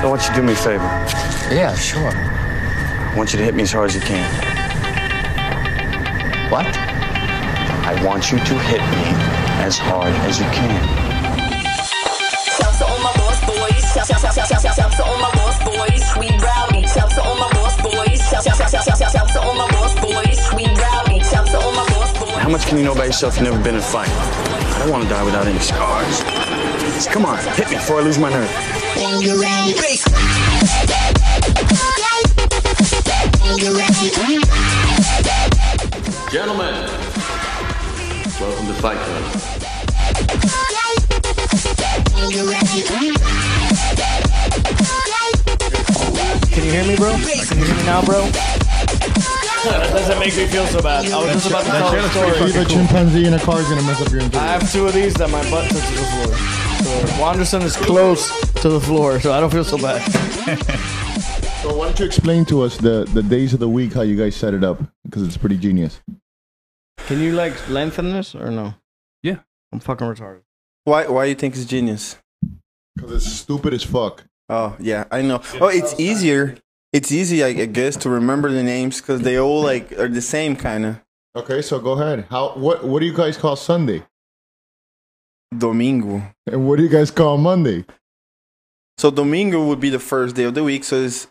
So I want you to do me a favor. I Yeah, sure. want you to hit me as hard as you can. What? I want you to hit me as hard as you can. Shout to all my lost boys. Shout, shout, shout, shout, shout, shout, shout to all my lost boys. We rowdy. Shout to all my lost boys. Shout, shout, shout, shout, shout, shout, shout to all my lost boys. We rowdy. Shout to all my lost boys. How much can you know about yourself if you've never been in a fight? I don't want to die without any scars. Just come on, hit me before I lose my nerve. Gentlemen, welcome to Fight Club. Can you hear me, bro? Can you hear me now, bro? That doesn't make me feel so bad. I was just about to tell a story. Leave a chimpanzee in a car is gonna mess up your I entire. have two of these that my butt touches the floor. So Wanderson is close to the floor, so I don't feel so bad. So why don't you explain to us the the days of the week how you guys set it up because it's pretty genius. Can you like lengthen this or no? Yeah. I'm fucking retarded. Why? Why you think it's genius? Because it's stupid as fuck. Oh yeah, I know. Oh, it's easier. It's easy, I guess, to remember the names because they all like are the same kind of. Okay, so go ahead. How what what do you guys call Sunday? Domingo. And what do you guys call Monday? So Domingo would be the first day of the week. So it's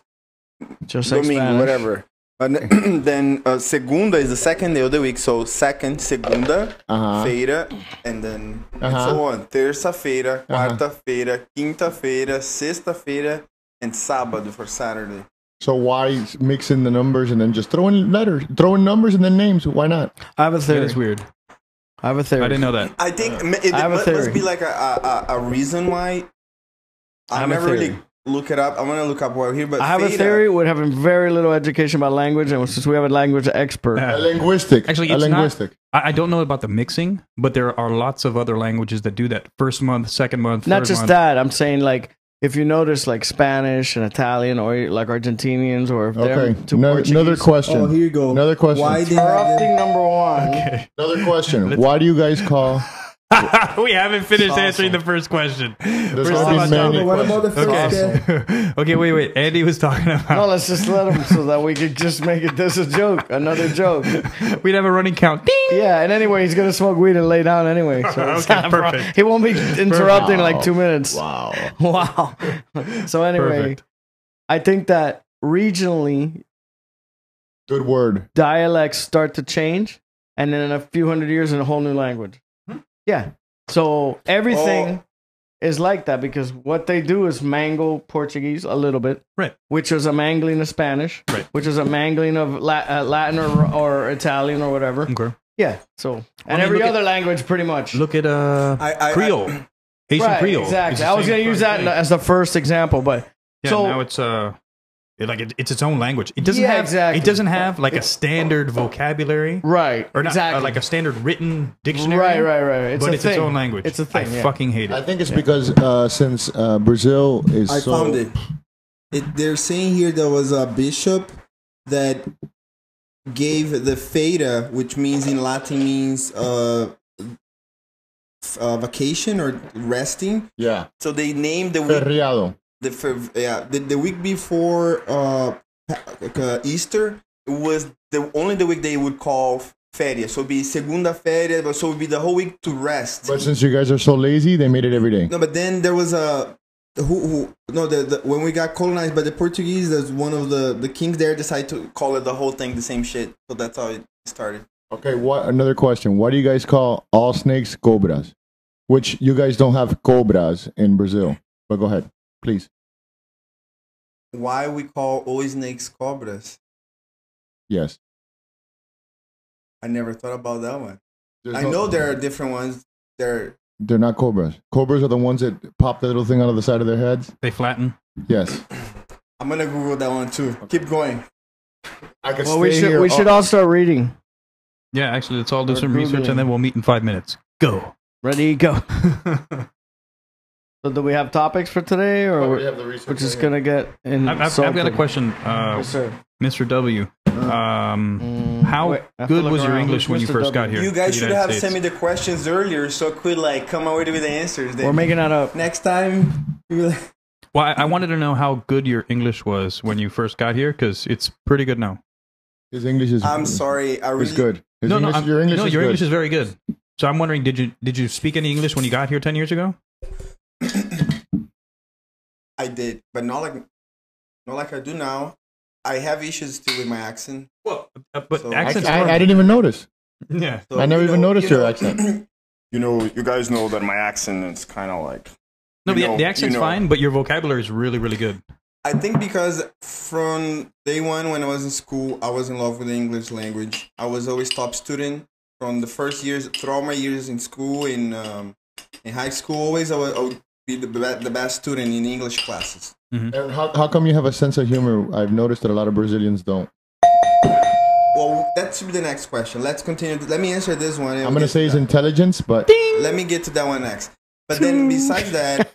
Just like Domingo, Spanish. whatever. And then- then uh, Segunda is the second day of the week. So second, Segunda, Uh huh. Feira, and then and Uh-huh. so on. Terça-feira, Uh-huh. quarta-feira, quinta-feira, sexta-feira, and sábado for Saturday. So why mix in the numbers and then just throw in letters, throw in numbers and then names? Why not? I have a That theory. is weird. I have a theory. I didn't know that. I think ma- it, I have a must- must theory. be like a, a, a, a reason why. I I have a never really theory. look it up. I'm gonna look up while here, but I have a theta- theory with having very little education about language, and since we have a language expert, Yeah. A linguistic. Actually, a it's not- linguistic. I, I don't know about the mixing, but there are lots of other languages that do that. First month, second month, not third just month. that, I'm saying like if you notice like Spanish and Italian or like Argentinians or if they're Okay. to No- Portuguese. another question. Oh, here you go. Another question. Why did Interrupting number one. another question. why do you guys call? we haven't finished answering the first question. We're gonna still about topic. be many But what about the first day? Okay. okay, wait, wait. Andy was talking No, about let's just let him so that we could just make it this a joke, another joke. we'd have a running count. Ding! Yeah, and anyway, he's gonna smoke weed and lay down anyway. So it's Okay, not a pro- perfect. He won't be interrupting like two minutes. Wow. Wow. so anyway, Perfect. I think that regionally Good word. dialects start to change, and then in a few hundred years, in a whole new language. Hmm. Yeah. So everything Oh. is like that because what they do is mangle Portuguese a little bit, Right. Which is a mangling of Spanish, Right. Which is a mangling of La- uh, Latin or, or Italian or whatever. Okay. Yeah. So and mean, every look at- other language, pretty much. Look at uh I- I- I- Creole. Asian right, Creole. It's Exactly. the I was same gonna use that fucking thing. as the first example, but Yeah, so now it's uh it- like it, it's its own language. It doesn't Yeah, have exactly. it doesn't have like a standard vocabulary right, or not uh, exactly, like a standard written dictionary. right, right, right. It's but a it's thing. its own language. It's a thing. I yeah. fucking hate I it. think it's because uh, since uh, Brazil is I so found it. it. They're saying here there was a bishop that gave the feta, which means in Latin means uh, f- uh, vacation or resting. yeah So they named the week, feriado. the fer- yeah the, the week before uh, pa- uh, Easter was the only the week they would call feria. So it'd be segunda feria, but so it'd be the whole week to rest. But since you guys are so lazy, they made it every day. No, but then there was a who who no the, the when we got colonized by the Portuguese, there's one of the the kings there decided to Call it the whole thing the same shit. So that's how it started. Okay, what another question? Why do you guys call all snakes cobras? Which you guys don't have cobras in Brazil. But go ahead, please. Why we call all snakes cobras? Yes. I never thought about that one. There's I no- know there are different ones. There, they're not cobras. Cobras are the ones that pop the little thing out of the side of their heads. They flatten. Yes. I'm gonna Google that one too. Keep going. I could Well, we should we should all start reading. Yeah, actually, let's all do Or some research Googling. and then we'll meet in five minutes. Go. Ready, go. so do we have topics for today, or we're, have the research. we're just gonna get in? Oh, I've, I've, I've got a question, uh, Yes, sir. Uh, Mr. W. Um, Mm, how wait, I have to good look was your around. English when you Who's Mr. first got W? here? You guys to the should United have States? sent me the questions earlier, so I could like come away with the answers. Then We're making that up. next time. you will- Well, I, I wanted to know how good your English was when you first got here because it's pretty good now. His English is. I'm sorry. I It's really good. His no, English, no, I'm- your English no, is your good. English is very good. So I'm wondering, did you did you speak any English when you got here ten years ago? I did, but not like not like I do now. I have issues still with my accent. Well, uh, but So- accents. I, were- I, I didn't even notice. yeah. So, I never you even know- noticed you your know- accent. You know, you guys know that my accent is kind of like. No, you the, know- the accent's you know. fine, but your vocabulary is really, really good. I think because from day one when I was in school, I was in love with the English language. I was always top student from the first years, throughout my years in school, in um, in high school. Always I would, I would be the, be- the best student in English classes. And how, how come you have a sense of humor? I've noticed that a lot of Brazilians don't. Well, that should be the next question. Let's continue. Let me answer this one. and I'm we'll gonna get to say his that. intelligence, but Let me get to that one next. But then besides that,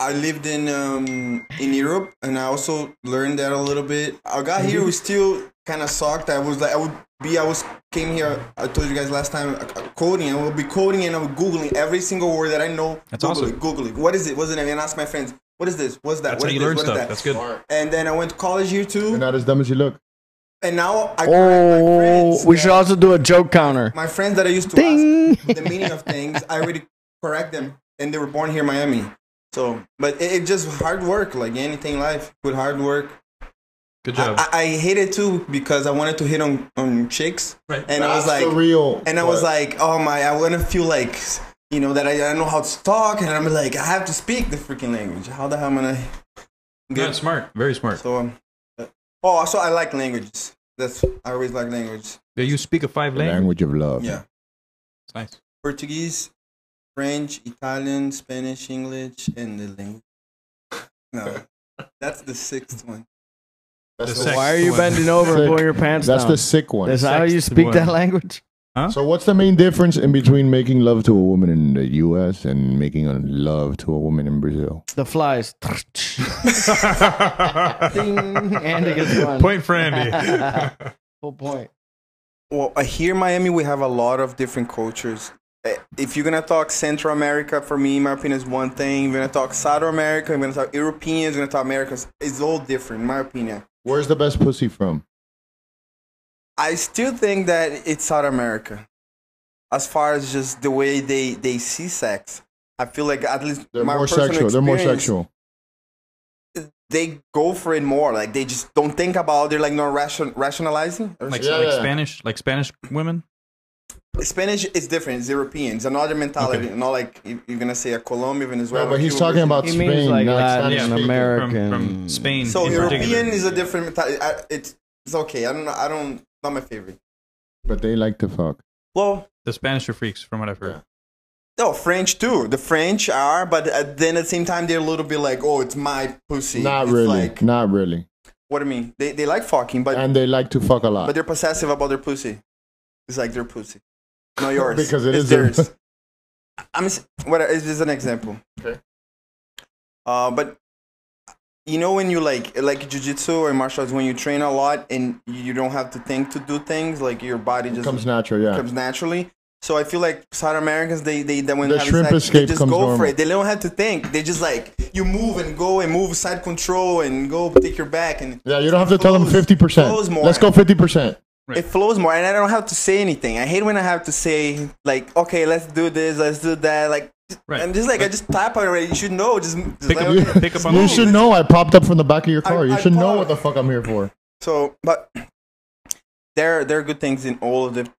I lived in um, in Europe and I also learned that a little bit. I got here was still kind of sucked. I was like I would be I was came here. I told you guys last time uh, uh, coding. I would be coding and I would googling every single word that I know. That's googling, awesome. Googling. What is it? What's it? And ask my friends. What is this? What's that? That's What how is you this? learn What is stuff. that? That's good. And then I went to college here you're too. not as dumb as you look. And now I correct my Oh, friends we that- should also do a joke counter. my friends that I used to Ding. ask the meaning of things, I already correct them, and they were born here in Miami. So, but it, it just hard work, like anything in life, with hard work. Good I, job. I, I hate it too because I wanted to hit on on chicks, Right. and I was That's the like, real. and I was part. like, oh my, I want to feel like you know that I, I don't know how to talk, and I'm like, I have to speak the freaking language. How the hell am I? Yeah, smart. Very smart. So, um, uh, oh, so I like languages. That's I always like languages. Yeah, you speak a five The language. language of love. Yeah. It's nice. Portuguese, French, Italian, Spanish, English, and the language. No, that's the sixth one. That's The the, sex- Why are you bending over and Sick. pulling your pants that's down? the sick one. That's how you Sixth speak one. that language? so what's the main difference in between making love to a woman in the U.S. and making a love to a woman in Brazil? The flies. Ding. Andy gets one. Point for Andy. Full point. Well, uh, here in Miami, we have a lot of different cultures. Uh, If you're gonna talk Central America, for me, in my opinion, is one thing. You're gonna talk South America, you're gonna talk Europeans, you're gonna talk Americans. It's all different, in my opinion. Where's the best pussy from? I still think that it's South America. As far as just the way they, they see sex, I feel like at least They're my more personal sexual. They're more experience, sexual. they go for it more. Like they just don't think about. They're like not ration, rationalizing. Or like, Yeah. like Spanish, like Spanish women. Spanish is different. It's European. It's another mentality. Okay. Not like you- you're gonna say a Colombia, Venezuela. No, but he's Cuba, talking Brazil. about He Spain, means like not Latin Spanish from- speaking. American. from Spain. So in European particular. is a different mentality. I, it's it's okay. I don't. know. I don't. Not my favorite. But they like to fuck. Well, The Spanish are freaks, from what I've heard. no, French too. The French are, but uh, then at the same time they're a little bit like, oh, it's my pussy. Not It's really. Like, not really. what do you mean? They they like fucking, but And they like to fuck a lot. but they're possessive about their pussy. It's like their pussy, not yours. Because it it's is their- theirs. I'm s- what is this an example? Okay. Uh, but you know when you like like jujitsu or martial arts, when you train a lot and you don't have to think to do things, like your body it just comes natural, yeah. comes naturally. So I feel like South Americans, they they, they when The having shrimp sex, they escape just comes go for normal. it. They don't have to think. They just like you move and go and move side control and go take your back and yeah, you don't have to tell them Close- 50%. close more. Let's go 50%. it flows more and i don't have to say anything i hate when i have to say like okay let's do this let's do that like Right. i'm just like i just type already you should know just, just Pick like, up, okay. pick up on You the- should know I popped up from the back of your car. I- you I should know thought- what the fuck I'm here for. so but there there are good things in all of the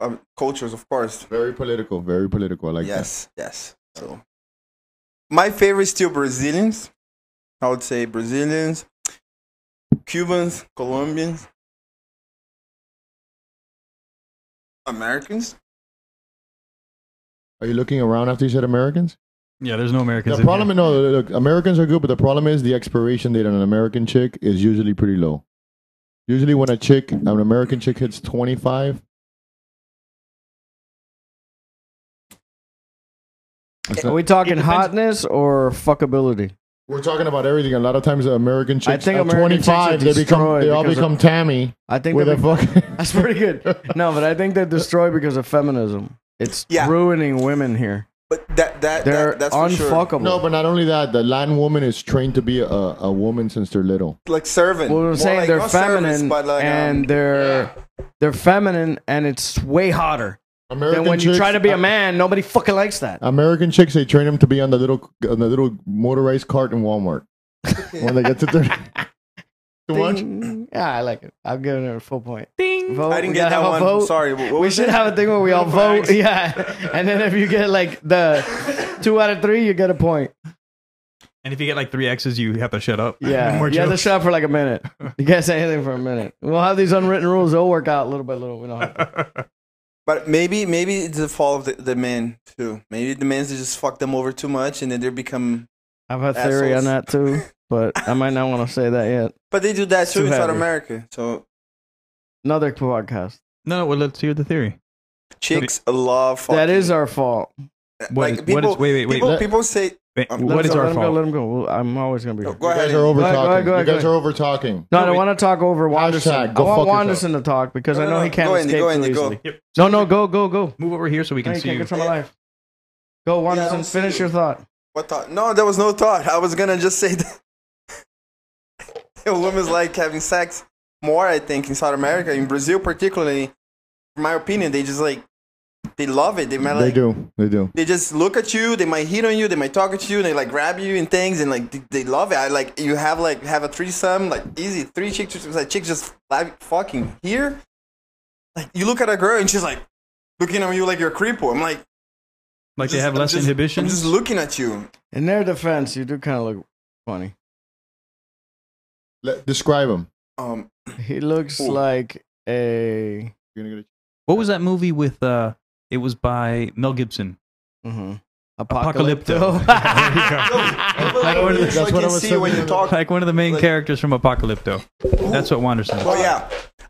um, cultures of course Very political, very political. I like yes yes so my favorite is still brazilians i would say brazilians cubans colombians americans that. Are you looking around after you said Americans? Yeah, there's no Americans. The in problem, here. no, look, Americans are good, but the problem is the expiration date on an American chick is usually pretty low. Usually, when a chick, an American chick hits 25, Are we talking hotness or fuckability? we're talking about everything. A lot of times, the American chicks think at American chicks are 25, they, become, destroyed they all because of- become Tammy. I think With they're a fuck. That's pretty good. No, but I think they're destroyed because of feminism. It's Yeah. ruining women here. But that that, They're that that's for sure. unfuckable. No, but not only that, the Latin woman is trained to be a, a woman since they're little. Like servant. Well, I'm More saying like they're not servants, feminine but like, um, and they're they're feminine and it's way hotter. American and when you chicks- try to Uh, be a man, nobody fucking likes that. American chicks, they train them to be on the little on the little motorized cart in Walmart when they get to thirty. to watch. Ding. Yeah, I like it. I'm giving it a full point. Vote. I didn't We gotta get that have a one. vote. Sorry. What what we was should it? have a thing where we all vote. Yeah. And then if you get like the two out of three, you get a point. And if you get like three X's, you have to shut up. Yeah. Oh, More you have to jokes. shut up for like a minute. You can't say anything for a minute. We'll have these unwritten rules. They'll work out little by little. We don't have to. But maybe maybe it's the fault of the, the men too. Maybe the men just fuck them over too much, and then they become. I've had theory on that too, but I might not want to say that yet. But they do that too Too inside heavy. America. So Another podcast. No, no. Well, let's hear the theory. chicks love. Fucking. That is our fault. What is- what is- wait, wait, wait. People, Let- people say Wait, Let Um, what him is go, our let him Go, let fault? him go. Well, I'm always gonna be. No, here. go You ahead. guys are over Go ahead, go ahead, talking. go ahead, you go guys ahead. are over talking. No, I don't want to talk over Wanderson. Hashtag, go I want fuck yourself. Wanderson to talk because No, I no, know no, he can't go Andy, escape go too Andy, go. easily. Yep. No, no, go, go, go. Move over here so we can Hey, see can't you. control my life. Go, Wanderson. don't see finish you. your thought. What thought? No, there was no thought. I was gonna just say that. Women's like having sex more, I think, in South America, in Brazil particularly. In my opinion, they just like they love it. They might like They do. They do. they just look at you. They might hit on you. They might talk at you. They like grab you and things, and like they, they love it. I like you have like have a threesome, like easy three chicks, two, like chicks just like fucking here. Like you look at a girl and she's like looking at you like you're a creepo. I'm like Like they just- have I'm less just- I'm inhibitions. just looking at you. In their defense, you do kind of look funny. Let, describe them. Um, He looks Ooh. like a. You're gonna get a- What was that movie with? uh It was by Mel Gibson. mhm, Apocalypto. Like, what- you that's what I can was see saying. when you talk. Like one of the main Like- characters from Apocalypto. That's what Wanderson. Oh yeah,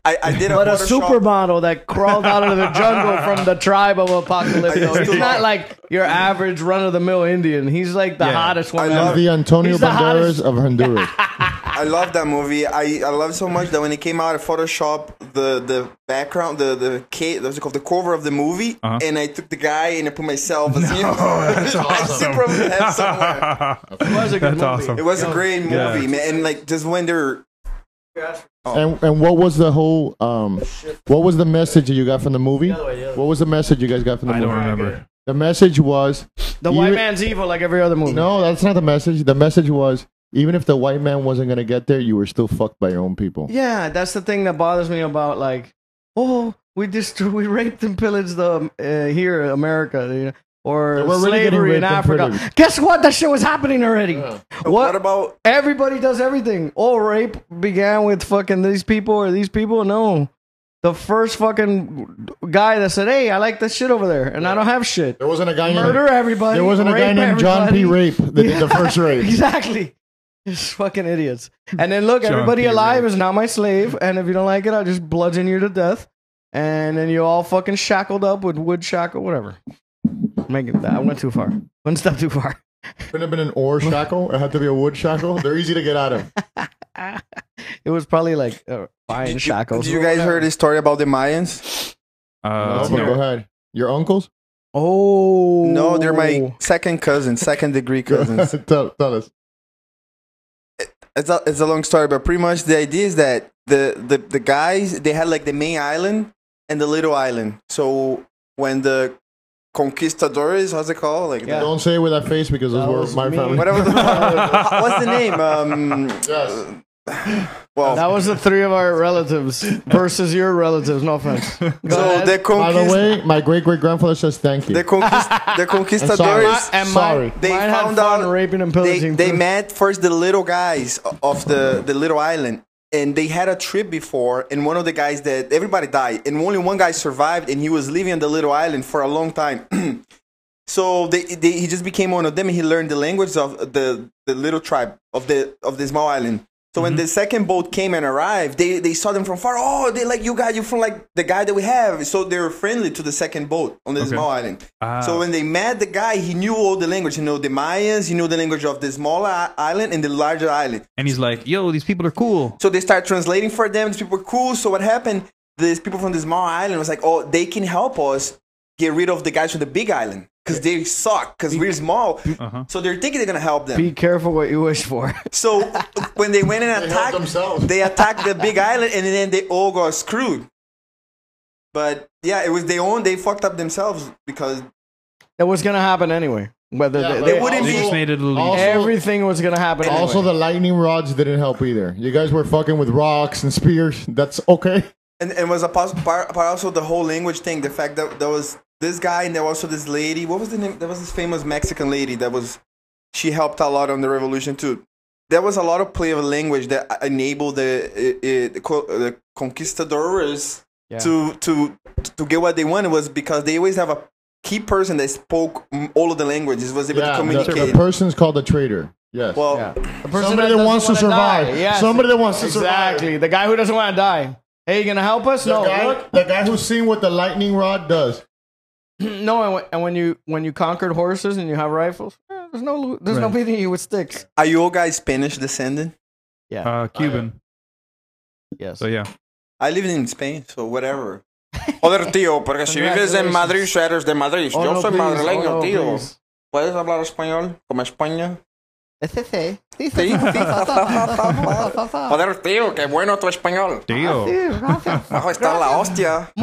I, I did a But a Photoshop. supermodel that crawled out of the jungle from the tribe of Apocalypto. He's not like your average run of the mill Indian. He's like the Yeah. hottest one. I love- ever. The Antonio He's the Banderas hottest- of Honduras. I love that movie. I, I love it so much that when it came out, I Photoshop the the background, the the ca- what's it called, the cover of the movie, Uh-huh. and I took the guy and I put myself as him. I still probably have somewhere. was a That's good movie. awesome. It was a great movie, Yeah. man. And like just when they're Oh. and and what was the whole um, what was the message that you got from the movie? What was the message you guys got from the I movie? don't remember. The message was The white even- man's evil, like every other movie. No, that's not the message. The message was even if the white man wasn't gonna get there, you were still fucked by your own people. Yeah, that's the thing that bothers me about like, oh, we just we raped and pillaged the uh, here America, you know, or Yeah, we're really getting slavery in raped and Africa. pillaged. Guess what? That shit was happening already. what, about Everybody does everything. Oh, rape began with fucking these people or these people. No, the first fucking guy that said, "Hey, I like this shit over there, and I don't have shit." There wasn't a guy Murder named everybody. There wasn't a guy rape named John P. everybody. Rape that did the first rape. Exactly. Just fucking idiots. And then look, John everybody P. alive Reilly. is now my slave. And if you don't like it, I'll just bludgeon you to death. And then you're all fucking shackled up with wood shackle, whatever. Make it, I went too far. One step too far. Couldn't have been an oar shackle. It had to be a wood shackle. They're easy to get out of. Uh, It was probably like uh, did iron you, shackles. did you guys heard the story about the Mayans? Uh, No, but no. go ahead. Your uncles? Oh. No, they're my second cousin, second degree cousins. tell, tell us. it's a, it's a long story, but pretty much the idea is that the, the, the guys they had like the main island and the little island. So when the conquistadores, how's it called? Like Yeah. Don't say it with that face because That was those were my me. family. the, whatever. The, what's the name? Um, Yes. well, That was the three of our relatives versus your relatives. No offense. Go so ahead. By the the conquist, way, my great great grandfather says thank you. the, conquist, the I'm sorry. conquistadores. And sorry. mine- They mine had found fun out- raping and They, pillaging. they too. met first the little guys of the, the little island, and they had a trip before. And one of the guys that everybody died, and only one guy survived, and he was living on the little island for a long time. so they, they he just became one of them, and he learned the language of the, the little tribe of the of the small island. So when the second boat came and arrived, they, they saw them from far. Oh, they like you guys, you from like the guy that we have. So they were friendly to the second boat on the small island. Ah. So when they met the guy, he knew all the language. He knew the Mayans, he knew the language of the smaller i- island and the larger island. And he's like, "Yo, these people are cool." So they start translating for them. These people were cool. So what happened? These people from the small island was like, oh, they can help us get rid of the guys from the big island. because they suck because we're small. Uh-huh. So they're thinking they're gonna help them. Be careful what you wish for. So when they went and helped attacked themselves. they attacked the big island and then they all got screwed. But yeah, it was their own. They fucked up themselves because That was gonna happen anyway. Whether Yeah, they, but they- wouldn't They be- just made it a little Also- everything was gonna happen. Also, the lightning rods didn't help either. You guys were fucking with rocks and spears. That's okay. and, and was a pos- part, part also the whole language thing. The fact that there was this guy and there was also this lady. What was the name? There was this famous Mexican lady that was she helped a lot on the revolution too. There was a lot of play of language that enabled the uh, uh, the, co- uh, the conquistadors Yeah. to to to get what they wanted was because they always have a key person that spoke mm, all of the languages was able to Yeah, the, communicate. the person's called a traitor. Yes. well, Yeah. The Somebody that doesn't wants to wanna survive. die. Yes. Somebody that wants to survive. Exactly. The guy who doesn't want to die. Hey, you gonna help us? the, no. Look, guy, the guy who's seen what the lightning rod does. No, and when, and when you when you conquered horses and you have rifles, eh, there's no lo- there's no beating you with sticks. are you all guys Spanish descendant? uh, Cuban. Yes. So yeah, I live in Spain, so whatever. Other tío, porque si vives en Madrid, Congratulations. so eres de Madrid. Oh, Yo no, soy please. madrileño, Oh, no, tío. please. ¿Puedes hablar español como España? Eh, Sí, sí. Ah. Joder, tío, qué bueno tu español. deal. Bajo está la hostia.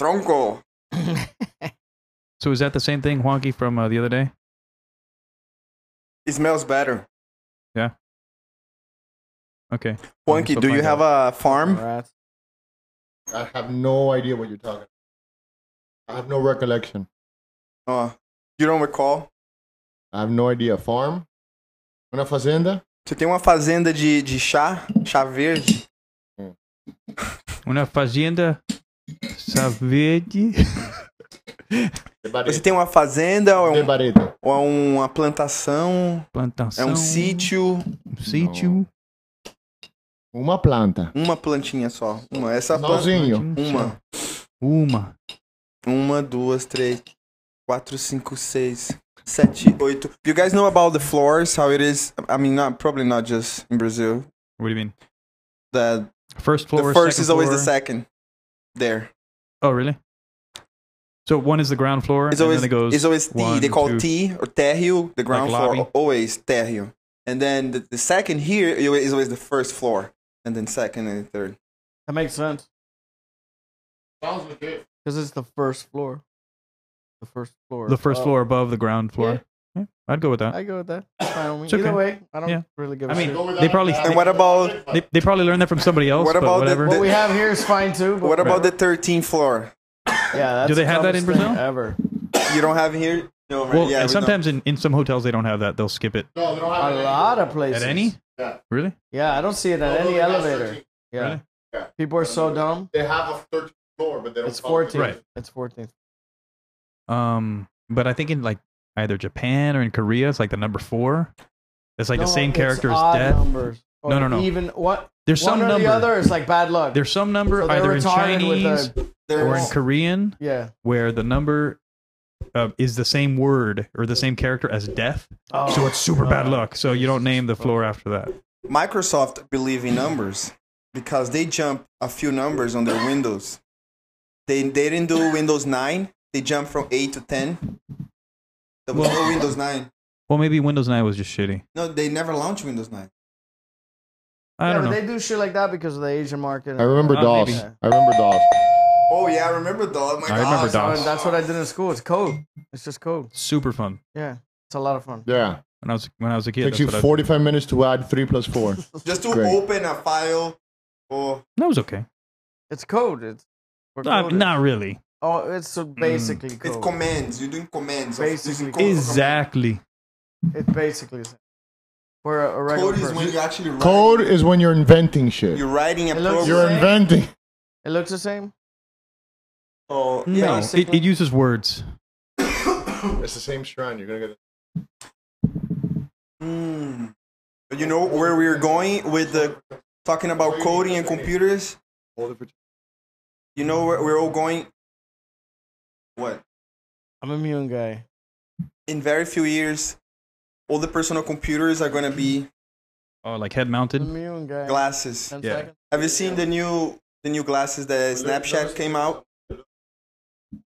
Tronco. So is that the same thing, Wonky, from uh, the other day? It smells better. Okay. Wonky, do you have a farm? Congrats. I have no idea what you're talking about. I have no recollection. Uh, you don't recall? I have no idea. Farm? Una fazenda? Você tem uma fazenda de, de chá? Chá verde? Una fazenda savage. De Você barreta. tem uma fazenda ou é De um- barreta. ou é uma plantação? É plantação. um sítio? Um sítio. Uma planta. Uma plantinha só. Uma. Essa planta. Sozinho. Uma. Uma. Uma, duas, três, quatro, cinco, seis, sete, oito. You guys know about the floors, how it is? I mean, not probably not just in Brazil. What do you mean? The, First floor. the first is always the floor. second. There. Oh, really? So one is the ground floor, It's and always, then it goes. it's always T. one, They call two. T or terrio, the ground Like floor. lobby? Always terrio. And then the, the second here is always the first floor. And then second and third. That makes sense. Because it's the first floor. The first floor. the first Oh, floor above the ground floor. Yeah. Yeah, I'd go with that. I go with that. It's fine with me. It's Either okay. way, I don't Yeah. really give a I mean, shit. they probably And what about they, they probably learned that from somebody else. What but about the- whatever. What we have here is fine too. But what about the 13th floor? yeah, that's Do they the have that in dumbest thing Brazil? Ever. You don't have here? No, right? well, yeah, we and don't. sometimes in, in some hotels they don't have that. They'll skip it. No, they don't A have it. lot of At places. any? Yeah. Really? Yeah, I don't see it at Although any they have elevator. 13. Yeah. Really? Yeah. People are so dumb. They have a 13th floor, but they don't It's call it 14. Right. It's 14. Um, but I think in like either Japan or in Korea, it's like the number four. It's like the No, same it's character as odd death. Numbers. No, Or no, no. Even what? There's one some or number. the other is like bad luck. There's some number So they're either in retarded with Chinese or in There's- Korean yeah. where the number uh, is the same word or the same character as death. Oh. so it's super bad luck. So you don't name the floor after that. Microsoft believe in numbers because they jump a few numbers on their Windows. They, they didn't do Windows 9. They jumped from 8 to 10. There was no Windows 9. Well, maybe Windows 9 was just shitty. No, they never launched Windows 9. I yeah, don't but know. they do shit like that because of the Asian market. I remember Uh, DOS. maybe. I remember DOS. Oh, yeah, I remember DOS. My I remember gosh. DOS. Oh, That's what I did in school. It's code. It's just code. Super fun. Yeah, it's a lot of fun. Yeah. When I was when I was a kid, Takes that's you what I- 45 minutes to add 3 plus 4. Just to Great. open a file oh, or that was okay. It's code. It's we're Not, coded. not really. Oh, it's so basically it's code. commands. You're doing commands. of using Basically. code for command. Exactly. It basically is. For a, a regular Code is when person. you actually write. Code is when you're inventing shit. You're writing a It looks- program. You're inventing. It looks the same. Oh, Hmm. yeah. No, it, it uses words. It's the same strand. You're gonna get. Mm. You know where we are going with the talking about coding and computers? You know where we're all going? What? I'm a immune guy. In very few years, all the personal computers are gonna be Oh, like head mounted. Immune guy. glasses. Ten Yeah. seconds. Have you seen the new the new glasses that Snapchat came out?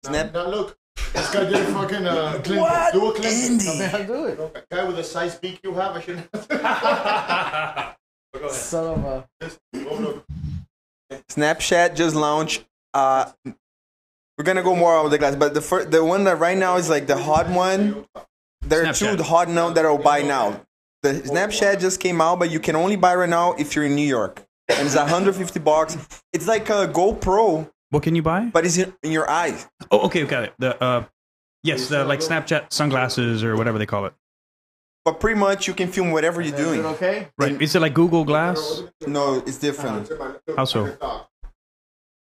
Snap. Now look, this guy did a fucking uh, Clinton. What? Do a Clinton. Andy. I'll do it. A guy with the size beak you have, I should. Son of a. oh, look. Snapchat just launched. Uh, we're gonna go more out of the glass, but the first, the one that right now is like the hot one. There are Snapchat. two hot now that I'll buy now. The Snapchat just came out, but you can only buy right now if you're in New York, and it's 150 bucks. It's like a GoPro, What can you buy? but it's in, in your eyes. Oh, okay, got it. The uh, yes, the like Snapchat sunglasses or whatever they call it. But pretty much you can film whatever you're Is it doing. okay? Mm. Right? Is it like Google Glass? No, it's different How so?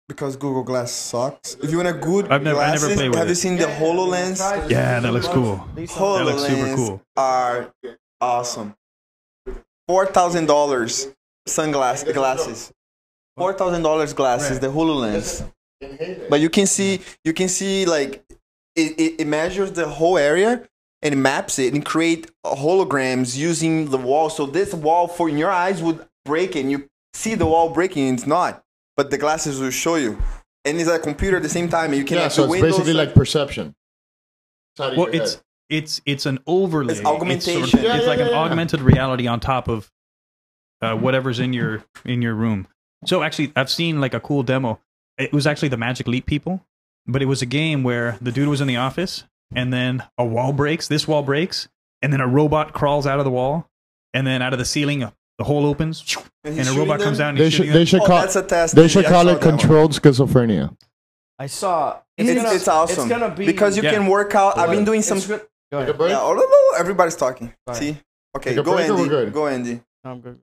because Google Glass sucks. If you want a good I've never- I never glasses, played with have it. you seen the Hololens? Yeah, that looks cool. These- Hololens That looks super cool. are awesome. Four thousand dollars sunglasses glasses. Four thousand dollars glasses, the Hololens. But you can see you can see like it, it, it measures the whole area and it maps it and create holograms using the wall. So this wall for in your eyes would break and you see the wall breaking and it's not. But the glasses will show you. And it's a computer at the same time and you can Yeah, like, so the it's windows- basically like perception. Side of Well, your it's head. it's it's an overlay. It's sort of- augmentation. It's, Yeah, yeah, like an yeah, yeah. augmented reality on top of uh, whatever's in your in your room. So actually, I've seen like a cool demo. It was actually the Magic Leap people, but it was a game where the dude was in the office, and then a wall breaks. This wall breaks, and then a robot crawls out of the wall, and then out of the ceiling, uh, the hole opens, And and, he's a robot shooting comes them? down. And They he's should shooting they them. should Oh, call that's a test. they should I call saw it that one. controlled schizophrenia. I saw. It's, gonna- it's awesome. It's gonna be because you Yeah. can work out. I've been doing some. It's good. Go ahead. Yeah, oh, no, no, everybody's talking. Sorry. See, okay, Take a go break or Andy. we're good? Go Andy. No, I'm good.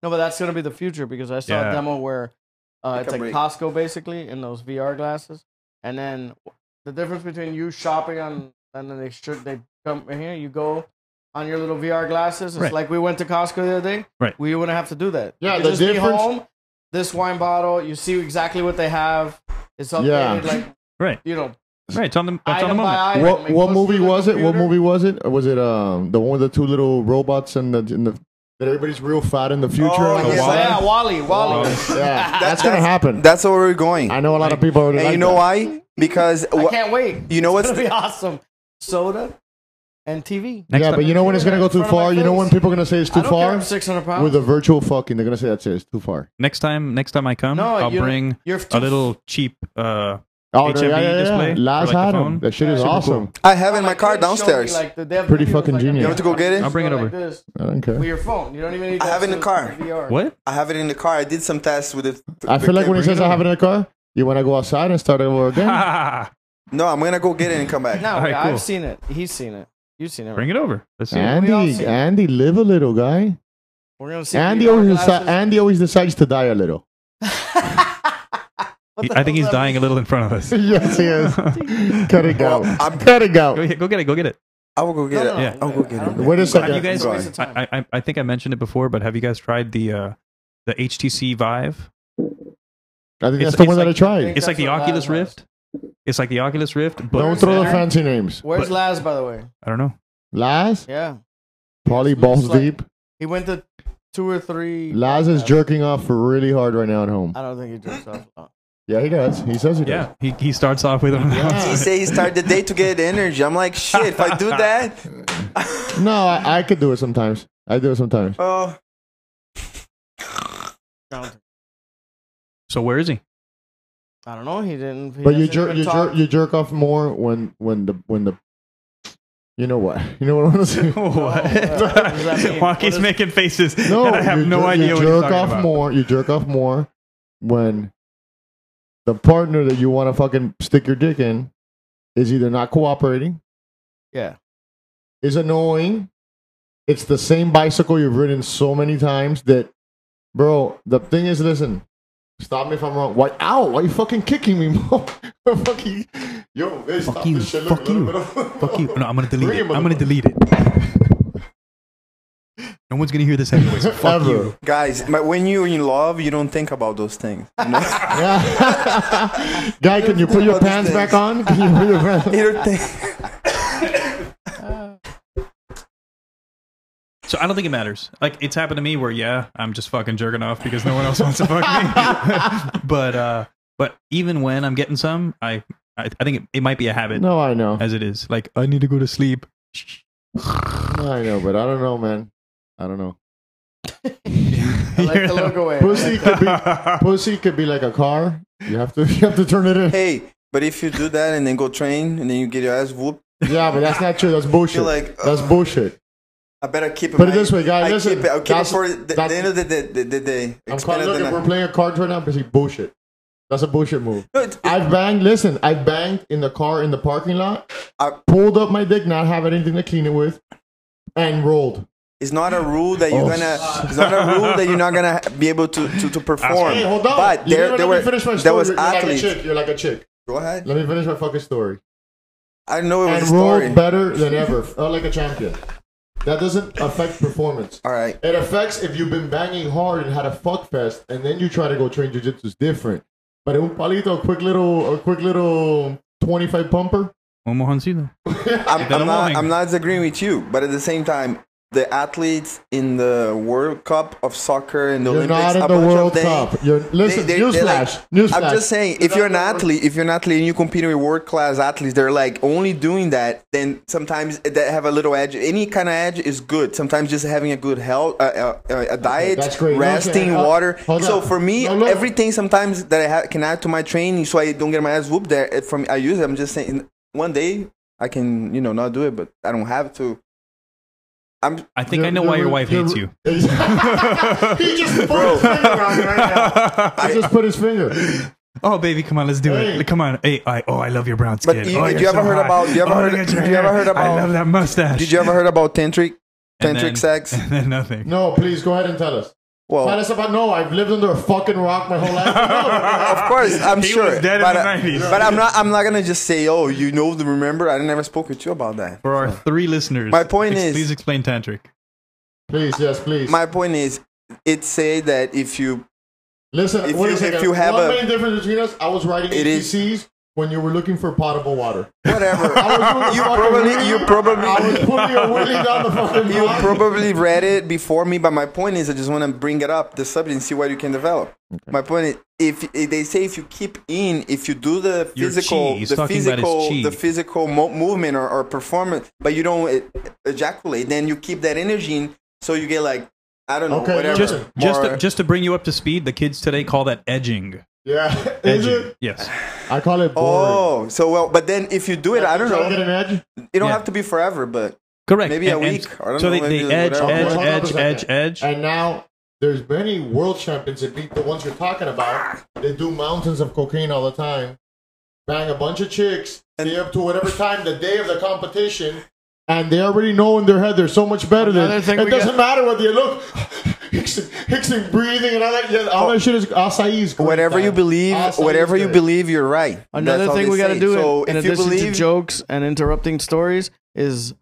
No, but that's gonna be the future because I saw Yeah. a demo where uh, Take it's a like break. Costco basically in those VR glasses, and then the difference between you shopping on and then they should they come here you go on your little VR glasses. It's Right. like we went to Costco the other day. Right. We wouldn't have to do that. Yeah, You the just be difference- home. This wine bottle, you see exactly what they have. It's Yeah. updated, like right, you know, right. It's on the it's item by on the moment. item. What It what goes movie through the was it? What computer. movie was it? Or was it um the one with the two little robots and the in the that everybody's real fat in the future? Oh, and the yes, wall? I Yeah, Wally, Wally. yeah, that's gonna that's- happen. That's where we're going. I know a lot of people already. and like you know that. why? Because I wha- can't wait. you know what's It's gonna Oh, be the, awesome. Soda and TV. Next yeah, time- but you know when it's gonna go too Front of my far. You know when face. people are gonna say it's too I don't care. far I'm 600 pounds. with a virtual fucking. They're gonna say that's it. It's too far. next time next time I come, No, I'll you- bring you're a too- little cheap. Uh, Oh, HMV display for, Last like, the item. phone. That shit is Super awesome. I have in my kid car showed me, downstairs. like, the- they have Pretty videos, fucking like, genius. You want to go get it? I'll bring it over. I don't care. With your phone. You don't even need I have it in the car. VR. what? I have it in the car. I did some tests with it. I feel like when he says I have it in the car, you want to go outside and start over again. No, I'm gonna go get it and come back. No, All right, yeah, cool. I've seen it. He's seen it. You've seen it. Bring it over. Let's see. we all see Andy, it. Andy, live a little, guy. We're going to see Andy VR always, deci- glasses. Andy always decides to die a little. What He- the I think hell's he's that dying a little in front of us. yes, he is. Cut it out. Well, I'm- Cut it Go, out. get- go get it. Go get it. I will go mean? get No, no, it. Yeah. no, I'll go I get don't it. Wait a think- second. Have you guys? It's a waste of time. I, I, I think I mentioned it before, but have you guys tried the uh, the HTC Vive? I think It's- that's the it's one that I like- tried. think It's like that's the what Oculus Vive was. Rift. It's like the Oculus Rift, but Don't throw the better. fancy names. Where's But- Laz, by the way? I don't know. Laz, Yeah. probably Looks balls like- deep. He went to two or three. Laz is jerking off really hard right now at home. I don't think he jerks off. a lot. Yeah, he does. He says he does. Yeah, he, he starts off with him. He say he started the day to get energy. I'm like, shit. If I do that, No, I, I could do it sometimes. I do it sometimes. oh, So where is he? I don't know. He didn't. he But you hasn't jerk, even you talked. jerk, you jerk off more when when the when the you know what you know what I want to say. what? what does that mean? What Joaquin's is- making faces, No, and I have you no jer- idea You what he's jerk talking off about. more. You jerk off more when the partner that you want to fucking stick your dick in is either not cooperating, Yeah. is annoying. It's the same bicycle you've ridden so many times that, bro. The thing is, listen. Stop me if I'm wrong. Why? Ow! Why you fucking kicking me, bro? fucking, yo, man, Fuck stop you, this shit. Look, fuck little you, bit of- Fuck you. No, I'm gonna delete Bring it. him, I'm gonna motherfucker. delete it. No one's gonna hear this anyway. So fuck Ever. you. guys. But when you're in love, you don't think about those things. You, know? Yeah. Guy, can you put your pants back on? Can you put your pants? you don't think. So I don't think it matters. Like it's happened to me where yeah, I'm just fucking jerking off because no one else wants to fuck me. but uh but even when I'm getting some, I I, I think it, it might be a habit No, I know. as it is. Like I need to go to sleep. I know, but I don't know, man. I don't know. I like the look away. Pussy could be pussy could be like a car. You have to you have to turn it in. Hey, but if you do that and then go train and then you get your ass whooped, Yeah, but that's not true. That's bullshit. You're like, that's uh, bullshit. I better keep it. Put it man. this way, guys, I listen, keep it. I'll keep it that's- for the, the that's- end of the day. The, the day. I'm It's calling. better Look, than if I- we're playing a card right now, pussy bullshit. That's a bullshit move. No, it's- I banged. Listen, I banged in the car in the parking lot. I I- pulled up my dick, not having anything to clean it with, and rolled. It's not a rule that you're Oh, gonna. It's not a rule that you're not gonna be able to to, to perform. Hey, hold on. But You there, never let there were me finish my story. there was You're like a athletes. chick. You're like a chick. Go ahead. Let me finish my fucking story. I didn't know it was And a story. rolled better than ever. Felt like a champion. That doesn't affect performance. All right. It affects if you've been banging hard and had a fuck fest, and then you try to go train jujitsu is different. But un palito, a quick little, a quick little twenty-five pumper. Un mojoncito. I'm, I'm not. morning. I'm not disagreeing with you, but at the same time, the athletes in the World Cup of soccer and the You're Olympics, not in a the bunch World of they, Cup. You're listen. they- they're newsflash. like- newsflash. I'm just saying, if you're an athlete, if you're an athlete and you compete with world class athletes, they're like only doing that. Then sometimes that have a little edge. Any kind of edge is good. Sometimes just having a good health, uh, uh, uh, a diet, that's great. resting, Okay, uh, water. hold so on. for me, No, look. everything sometimes that I ha- can add to my training, so I don't get my ass whooped. There, uh, from I use it. I'm just saying, one day I can, you know, not do it, but I don't have to. I'm I think I know why your wife hates you. he just put his finger on it right now. He just put his finger. Oh baby, come on, let's do Hey. it. Come on. Hey, I, oh, I love your brown skin. But you- oh, did you're you ever so heard hot. about- did you ever Oh, heard- look at your did you ever hair. heard I about- love that mustache. Did you ever heard about tantric, And tantric then- sex? And then nothing. No, please go ahead and tell us. Tell Well, us about no. I've lived under a fucking rock my whole life. of course, I'm He sure. was dead in but, the I- 90s. but I'm not. I'm not gonna just say, "Oh, you know, the remember." I never spoke with you about that. For our three listeners, My point is- please explain tantric. please, yes, please. My point is, it say that if you Listen, wait if you- a if second. you have One a- main difference between us. I was writing It is- ETCs when you were looking for potable water. whatever, I was you fucking probably reading- you I was probably pulling a willy down the fucking you rock. probably read it before me. But my point is, I just want to bring it up the subject and see what you can develop. My point is, if, if they say if you keep in, if you do the Your physical, chi, he's the talking about his physical, chi. the physical mo- movement or, or performance, but you don't e- ejaculate, then you keep that energy in, so you get like I don't know, Okay, whatever. just- Just more- to, just to bring you up to speed, the kids today call that edging. Yeah, is Edging. it? Yes. I call it boring. oh, so well, but then if you do it, I don't Trying to know, Get an edge. you don't Yeah. have to be forever, but Correct. Maybe a And- and week. I don't so know, they, they maybe edge, whatever. edge, Hold on a edge, second. edge, edge. And now there's many world champions that beat the ones you're talking about. They do mountains of cocaine all the time, bang a bunch of chicks, stay up to whatever time the day of the competition, and they already know in their head they're so much better than. Another thing It we doesn't matter whether you look. Hickson, Hickson breathing and all that. Yeah, all that shit is acai is great, whatever you man. believe, Acai is whatever you great. believe, you're right. Another That's all thing they we got to say. do, So in, in if you addition believe, to jokes and interrupting stories, is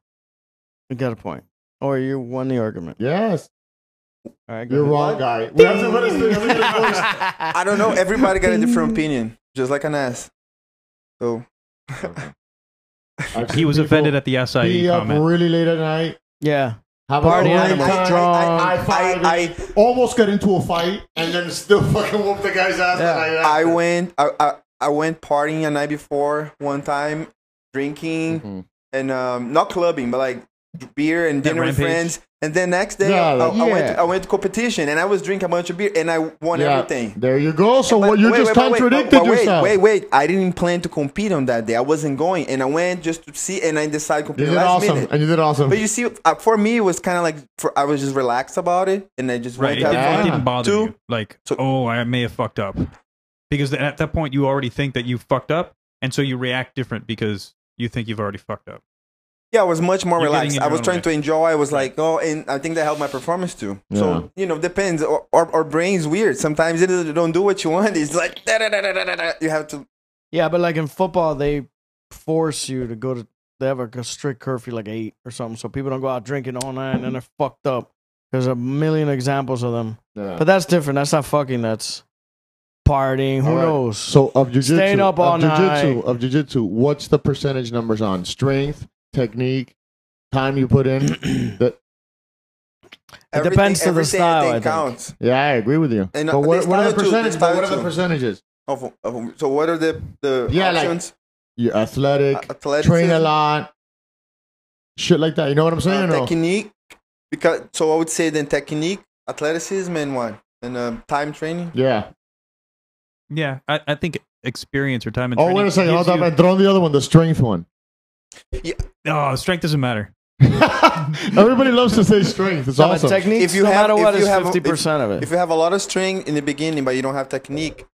you got a point, or you won the argument. Yes, All right, go you're ahead. wrong, guy. We have to put this thing- let me get a voice. I don't know. Everybody got a different opinion, just like an ass. So I've He seen was people offended at the acai be up comment. really late at night. Yeah, Have Party a great animal. time. Drunk. I, I, I- almost got into a fight and then still fucking whooped the guy's ass. Yeah. that I had. went, I, I, I went partying a night before one time, drinking and um, not clubbing, but like beer and That dinner with rampage. friends. And then next day, Yeah, I, like- I went, Yeah. I went to competition and I was drinking a bunch of beer and I won Yeah, everything. There you go. So But what you wait, just wait, but wait, but- contradicted but wait, yourself. Wait, wait, I didn't plan to compete on that day. I wasn't going, and I went just to see, and I decided to You compete did last awesome, minute. and you did awesome. But you see, uh, for me, it was kind of like for, I was just relaxed about it, and I just Right. went It, didn't- Yeah. it didn't bother Two. you. Like, So- oh, I may have fucked up. Because th- at that point, you already think that you fucked up. And so you react different because you think you've already fucked up. Yeah, I was much more You're getting relaxed. in I your was own trying way. to enjoy. I was like, oh, and I think that helped my performance too. So you know, depends. Our, our, our brain's weird. Sometimes it is- don't do what you want. It's like da, da, da, da, da, da, da. you have to. yeah, but like in football, they force you to go to. They have like a strict curfew, like eight or something, so people don't go out drinking all night and then they're fucked up. There's a million examples of them, Yeah. but that's different. That's not fucking. That's partying. Who All right. knows? So of jujitsu, Stayed up all of jujitsu, night. of jujitsu, what's the percentage numbers on strength, technique, time you put in? that, It everything- depends to the everything style, I thing think. counts. yeah, I agree with you. And, uh, but they what, what are the started to- they percentages? But what started are the to. percentages? Of, of, so what are the the Yeah, like- options? you're athletic, athleticism, train a lot, shit like that. You know what I'm saying? uh, or no? technique. Because so I would say then technique, athleticism, and what and uh, time training. Yeah. Yeah, I, I think experience or time. And Oh, training wait a second. gives Hold on. you- I thrown the other one, the strength one. Oh, strength doesn't matter. Everybody loves to say strength. It's No, but awesome. techniques, If you no have- matter what, if you is have- fifty percent of it. If you have a lot of strength in the beginning, but you don't have technique,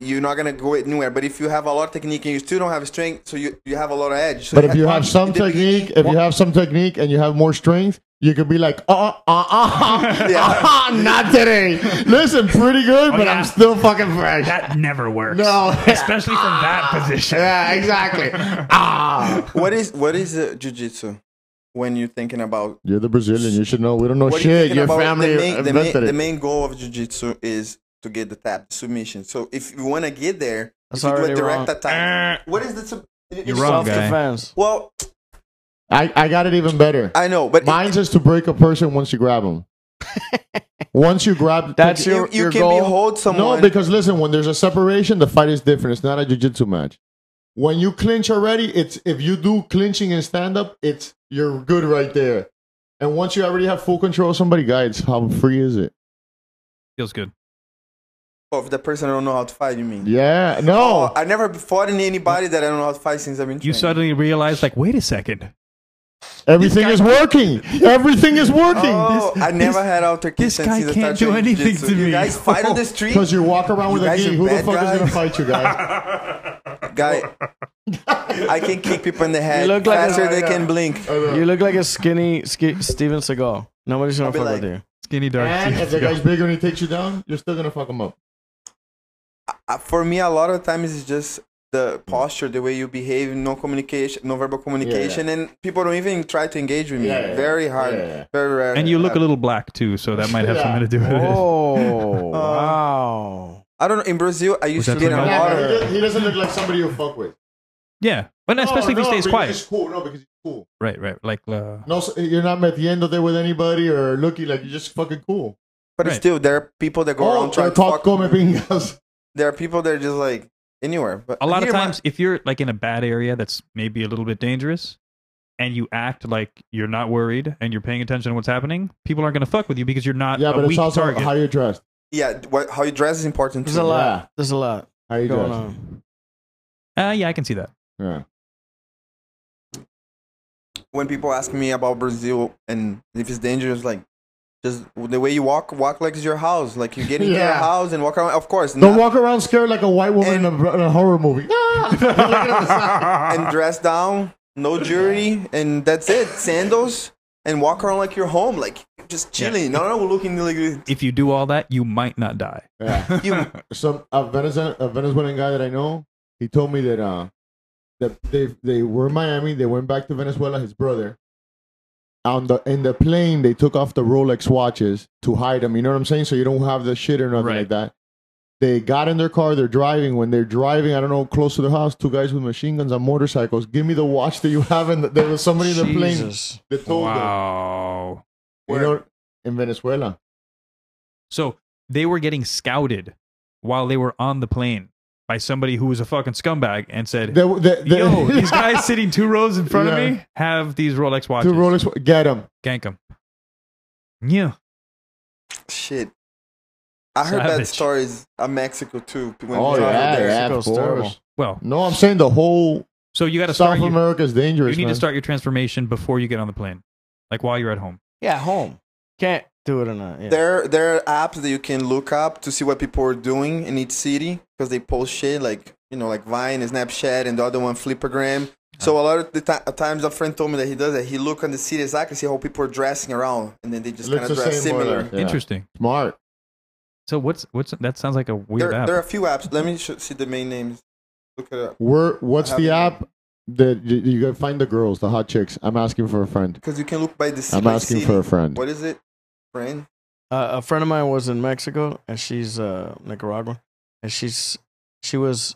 you're not gonna go anywhere. But if you have a lot of technique and you still don't have strength, so you, you have a lot of edge. So but if you have some in the technique, beginning- if you have some technique and you have more strength, you could be like, uh, uh, uh, uh, uh, not today. Listen, pretty good, Oh, but yeah. I'm still fucking fresh. That never works. No. especially from that position. yeah, exactly. ah. what is what is uh, jujitsu? When you're thinking about You're the Brazilian. You should know. We don't know what are you Oh, shit. thinking Your about? family the main, the, main, invented the it. main goal of jujitsu is to get the tap submission. So if you want to get there, That's if you do a already direct wrong. Eh. attack. What is the sub- You're wrong, guy. Self-defense. Well, I, I got it even better. I know, but Mine's just to break a person once you grab them. once you grab, That's take- your- you, you can goal- behold someone. No, because listen, when there's a separation, the fight is different. It's not a jiu-jitsu match. When you clinch already, it's if you do clinching and stand up, it's you're good right there. And once you already have full control of somebody, guys, how free is it? Feels good. of the person I don't know how to fight. You mean? Yeah, Oh, no, I never fought in anybody that I don't know how to fight since I've been. You training. suddenly realize, like, wait a second, everything is working. Everything is working. Oh, I never had altercation. this guy since I can't started do training anything jiu-jitsu. to You me. guys fight on the street, Because you walk around with You a guys gi, are who the bad fuck is gonna guys. fiy fight you, guys? guy. I can kick people in the head You look like a- faster than they can blink. You look like a skinny ski, Steven Seagal. Nobody's gonna I'll be fuck like- with you. skinny dark. And teeth. if the guy's bigger and he takes you down, you're still gonna fuck him up. Uh, For me, a lot of times it's just the posture, the way you behave, no communication, no verbal communication, and people don't even try to engage with me. Yeah, yeah, Very hard, yeah, yeah. very rare. and you look a little black too, so that might have Yeah. something to do with it. Uh, Oh wow! I don't know. In Brazil, I used that to get the a guy? lot of. He does- he doesn't look like somebody you fuck with. Yeah, but especially no, if he stays because quiet. He's cool. No, because he's cool. Right, right. Like, uh, No, so you're not metiendo there with anybody or looking like you're just fucking cool. But Right. still, there are people that go Oh, around trying try to talk fuck. come pingas. There are people that are just like anywhere. But a lot of here, my- times, if you're like in a bad area that's maybe a little bit dangerous, and you act like you're not worried and you're paying attention to what's happening, people aren't going to fuck with you because you're not Yeah, a but it's weak also target. how you're dressed. yeah, what, how you dress is important There's too. a lot. Yeah. There's a lot How you going dressed. on. Uh, yeah, I can see that. Yeah. when people ask me about Brazil and if it's dangerous, like just the way you walk, walk like it's your house. Like you get into your Yeah. house and walk around. Of course, Don't not- walk around scared like a white woman in a, in a horror movie. and dress down, no jewelry, and that's it. Sandals and walk around like you're home, like just chilling. No, no, looking like If you do all that, you might not die. Yeah. you. Some a Venezuelan, a Venezuelan guy that I know, he told me that uh that they they were in Miami, they went back to Venezuela, his brother. On the in the plane, they took off the Rolex watches to hide them. You know what I'm saying? So you don't have the shit or nothing Right. like that. They got in their car. They're driving. When they're driving, I don't know, close to the house, two guys with machine guns on motorcycles. Give me the watch that you have. And there was somebody in the plane Jesus. that told Wow. them. You know, in Venezuela. So they were getting scouted while they were on the plane by somebody who was a fucking scumbag and said, They, they, they, Yo, these guys sitting two rows in front Yeah. of me have these Rolex watches. two Rolex. Get them. Gank them. Yeah. Shit. I heard bad Savage. stories of Mexico too. When Oh we traveled yeah, there. yeah, of Mexico's terrible. course. Well, No, I'm saying the whole so you got to South start. Your, America is you dangerous. need to man. start your transformation before you get on the plane, like while you're at home. Yeah, home. Can't do it or not. Yeah. There, there are apps that you can look up to see what people are doing in each city because they post shit like you know, like Vine and Snapchat, and the other one Flippergram. Uh-huh. So a lot of the ti- times, a friend told me that he does that. He look on the city exactly see how people are dressing around, and then they just kind Looks of the dress same, more or similar. less. Yeah. Interesting. Smart. So what's what's that sounds like a weird There, app. there are a few apps. Let me sh- see the main names. Look it up Where? What's I the haven't- app that you, you can find the girls, the hot chicks? I'm asking for a friend. because you can look by the ci- I'm by asking city. for a friend. What is it, friend? Uh, a friend of mine was in Mexico, and she's uh, Nicaraguan, and she's she was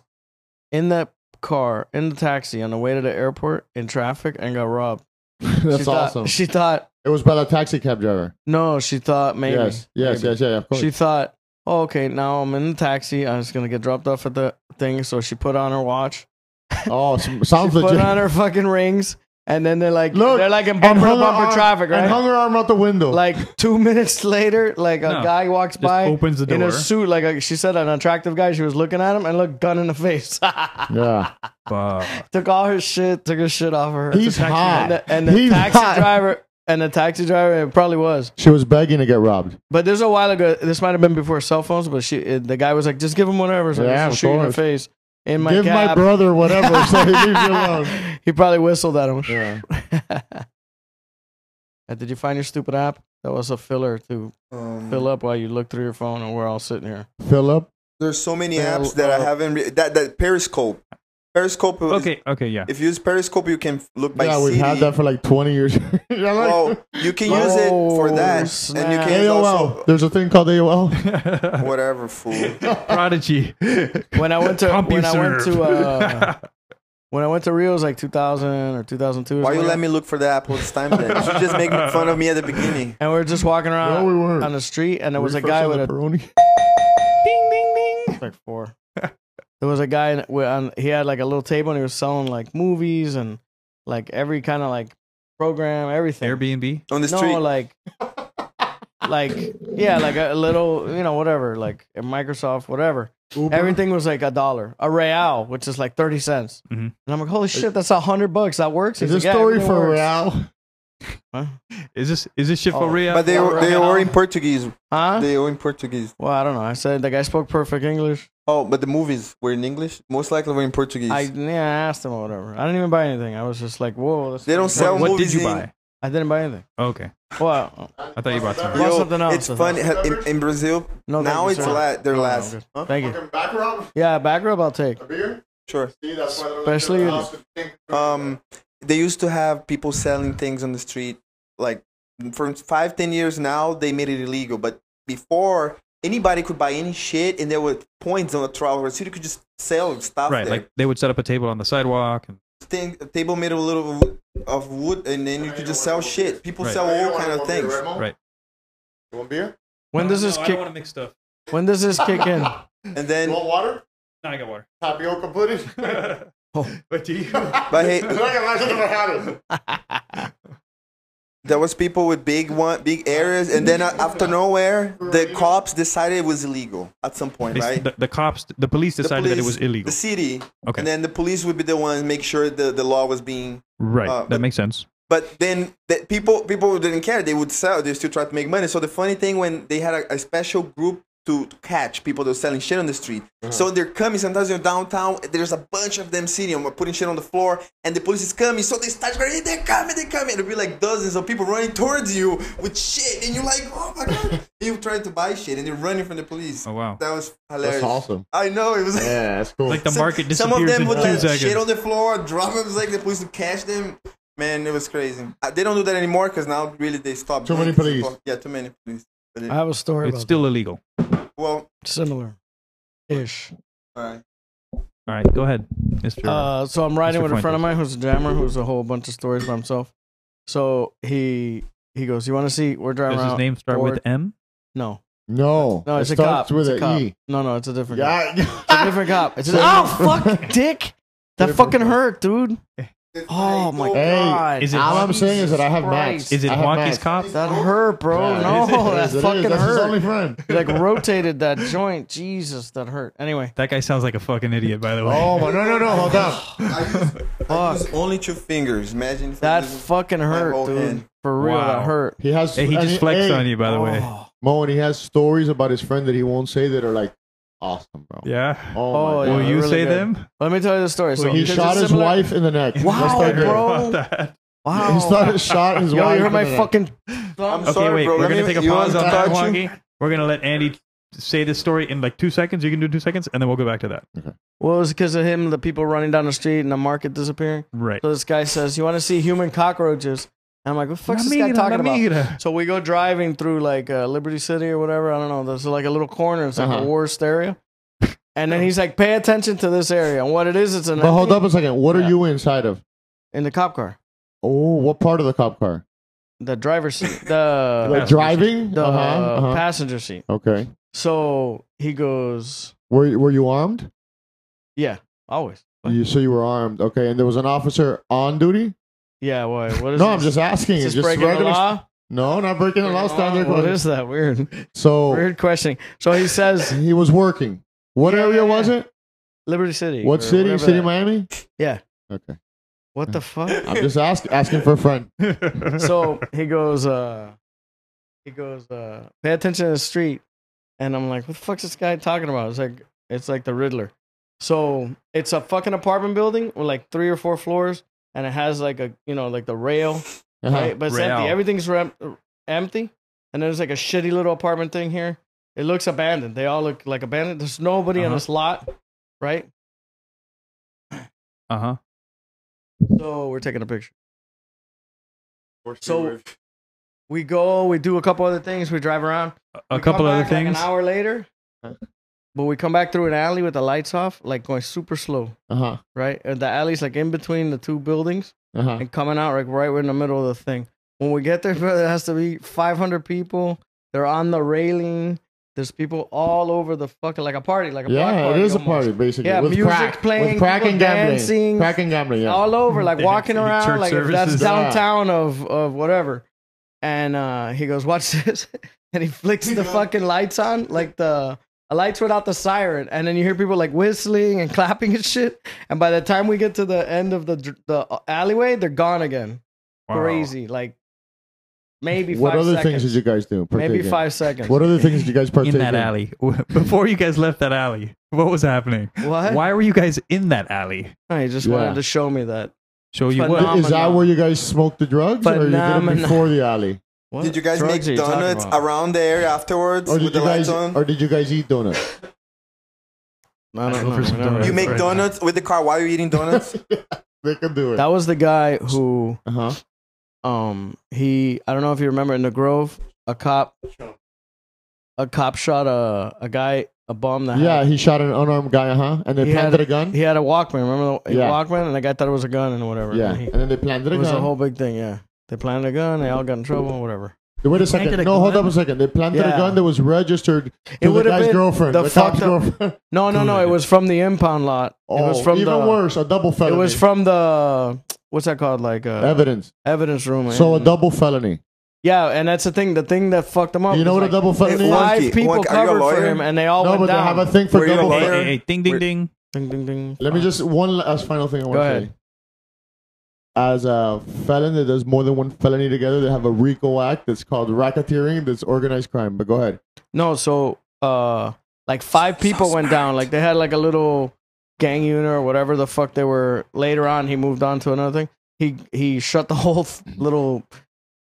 in that car in the taxi on the way to the airport in traffic and got robbed. That's she thought, awesome. She thought It was by the taxi cab driver. no, she thought maybe yes, yes, maybe. yes, yeah, of course. She thought, oh, okay, now I'm in the taxi. I'm just going to get dropped off at the thing. So she put on her watch Oh, s- sounds Put legit. on her fucking rings, and then they're like, Look, they're like in and bumper to hung her bumper arm- traffic, right? And hung her arm out the window. like two minutes later, like a No. guy walks Just by, opens the in door. a suit, like a, she said, an attractive guy. She was looking at him and looked gun in the face. yeah, Fuck. took all her shit, took her shit off of her. he's and hot. the, and the He's taxi hot. driver and the taxi driver it probably was. She was begging to get robbed. But there's a while ago. This might have been before cell phones, but she it, the guy was like, just give him whatever. So Yeah, yeah, of shoot in the course. face in my Give my cab. brother whatever, so he leaves you alone. he probably whistled at him. Yeah. Uh, Did you find your stupid app? That was a filler to Um, fill up while you look through your phone, and we're all sitting here. Philip, There's so many Well, apps that I uh, haven't. Re- that that Periscope. Periscope. is- Okay. Okay. Yeah. If you use Periscope, you can look by yeah, city. we've had that for like 20 years. Yeah, like- well, you can use it for Oh, that, and you snap. can AOL. also There's a thing called AOL. whatever fool. Prodigy. When I went to when I went to uh, CompuServe. when I went to Rio, it was like 2000 or 2002. or Why you something. let me look for the app all this time? Then you should just make fun of me at the beginning. And we were just walking around No, we weren't. on the street, Uh, and there was a guy with a Pepperoni. like four. there was a guy in- with- on. He had like a little table, and he was selling like movies and like every kind of like program, everything. Airbnb. On the no, street, like, like yeah, like a little, you know, whatever, like a Microsoft, whatever. Everything was like a dollar, a real, which is like thirty cents. Mhm. And I'm like, holy shit, that's a hundred bucks. That works. He's Is this like, yeah, story everything for works. real? Huh? Is this is this shit Oh, for real? but they were, they were in Portuguese. Huh? They were in Portuguese. Well, I don't know. I said the guy spoke perfect English. Oh, but the movies were in English. Most likely were in Portuguese. I yeah, I asked him or whatever. I didn't even buy anything. I was just like, whoa. That's they don't sell what did movies. you in- buy? Oh, I didn't buy anything. Okay. Well, I thought you bought something. Yo, Yo, something else. it's funny. In, in Brazil, no. now thank you, it's sir. Oh, la- they're No, no, last. I'm good. Huh? Thank you. Fucking back rub? Yeah, back rub I'll take. A beer? Sure. See, that's why they're- Especially- Um, they used to have people selling things on the street. Like for five, ten years now, they made it illegal. But before, anybody could buy any shit, and there were points on the travel, so you could just sell stuff Right. there. Like they would set up a table on the sidewalk. And, thing, a table made of a little of wood, and then you could just sell shit. People Right. sell Oh, all kind of things. right. You want beer? When does this kick? to mix stuff. When does this kick in? And then, water? No, I got water. Tapioca pudding? But do you? but hey, I there was people with big one, big areas, and then uh, after nowhere, the cops decided it was illegal at some point, right? the, the cops, the police The decided that it police, was illegal. The city, Okay. and then the police would be the ones make sure the, the law was being. Right. Uh, that but- makes sense. But then the people people didn't care. They would sell. They still try to make money. So the funny thing when they had a, a special group to catch people that were selling shit on the street. Uh-huh. So they're coming. Sometimes in downtown, there's a bunch of them sitting and putting shit on the floor, and the police is coming. So they start going, they're coming, they're coming. There'll be like dozens of people running towards you with shit, and you're like, oh my god, and you're trying to buy shit, and they're running from the police. Oh wow. That was hilarious. awesome. I know it was. Yeah, that's cool. Like the Some- market Some disappears of them would in two like shit seconds. on the floor, drop them like the police would catch them. Man, it was crazy. Uh, They don't do that anymore because now really they stopped. Too doing many it 'cause police. people- Yeah, too many police. But it- I have a story It's about still illegal. well, that. similar, ish. alright. All right. Go ahead, Mr. Uh, so I'm riding Mr. with a friend Fuentes. of mine who's a jammer, who's a whole bunch of stories by himself. So he he goes, "You want to see? We're driving does his around." name start Ford. with M? No, No. no, it it's a starts cop. with it's a an cop. E. No, no, it's a different. Cop. It's a Yeah. different cop. It's just, oh Same. fuck, dick. That Different fucking cop. hurt, dude. Oh my Hey, god. is it All I'm Jesus saying is that I have Max. Christ. Is it I have Honky's Max. cop? That hurt, bro. Yeah, no, it is. It that is. It is. fucking That's his hurt. only friend. He, like rotated that joint. Jesus, that hurt. Anyway, That guy sounds like a fucking idiot, by the way. Oh, my. No, no, no. Hold up. I fuck. use only two fingers. Imagine if I That use- fucking hurt, whole dude. hand. For real, that Wow. hurt. He has. Hey, he and just flexed hey, on you, by the way. Oh, Mo, and he has stories about his friend that he won't say that are like awesome, bro. Yeah. Oh, Oh, my yeah. Will God. you really say good. them? Let me tell you the story. So He because shot it's his similar- wife in the neck. Wow, Let's I start heard there. bro. about that. Wow. He started shot his Yo, wife. you heard my in the neck. fucking. I'm Okay, sorry, wait. bro. We're Let gonna me- take a you want pause on to that, touch you? Wonky. We're gonna let Andy say this story in like two seconds. You can do two seconds, and then we'll go back to that. Well, it was because of him, the people running down the street and the market disappearing. Right. So this guy says, You want to see human cockroaches? And I'm like, What the fuck's this guy Mamita, talking about? mamita. So we go driving through like uh, Liberty City or whatever. I don't know. There's like a little corner. It's like a Uh-huh. worst area. And then he's like, pay attention to this area. And what it is, it's an But hold up a second. What are you inside of? in the cop car, Oh, what part of the cop car? the driver's seat, the Like driving? the Uh huh. Uh-huh. passenger seat. okay. So he goes, Were Were you armed? yeah, always. What? You, so you were armed, okay? And there was an officer on duty. Yeah, why? What is this? No, I'm just asking. Is It's this just breaking the regular- law? No, not breaking the law. Standard. What question. is that? Weird. So Weird questioning. So he says he was working. What Yeah, area yeah, was yeah. it? Liberty City. What or city? whatever City that- of Miami. Yeah. Okay. What the fuck? I'm just asking asking for a friend. so he goes, uh, he goes, uh, pay attention to the street. And I'm like, what the fuck's this guy talking about? It's like, it's like the Riddler. So it's a fucking apartment building with like three or four floors, and it has like a, you know, like the rail, Uh-huh. right? But it's empty. Rail. Everything's rem- empty. And there's like a shitty little apartment thing here. It looks abandoned. They all look like abandoned. There's nobody in Uh-huh. this lot, right? Uh huh. So we're taking a picture. So we go, we do a couple other things, we drive around. A We come couple other back, like, things. an hour later, but we come back through an alley with the lights off, like going super slow, Uh huh. right? And the alley's like in between the two buildings Uh huh. and coming out like right in the middle of the thing. When we get there, bro, there has to be 500 people. They're on the railing. There's people all over the fucking like a party, like a block Yeah, party it is a almost. party basically. Yeah, with music crack, playing, with crack people and gambling, dancing. crack and gambling. Yeah. all over, like They walking have around, church like if that's services. Yeah. downtown of of whatever. And uh, he goes, "Watch this," and he flicks the fucking lights on, like the lights without the siren, and then you hear people like whistling and clapping and shit. And by the time we get to the end of the dr- the uh, alleyway, they're gone again. Wow. Crazy, like maybe What five other seconds. things did you guys do? maybe partake in? five seconds. What other things did you guys partake in that alley. Before you guys left that alley, what was happening? What? Why were you guys in that alley? No, he just Yeah. wanted to show me that. Show you Fun- what? Phenomenal. Is that where you guys smoked the drugs, or you did it Phenomenal. before the alley, What Did you guys drugs make are you talking donuts about? around the area afterwards or with Oh, did the you guys, lights on? or did you guys eat donuts? I don't Go know. for some We don't donuts. you really- make Right. donuts with the car while you're eating donuts? They can do it. That was the guy who Uh huh. um he i don't know if you remember in the grove a cop a cop shot a a guy a bomb that Yeah, had, he shot an unarmed guy, uh huh, and they He planted had- a gun. he had a walkman remember the Yeah. walkman and the guy thought it was a gun and whatever yeah, And he- and then they planted it a was gun. a whole big thing yeah they planted a gun they all got in trouble whatever Wait a planted second. a No, hold gun? up a second. They planted a Yeah. gun that was registered to the would've guy's been girlfriend, the the, cop's fucked up- girlfriend. no no no it was from the impound lot it was Oh, from even the worse, a double it felony. was from the what's that called like uh, evidence. evidence room So a and- double felony. yeah and that's the thing the thing that fucked them up You know was what like, a double felony is? five Wonky. people Wonky. Are you a covered for lawyer? him and they all No, went but they down have a thing Were for you a double. Hey, lawyer? felony. hey, hey, ding, ding, We're- ding. ding, ding, ding. Let me just one last final thing I want to ahead. say. As a felon that does more than one felony together, they have a RICO act that's called racketeering. That's organized crime. But go ahead. No, so uh like five people went down. Like they had like a little gang unit or whatever the fuck they were. Later on, he moved on to another thing. He he shut the whole th- little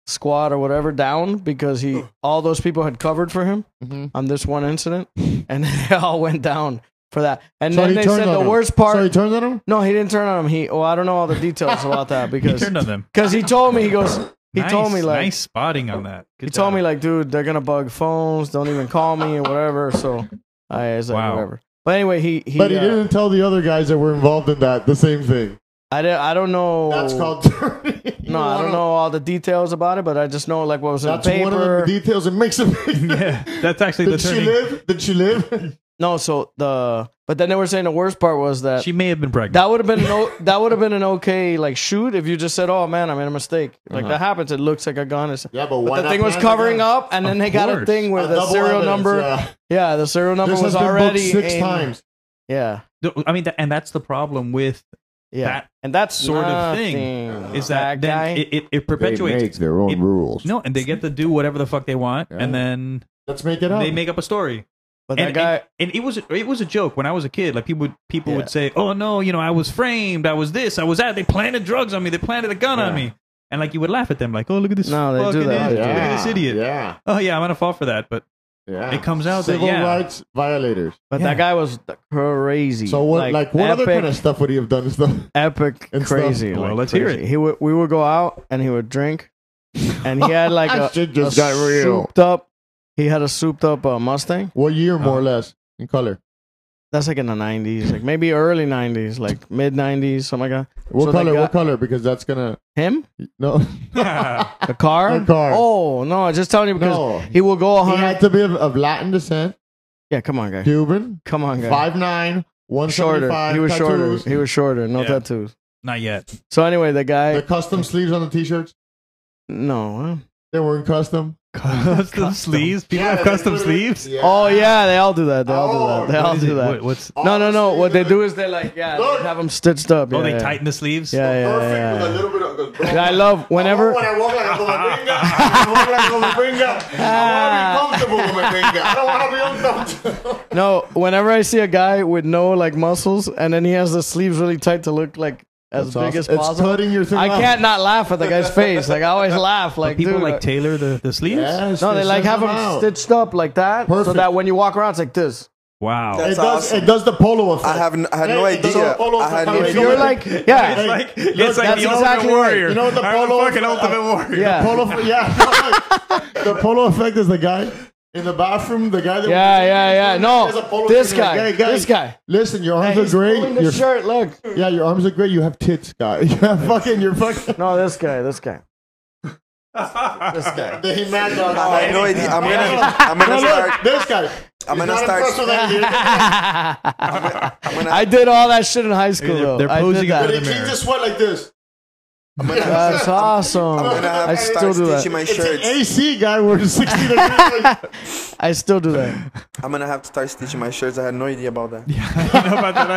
squad or whatever down because he all those people had covered for him Mhm. on this one incident, and they all went down for that. And So then he they turned said on the him. worst part. So he turned on him. no, he didn't turn on him. He well, I don't know all the details about that He because turned on them. because he told me he goes he Nice- told me like nice spotting on that. he told me like, dude, they're gonna bug phones. Don't even call me or whatever. So I was like, Wow. whatever. But anyway, he he. But he uh, didn't tell the other guys that were involved in that the same thing. I didn't. I don't know. That's called turning. Oh. No, I don't know all the details about it, but I just know like what was in That's the paper. one of the details that makes it. yeah, that's actually the Did she turning. live? Did she live? no, so the but then they were saying the worst part was that She may have been pregnant. that would have been an o- that would have been an okay like shoot if you just said, oh man, I made a mistake. Like Uh-huh. that happens. It looks like a gun. Or something. Yeah, but But why the thing not was plant a covering gun? up, and then Of they got a course. thing where A the double serial evidence, number. Yeah. yeah. the serial number This was has been booked already six in- times. Yeah, I mean, that, and that's the problem with yeah, That and that's sort of thing nothing. is that, guy. then it, it, it perpetuates. their own It- rules. no, and they get to do whatever the fuck they want, Yeah. and then Let's make it up. they make up a story. but that And, guy. and, and it was it was a joke when I was a kid. Like people would people Yeah. would say, "Oh no, you know, I was framed. I was this. I was that. They planted drugs on me. They planted a gun on me." And like you would laugh at them, like, "Oh, look at this No, they do fucking that. idiot. Yeah. Look at this idiot. Yeah, Oh yeah, I'm gonna fall for that." But yeah. it comes out Civil that yeah, rights violators. But Yeah. that guy was th- crazy. So what? Like, what epic, other kind of stuff would he have done? Stuff? epic and stuff? crazy? Well, like, let's hear crazy. it. He would we would go out and he would drink, and he had like That a, shit just a got real. souped up. He had a souped up uh, Mustang. What year, more or less, in color? That's like in the nineties, like maybe early nineties, like mid nineties, something like What So they color? got- what color? Because that's gonna that. Him, no. the car, The car. Oh no, I'm just telling you because No. he will go he hundred. had to be of, of Latin descent, yeah, come on, guy. Cuban, Come on, guy. five nine, Shorter. 175 He was tattoos. shorter. He was shorter. No Yeah. tattoos. Not yet. So anyway, the guy. the custom sleeves on the t-shirts. no. huh? They weren't custom. Custom sleeves. People have custom sleeves. Yeah. Oh yeah, they all do that. They all Oh, do that. They all What is do it? that. What- what's? No, no, no. What they do is they're like, yeah, Look. they have them stitched up. Oh, yeah, they yeah. tighten the sleeves. Yeah, yeah, Perfect yeah, with a yeah. little bit of. Bro, Yeah, I love whenever. I want when I walk like a moringa. I want to be comfortable with my finger. I don't want to be uncomfortable. No, whenever I see a guy with no like muscles and then he has the sleeves really tight to look like as big as It's possible, tutting your thing I up. can't not laugh at the guy's face. Like I always laugh. Like People dude, uh, like tailor the, the sleeves. Yes, no, they like send have them out. stitched up like that, so Perfect. that when you walk around, it's like this. Wow. It That's does. awesome. It does the polo effect. I have n- I had no Hey, it does idea. the polo I effect. had no Hey, idea. If you're like, Hey, yeah, Like it's like that's the exactly ultimate right. warrior. You know what the I'm polo- a fucking ultimate warrior. yeah, polo. Yeah, the polo effect is the guy in the bathroom. The guy that yeah, yeah, yeah. There's a No, polo this thing, like, guy, hey, guys, this guy. Listen, your And arms He's are great. pulling the Your, shirt. Look, yeah, your arms are great. You have tits, guy. You have fucking. You're fucking. no, this guy, this guy, this guy. The He-Man dog. Oh, I had no idea. I'm gonna, I'm No, gonna look, start. this guy. I'm He's gonna not start- impressed with that dude. I'm gonna, I did all that shit in high school. They're- though. they're I did posing in that. But he the mirror. cleans his sweat like this. I'm gonna, That's awesome. I'm gonna have I to still start do stitching that. my It's an shirts. AC guy wearing 60 degrees. Like, I still do that. I'm gonna have to start stitching my shirts. I had no idea about that. I don't know about that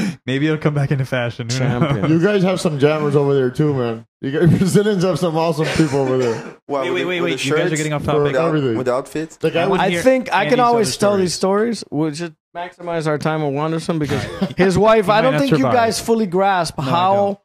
either. Maybe it'll come back into fashion. Who knows? you guys have some jammers over there too, man. You guys, Brazilians have some awesome people over there. Wow, Wait, with wait, wait, the- with the wait. You guys are shirts, getting off Bro, topic. with the- Everything. With the outfits. The guy I with wouldn't I hear think I can Andy's always other tell these stories. We'll just maximize our time with Wanderson because his wife. I might don't not think you survive. guys fully grasp I how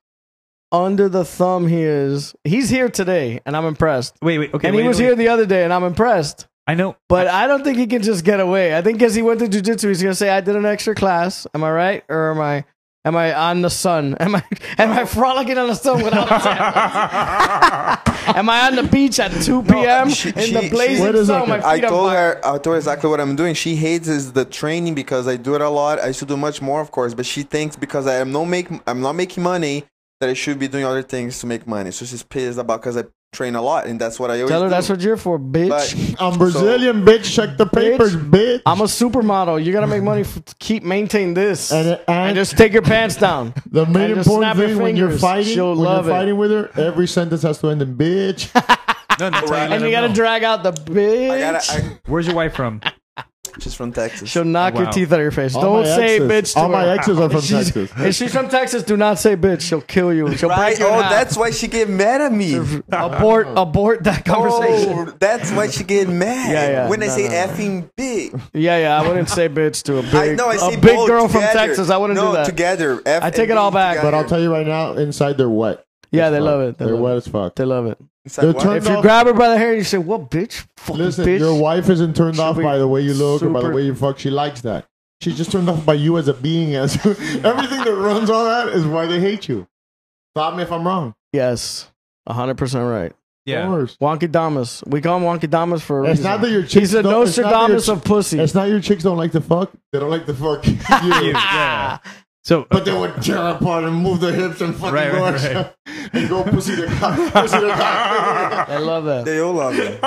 under the thumb he is. He's here today, and I'm impressed. Wait, wait. Okay, and wait, he was wait. here the other day, and I'm impressed. I know. But I don't think he can just get away. I think as he went to jujitsu, he's gonna say, "I did an extra class. Am I right, or am I, am I on the sun? Am I, am I frolicking on the sun without? am I on the beach at two p.m. she- in she- the she- blazing Wait a sun? My I feet on told fire. her I told her exactly what I'm doing. She hates is the training because I do it a lot. I should do much more, of course, but she thinks because I am no make I'm not making money that I should be doing other things to make money. So she's pissed about because I train a lot and that's what I always Tell her do. that's what you're for, bitch. But- I'm Brazilian, bitch. Check the papers, bitch. I'm a supermodel. You gotta make money for, to keep maintain this, And- and, and- just take your pants down. the main and just important snap your thing when you're fingers. fighting, She'll when love it. you're fighting with her, every sentence has to end in bitch. No, that's how let and you them gotta know. drag out the bitch. I gotta, I, Where's your wife from? Oh, she's from Texas. She'll knock Wow. your teeth out of your face. All Don't my say exes- bitch. To All her. my exes are from She's- Texas. If she's from Texas, do not say bitch. She'll kill you. She'll right? break your Oh, hat. that's why she get mad at me. abort abort that conversation. Oh, that's why she get mad. Yeah, yeah. When I No, say no, no. effing big, Yeah, yeah. I wouldn't say bitch to a big I know I say a big both girl from together. Texas. I wouldn't no, do that. together. F I take and it all B back. But together. I'll tell you right now, inside they're wet. Yeah, they Fuck. love it. They They're love wet it. as fuck. They love it. It's They're like, what? turned If you off- grab her by the hair, you say, "What bitch? Fucking Listen, bitch." your wife isn't turned Should off we- by the way you look or by the super- way you fuck. She likes that. She's just turned off by you as a being. As everything that runs all that is why they hate you. Stop me if I'm wrong. yes, hundred percent right. Of Yeah. course. Wonky Damas. We call him Wonky Damas for a It's reason. not that your chicks. He's a don't- it's not that your Nostradamus chi- of pussy. It's not your chicks don't like to fuck. They don't like to fuck you. yeah. So, But they would tear apart and move their hips and fucking Right, go right, right. and go pussy the cock, pussy the cock. I love that. They all love it.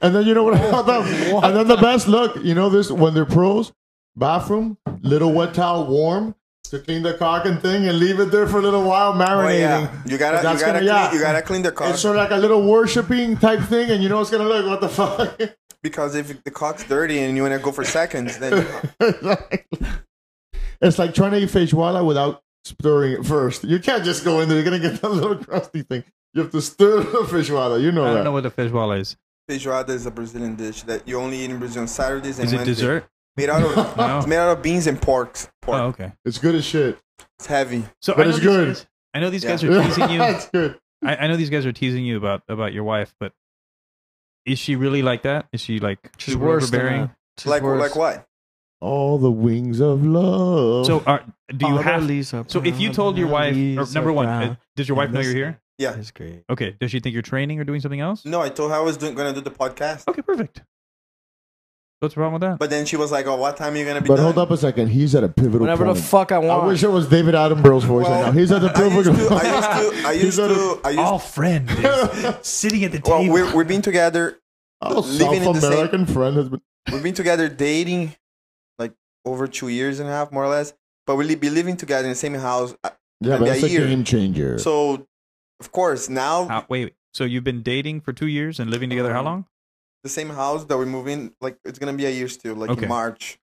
And then you know what I thought of? And then the best look, you know this when they're pros, bathroom, little wet towel, warm to clean the cock and thing, and leave it there for a little while marinating. Oh, yeah. You gotta, you That's gotta, gonna- yeah. clean, you gotta clean the cock It's sort of like a little worshiping type thing, and you know it's gonna look what the fuck. because if the cock's dirty and you wanna go for seconds, then it's like trying to eat feijoada without stirring it first. You can't just go in there; you're gonna get that little crusty thing. You have to stir the feijoada. You know I that. don't know what the fish wall is. feijoada is a Brazilian dish that you only eat in Brazil on Saturdays and Is it Wednesdays. dessert? Made out of, No. it's made out of beans and porks. pork. Oh, okay. It's good as shit. It's heavy. So, But I know it's these good. Guys, I know these guys are teasing you. That's good. I, I know these guys are teasing you about about your wife, but is she really like that? Is she like She's super worse than overbearing? that. She's Like, worse. like what? All the wings of love. So, are, do you All the have? leaves are So, if you brown, told your all the wife, or, leaves number are one, brown. uh, does your wife know you're here? Yeah. That's great. Okay. Does she think you're training or doing something else? No, I told her I was doing, gonna do the podcast. Okay, perfect. What's wrong with that? But then she was like, oh, what time are you gonna be but done? hold up a second. He's at a pivotal Whenever the point. fuck I I want. wish it was David Attenborough's voice right now. He's at the I used pivotal to, point. I used to, I He's used at a- to, I used All friend is sitting at the well, table. we're, we've been together, Oh, living in the South same- American friend has been. we've been together dating like over two years and a half, more or less. But we'll be living together in the same house. uh, Yeah, That but that's a year. game changer. So, of course, now How, Uh, wait, wait. So you've been dating for two years and living together how long? the same house that we move in, like it's gonna be a year still, like Okay. in March.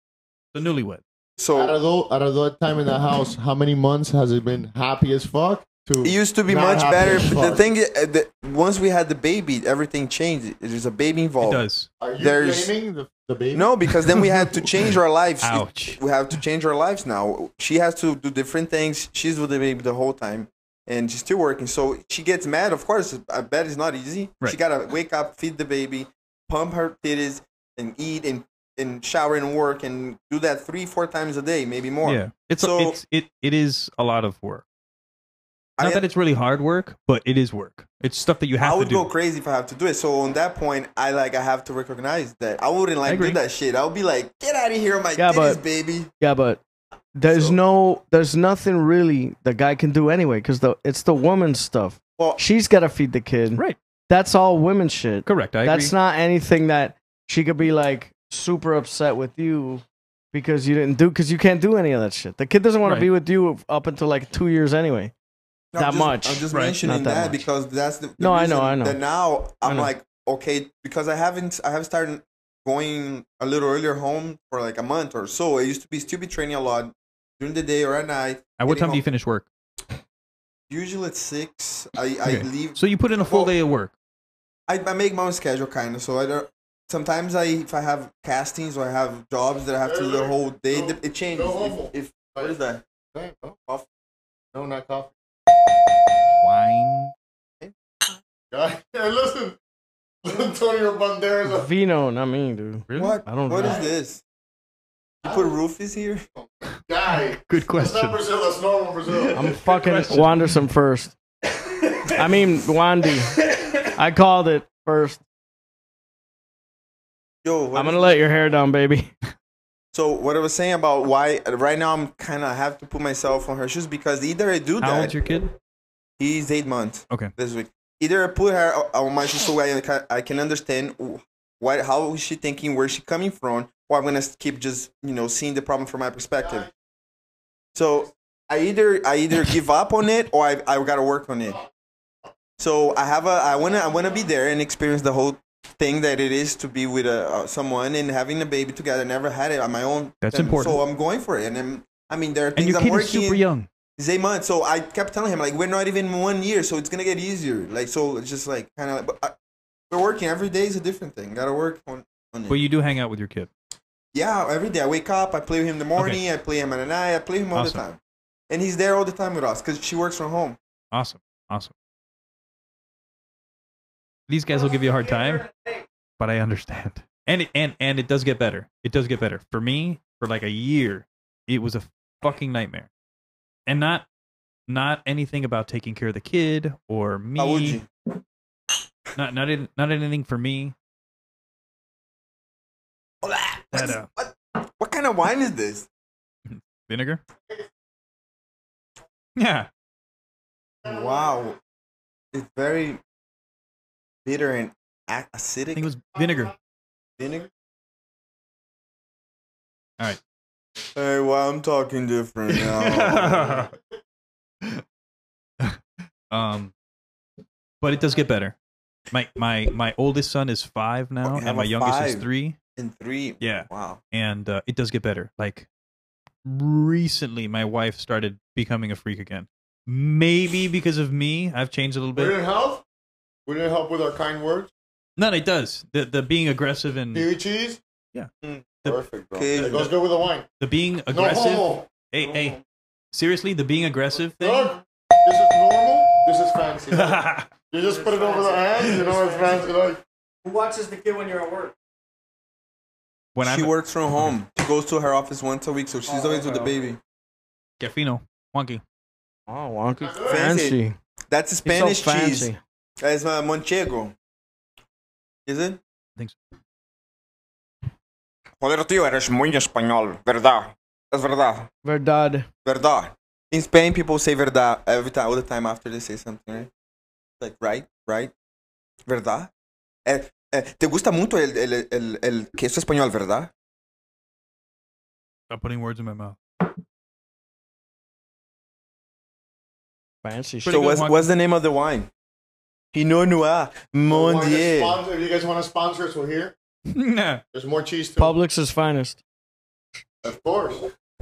The newlywed. out So of those, out of that time in the house, how many months has it been happy as fuck? To it used to be Not much happy better. as But the fuck. thing, is, uh, the, once we had the baby, everything changed. There's a baby It involved. does. are you there's- blaming the, the baby? No, because then we had to change our lives. Ouch. We have to change our lives now. She has to do different things. She's with the baby the whole time, and she's still working. So she gets mad. Of course, I bet it's not easy. Right. She gotta wake up, feed the baby, pump her titties, and eat and and shower and work and do that three four times a day, maybe more. Yeah. It's, So- it's it it is a lot of work. Not I- that it's really hard work, but it is work. It's stuff that you have I to would do. go crazy if I have to do it. So on that point, I like I have to recognize that I wouldn't like agree. do that shit. I would be like, get out of here, on my Yeah, titties, but- baby. Yeah, but there's So- no, there's nothing really the guy can do anyway because the it's the woman's stuff. Well, She's got to feed the kid. Right. That's all women shit. Correct. I That's agree. not anything that she could be like super upset with you because you didn't do because you can't do any of that shit. The kid doesn't want Right. to be with you up until like two years anyway. No, that I'm just, much. I'm just Right. mentioning Not that that, much. because that's the, the No, I know, reason I know. That now I I'm know. like okay because I haven't I have started going a little earlier home for like a month or so. I used to be still be training a lot during the day or at night. At what getting time do you home- finish work? Usually at six. I I Okay. leave. So you put in a full Well- day of work. I, I make my own schedule kind of. So I don't. Sometimes I if I have castings or I have jobs that I have to do the whole day, No- it changes. no If- homo. if, what is that? Hey, no, Coffee. no, not coffee. Wine. God, yeah, listen, Antonio Banderas. Vino, not me, dude. Really? What? I don't What know. is this? You put roofies here. Guy, Good that's not question. Brazil. That's normal Brazil. I'm fucking Wanderson first. I mean Wandy. I called it first. Yo, what I'm is gonna let your hair down, baby. So what I was saying about why right now I'm kind of have to put myself on her shoes because either I do How that old's your kid? he's eight months Okay. this week either I put her o- on my shoes so I can, I can understand why how is she thinking where she coming from or I'm gonna keep just you know seeing the problem from my perspective so I either I either give up on it or I I gotta work on it so I have a I wanna I wanna be there and experience the whole thing that it is to be with a uh, someone and having a baby together. I never had it on my own. That's And important. So I'm going for it, and I'm, I mean there are And things your I'm kid is working. super young. It's eight months, so I kept telling him like we're not even in one year, so it's gonna get easier. Like so, it's just like kind of like but I, we're working every day is a different thing. Gotta work on. on it. But you do hang out with your kid. yeah, every day I wake up, I play with him in the morning, I play him at night, I play him all Awesome. the time, and he's there all the time with us because she works from home. Awesome. Awesome. These guys will give you a hard time, but I understand. And it, and and it does get better. It does get better. For me, for like a year, it was a fucking nightmare. And not not anything about taking care of the kid or me. How would you? Not not in, not anything for me. That, uh, What what kind of wine is this? vinegar. Yeah. Wow, it's very bitter and ac- acidic. I think it was vinegar. vinegar. All right. Hey, well, I'm talking different now. Oh. um, but it does get better. My my my oldest son is five now, Okay, and I'm my a youngest five. is three. In three. Yeah, Wow. and uh, it does get better. Like recently, my wife started becoming a freak again. Maybe because of me, I've changed a little we bit. didn't help. We didn't help with our kind words. No, it does. The the being aggressive and Kiwi cheese. Hmm, Yeah. Mm. Perfect, bro. Okay. It goes good with the wine. the being No aggressive. homo. hey hey, seriously, the being aggressive thing. Look, this is normal. This is fancy. you just put it over the hand. You know it's fancy. Like Who watches the kid when you're at work? when she I'm works from home. She goes to her office once a week, so she's always with the baby. Gaffino, wonky. Oh, wonky. Fancy. Fancy. That's He's so Spanish cheese. fancy. That's uh, manchego. Is it? think so. Joder, tío, eres muy español, verdad? Es verdad, Verdad. verdad. In Spain, people say verdad every time, all the time after they say something, right? Like right, right, verdad. Eh, eh, ¿Te gusta mucho el, el, el, el queso español, verdad? Stop putting words in my mouth. Fancy Pretty shit. So good what's, wine. what's the name of the wine? Pinot Noir Mon Want to Dieu. sponsor- If you guys want to sponsor us, we're here. Nah. There's more cheese too. Publix's finest. Of course.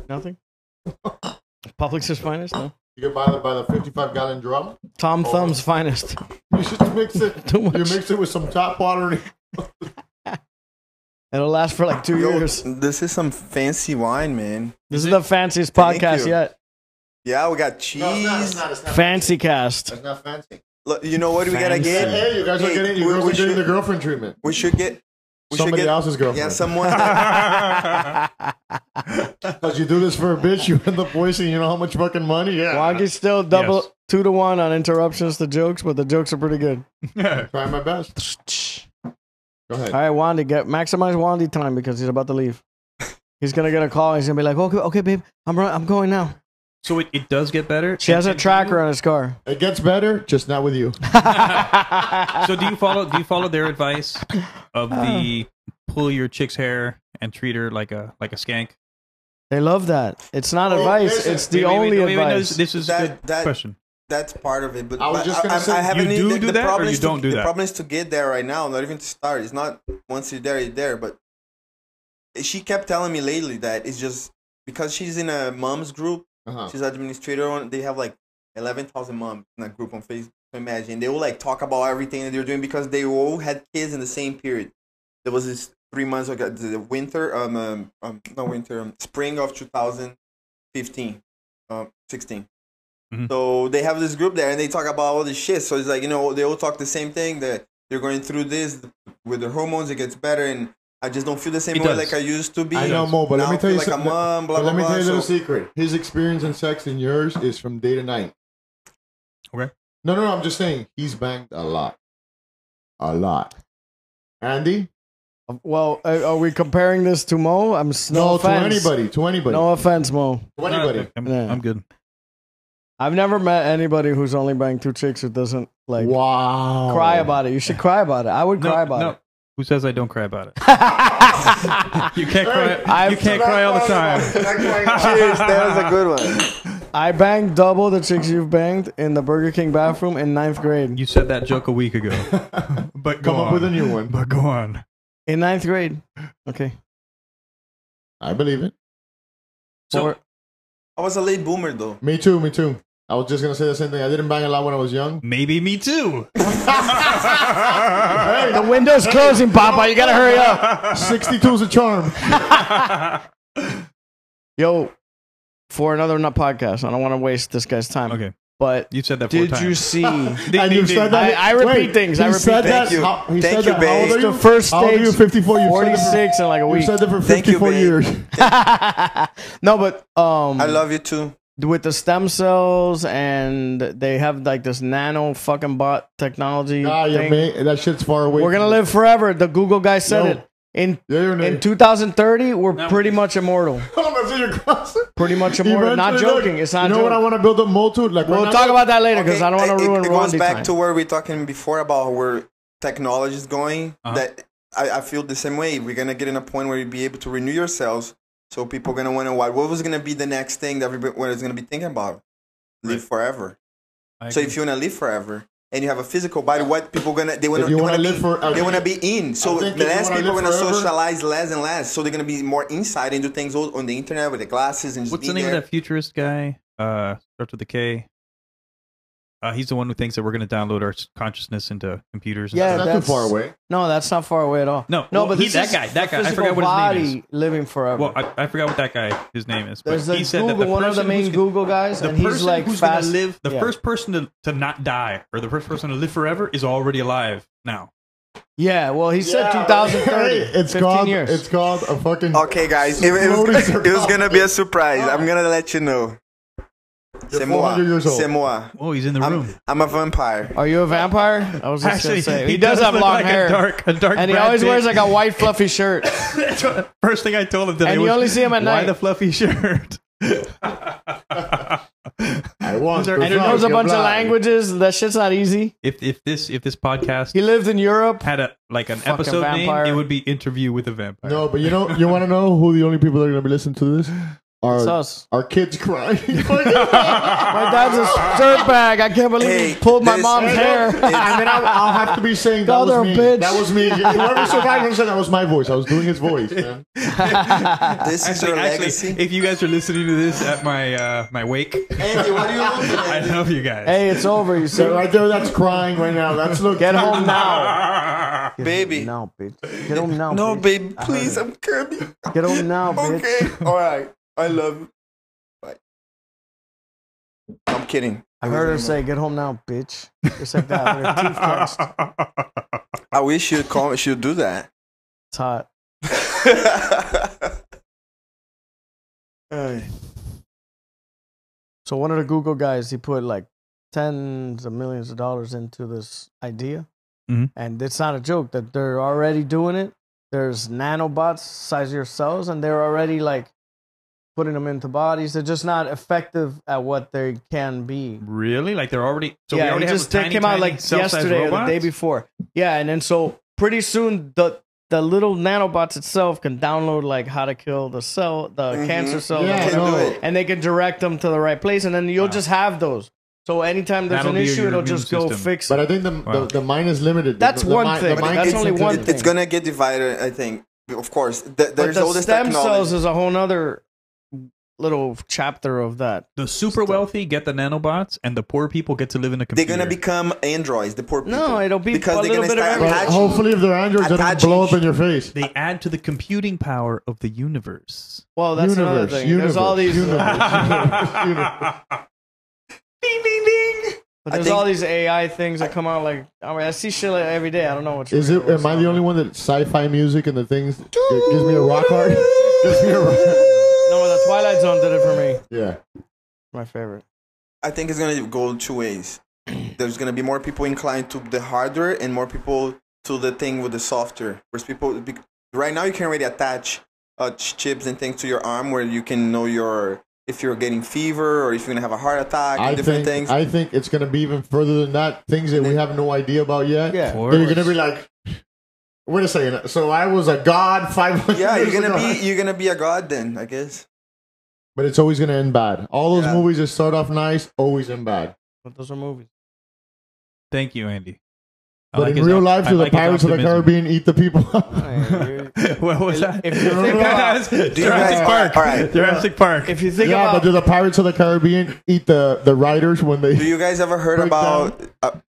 Nothing. Publix's finest. No. You can buy the by the 55 gallon drum. Tom Oh. Thumb's finest. You should mix it. Too much. You mix it with some top water. and- It'll last for like two Yo, years. this is some fancy wine, man. This is the fanciest Thank podcast you. yet. Yeah, we got cheese. No, it's not. It's not. It's not Fancy cast. It's not fancy. Look, you know what we gotta Hey, get? you guys are Hey, getting. You we- girls we are getting should- the girlfriend treatment. We should get. We Somebody should get, else's girlfriend. Yeah, someone. That, Because you do this for a bitch, you end up wasting. You know how much fucking money. Yeah. Wonky's still double Yes. two to one on interruptions to jokes, but the jokes are pretty good. Try my best. Go ahead. All right, Wandy, get maximize Wandy time because he's about to leave. He's gonna get a call. He's gonna be like, "Okay, okay, babe, I'm run, I'm going now." so it, it does get better. She has a tracker on his car. It gets better, just not with you. So do you follow do you follow their advice of the Uh. pull your chick's hair and treat her like a like a skank? They love that. It's not advice. listen, it's the Oh, Wait, wait, only wait, wait, no, advice. this, this is That- a good that- question. that's part of it. But I was but just gonna say, haven't you even- do do that or problem you is don't to, do The that? problem is to get there right now, not even to start. It's not once you're there, you're there. But she kept telling me lately that it's just because she's in a mom's group. Uh-huh. She's administrator on. They have like eleven thousand moms in a group on Facebook. Imagine they will like talk about everything that they're doing because they all had kids in the same period. There was this three months ago, the winter, um, um, um not winter, um, spring of 2015, um, 16. Mhm. So they have this group there and they talk about all this shit. So it's like you know they all talk the same thing that they're going through this with their hormones. It gets better and. I just don't feel the same It way does. like I used to be. I know, Mo, but Now let me I tell you feel like something. a mom, blah, but blah, let me blah. tell you a So- little secret. His experience in sex and yours is from day to night. Okay. No, no, no. I'm just saying he's banged a lot, a lot. Andy, well, are, are we comparing this to Mo? I'm s- no, no, to offense. anybody, to anybody, No offense, Mo. to anybody. I'm, Yeah. I'm good. I've never met anybody who's only banged two chicks who doesn't like wow. cry about it. You should cry about it. I would No, cry about no. it. Who says I don't cry about it? you can't cry. I've- You can't cry all the time. Cheers, that was a good one. I banged double the chicks you've banged in the Burger King bathroom in ninth grade. You said that joke a week ago. But go Come on. up with a new one. But go on. In ninth grade. Okay. I believe it. So Or- I was a late boomer though. Me too. Me too. I was just gonna say the same thing. I didn't bang a lot when I was young. maybe me too. the window's closing, Papa. You gotta hurry up. 62 is a charm. Yo, for another nut podcast. I don't want to waste this guy's time. Okay. But You said that four did times. you see? And you said that. I- I repeat things, He I repeat said things. that. Thank you. How, he Thank said you, that. How old babe. are you? The first How old are you? stage, Oh, 54. You've said that for- 46 in like a You've week. said that for Thank you, 54 babe. years. no, but um, I love you too. with the stem cells and they have like this nano fucking bot technology. Ah, you thing. mate. That shit's far away. We're gonna from- live forever. The Google guy said No. it. In Yeah, you're in not. 2030, we're No. pretty much immortal. That's in your closet. Pretty much immortal. Not Eventually, look, joking. It's not. You know what I joking. want to build up more to? Like, We'll talk about that later because I don't want it- to it- ruin It goes Rondi back time. to where we talking before about where technology is going. Uh-huh. That I, I feel the same way. We're gonna get in a point where you'll be able to renew yourselves. So people gonna wonder why. What was gonna be the next thing that everybody was gonna be thinking about? Live forever. I So agree. if you wanna live forever and you have a physical body, what people gonna they wanna If you they wanna wanna live be, for- I they think- wanna be in. So I think if the you less wanna people live gonna forever- socialize less and less. So they're gonna be more inside and do things all on the internet with the glasses and just What's be the name there. of that futurist guy? Uh, starts with a K. Uh, he's the one who thinks that we're going to download our s- consciousness into computers. and Yeah, stuff. That's, That's- too far away. No, that's not far away at all. No, no, well, but he- this that is guy, that the guy. I physical forgot what his name body living forever. well, I, I forgot what that guy his name is. But There's he the said Google, that the one of the person who's main gonna- Google guys, the and he's person like who's gonna fast. live, the yeah. first person to, to not die or the first person to live forever is already alive now. Yeah, well, he said 2030. It's 15 called. years. It's called a fucking. Okay, guys, it, it Slowly was, it was survive. gonna be a surprise. I'm gonna let you know. You're C'est moi. 400 years old. C'est moi. Oh, he's in the I'm, room. I'm a vampire. Are you a vampire? I was just gonna Actually, say he, does, have look long like hair, A dark, a dark and he Brad always Pitt. wears like a white fluffy shirt. That's what- First thing I told him today And you was, only see him at why night." the fluffy shirt? I want These are- to and He knows a bunch of languages. That shit's not easy. if if this if this podcast He lived in Europe. had a like an Fucking episode vampire. name, it would be interview with a vampire. No, but you know, you want to know who the only people that are going to be listening to this It's are us. our kids crying. My dad's a dirtbag. I can't believe he Hey, pulled my this- mom's hair. I mean, I'll, I'll have to be saying that Other was me. bitch. That was me. Whoever survived was saying that was my voice. I was doing his voice. Man. This is Actually, actually, your legacy. if you guys are listening to this at my uh, my wake, Andy, what are you looking I at? love you guys. Hey, it's over. You So said right there, that's crying right now. That's no get home now. Baby. No, bitch. Get home now. No, bitch. babe, please, I'm Kirby. Get home now, bitch. Okay, all right. I love you. Bye. I'm kidding. I heard her say, "Get home now, bitch." Just like that. with her teeth clenched. I wish you'd call. She'd do that. It's hot. So one of the Google guys, he put like tens of millions of dollars into this idea, Mhm. and it's not a joke that they're already doing it. There's nanobots size of your cells, and they're already like putting them into bodies. They're just not effective at what they can be. Really? Like they're already? So we yeah, already it have just those they tiny, came out tiny like self-sized yesterday or the robots? day before. Yeah, and then so pretty soon the the little nanobots itself can download like how to kill the cell, the Mm-hmm. cancer cell, Yeah, the- I know. and they can direct them to the right place, and then you'll just have those. So anytime there's That'll an be issue, your it'll immune just go system. fix But it. I think the, Wow. the, the mind is limited. That's The- the one mind- thing. the mind That's can only control- one It's thing. gonna get divided, I think. Of course, Th- But there's all the this stem technology. cells is a whole nother little chapter of that. the super wealthy get the nanobots, and the poor people get to live in a they're computer. gonna become androids. The poor people. No, it'll be because a they're gonna little bit of start everything. But attaching. hopefully, if they're androids, they don't Attaching. blow up in your face. They add to the computing power of the universe. Well, that's another universe, thing. universe, there's all these, universe, universe. Ding ding ding. but I there's think- all these AI things that come out. Like I, mean, I see shit like every day. I don't know what. Is it? Am I the only one that sci-fi music and the things that gives me a rock hard? gives me a rock. No, the Twilight Zone did it for me. Yeah. My favorite. I think it's gonna go two ways. There's gonna be more people inclined to the hardware and more people to the thing with the software. Whereas people be- right now you can already attach uh, ch- chips and things to your arm where you can know your if you're getting fever or if you're gonna have a heart attack I and different think things. I think it's gonna be even further than that. Things that we have no idea about yet. Yeah. They're gonna be like, wait a second. So I was a god five hundred. yeah, years you're gonna ago. be you're gonna be a god then, I guess. But it's always gonna end bad. All those Yeah. movies that start off nice always end bad. But those are movies. Thank you, Andy. I But like in his real op- life, I do like the his pirates of the optimism. Caribbean eat the people? what was that? If you think about, Guys, Jurassic guys- Park. all right. Jurassic Park. if you think yeah, but about do the pirates of the Caribbean eat the the riders when Do they? you guys ever heard Breakdown. about uh,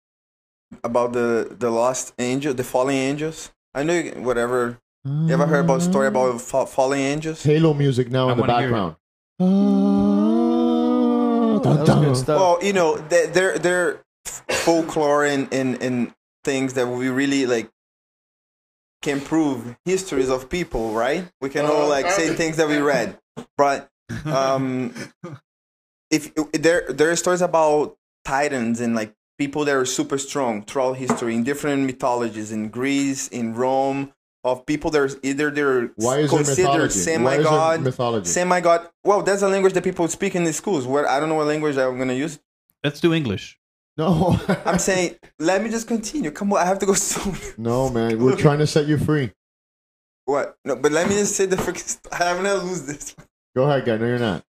about the the lost angel, the falling angels? I know you, whatever. You ever heard about story about fa- falling angels? Halo music now I in the wanna hear it. background. Ah, that dun, was dun. Oh. good stuff. Well, you know, they- they're they're folklore and, and, and things that we really like can prove histories of people, right? We can all like say things that we read, but um, if there there are stories about titans and like people that are super strong throughout history in different mythologies in Greece, in Rome, of people that are either they're Why is there considered mythology? Why semi is there god, mythology? semi god. Well, that's a language that people speak in the schools. Where I don't know what language I'm gonna use. Let's do English. no, I'm saying, let me just continue. Come on, I have to go soon. no, man. We're trying to set you free. What? No, but let me just say the freaking. St- I'm gonna lose this. Go ahead, guy. No, you're not.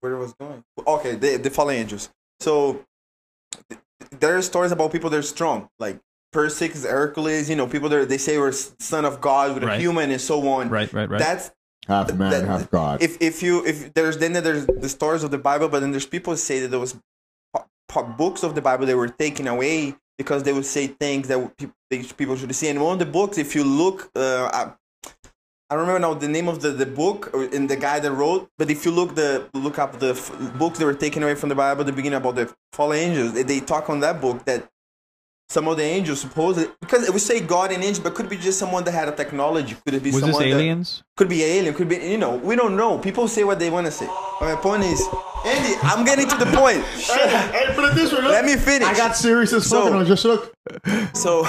Where it was going? Okay, the the fallen angels. So th- there are stories about people that are strong, like Persix, Hercules. You know, people that they say were s- son of God with Right. a human and so on. Right, right, right. That's Half man, That- half god. if if you if there's then there's the stories of the Bible, but then there's people who say that there was po- po- books of the Bible that were taken away because they would say things that pe- these people should see. And one of the books, if you look, uh, I, I don't remember now the name of the, the book or- and the guy that wrote, but if you look the look up the f- books that were taken away from the Bible at the beginning about the fallen angels, they, they talk on that book that. Some of the angels supposedly because it would say God and angel, but could be just someone that had a technology. Could it be was this someone that, aliens? could be alien, could be you know, we don't know. People say what they want to say. But my point is, Andy, I'm getting to the point. Shit. Hey, put it this way. Look. Let me finish. I got serious as fuck, So- and I just look. so,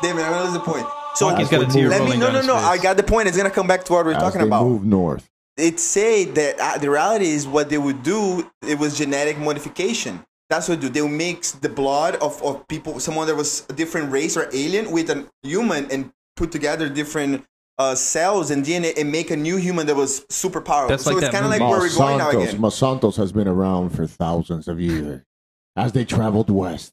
David, I'm gonna lose the point. So He's got a tear let me rolling no down no his no. face. I got the point. It's gonna come back to what we're As talking they about. move north. it say that uh, the reality is what they would do. It was genetic modification. That's what they do. They would mix the blood of, of people, someone that was a different race or alien, with a human, and put together different uh, cells and DNA and make a new human that was super powerful. That's so like it's that kind of like movie. where we're going now Monsantos, again. Monsantos has been around for thousands of years as they traveled west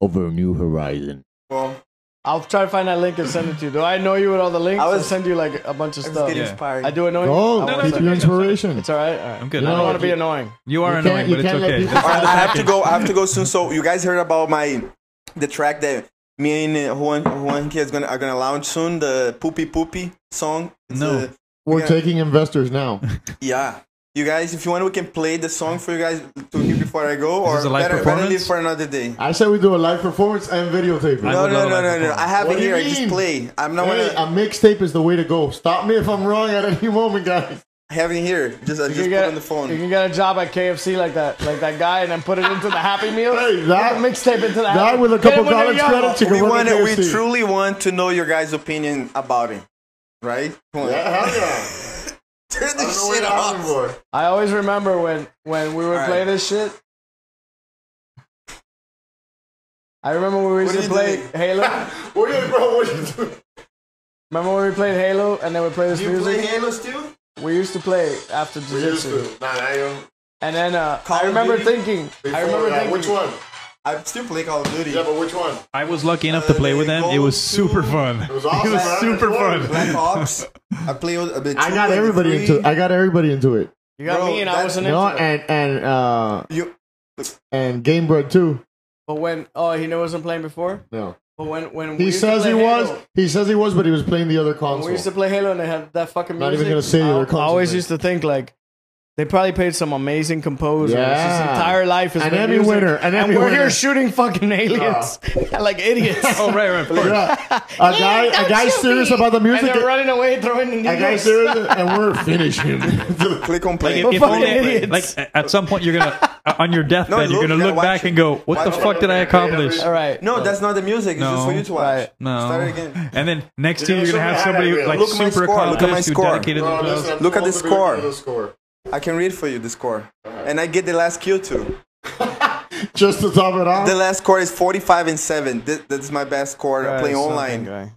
over a new horizon. Well, I'll try to find that link and send it to you. Though I know you with all the links, I I will was- send you like a bunch of I was stuff. getting Yeah. inspired. I do annoy you. Oh, I no, won't no, keep no, say your it. no, no. inspiration. It's all right. All right. I'm good. I I don't like want it. to be annoying. You are You annoying, can't- you but it's can't let okay. people- All right, I have to go. I have to go soon. So you guys heard about my the track that me and uh, Juan Juan here is gonna are gonna launch soon. The poopy poopy song. It's No. a- We're Yeah. taking investors now. yeah. You guys, if you want, we can play the song for you guys to hear before I go, or this a live better, better leave performance? for another day. I said we do a live performance and videotape. it. I No, would no, love a no, live no, no. I performance. have What it do you here. I just mean? play. I'm not Hey, a gonna mixtape is the way to go. Stop me if I'm wrong at any moment, guys. I have it here. Just I You just put can get- on the phone. You can get a job at KFC like that, like that guy, and then put it into the Happy Meal. Hey, that- Get a mixtape into the that Happy with a Get it couple when they're college young. credits, you can- we We're want gonna we KFC. truly want to know your guys' opinion about it, right? Come on. Turn this shit off. I always remember when when we would All play right. this shit. I remember when we used What to are play you Halo. What are you, bro? What are you doing? Remember when we played Halo and then we play this You music? play Halo still? We used to play after Jiu-Jitsu. Nah, I don't. And then uh, Call I of remember Duty? thinking, I remember thinking, one? I still play Call of Duty. but which one? I was lucky enough to play with them. It was super fun. It was awesome, man. super It was fun. Black Ops. I play a bit. I got everybody into. I got everybody into it. you got Bro, me and I that- wasn't No, into it. and and uh You- and Gamebred too. But when, oh, he knew wasn't playing before? No, But when, when he used to says play he Halo- was. He says he was, but he was playing the other When we used to console. play Halo and they had that fucking Not music. even gonna say I, they were I always concentrating. used to think like they probably paid some amazing composer. His Yeah. entire life is And been every music, winner, and every we're winner. here shooting fucking aliens like idiots. Oh right, right. Of course. Yeah, a guy, a guy serious about the and music. they're running away throwing the A guy needles. serious, and we're finish him. Click on play. If- if fucking only- idiots. like a- at some point you're gonna on your No, deathbed look, you're you gonna gotta look watch back it. and go what the Watch it. fuck did i accomplish All right. no, that's not the music. It's just Uh, for No. you to watch. Right. no Start it again. and then next year you're gonna have somebody somebody had it like real. Look at my super score, look at my accomplished who score. dedicated Bro, themselves listen, I'm Look at the supposed to be score. looking at the score. I can read for you the score, and I get the last kill too. Just to top it off. The last score is forty-five and seven. This, that's my best score playing online.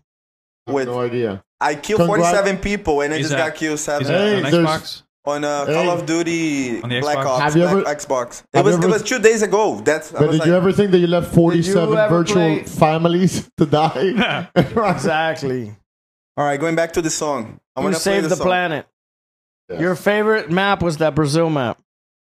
With No idea. I killed Congrat- forty-seven people, and I Is just that- got killed is seven that Hey, on there's- xbox on uh, Hey. Call of Duty On the Black Xbox? Ops Have you Black ever- Xbox. It have was you it ever- was two days ago. That's I But was did like, you ever think that you left Did 47 you ever virtual play- families to die? Exactly. all right, going back to the song. I You wanna play saved the, song. planet. Yeah. Your favorite map was that Brazil map.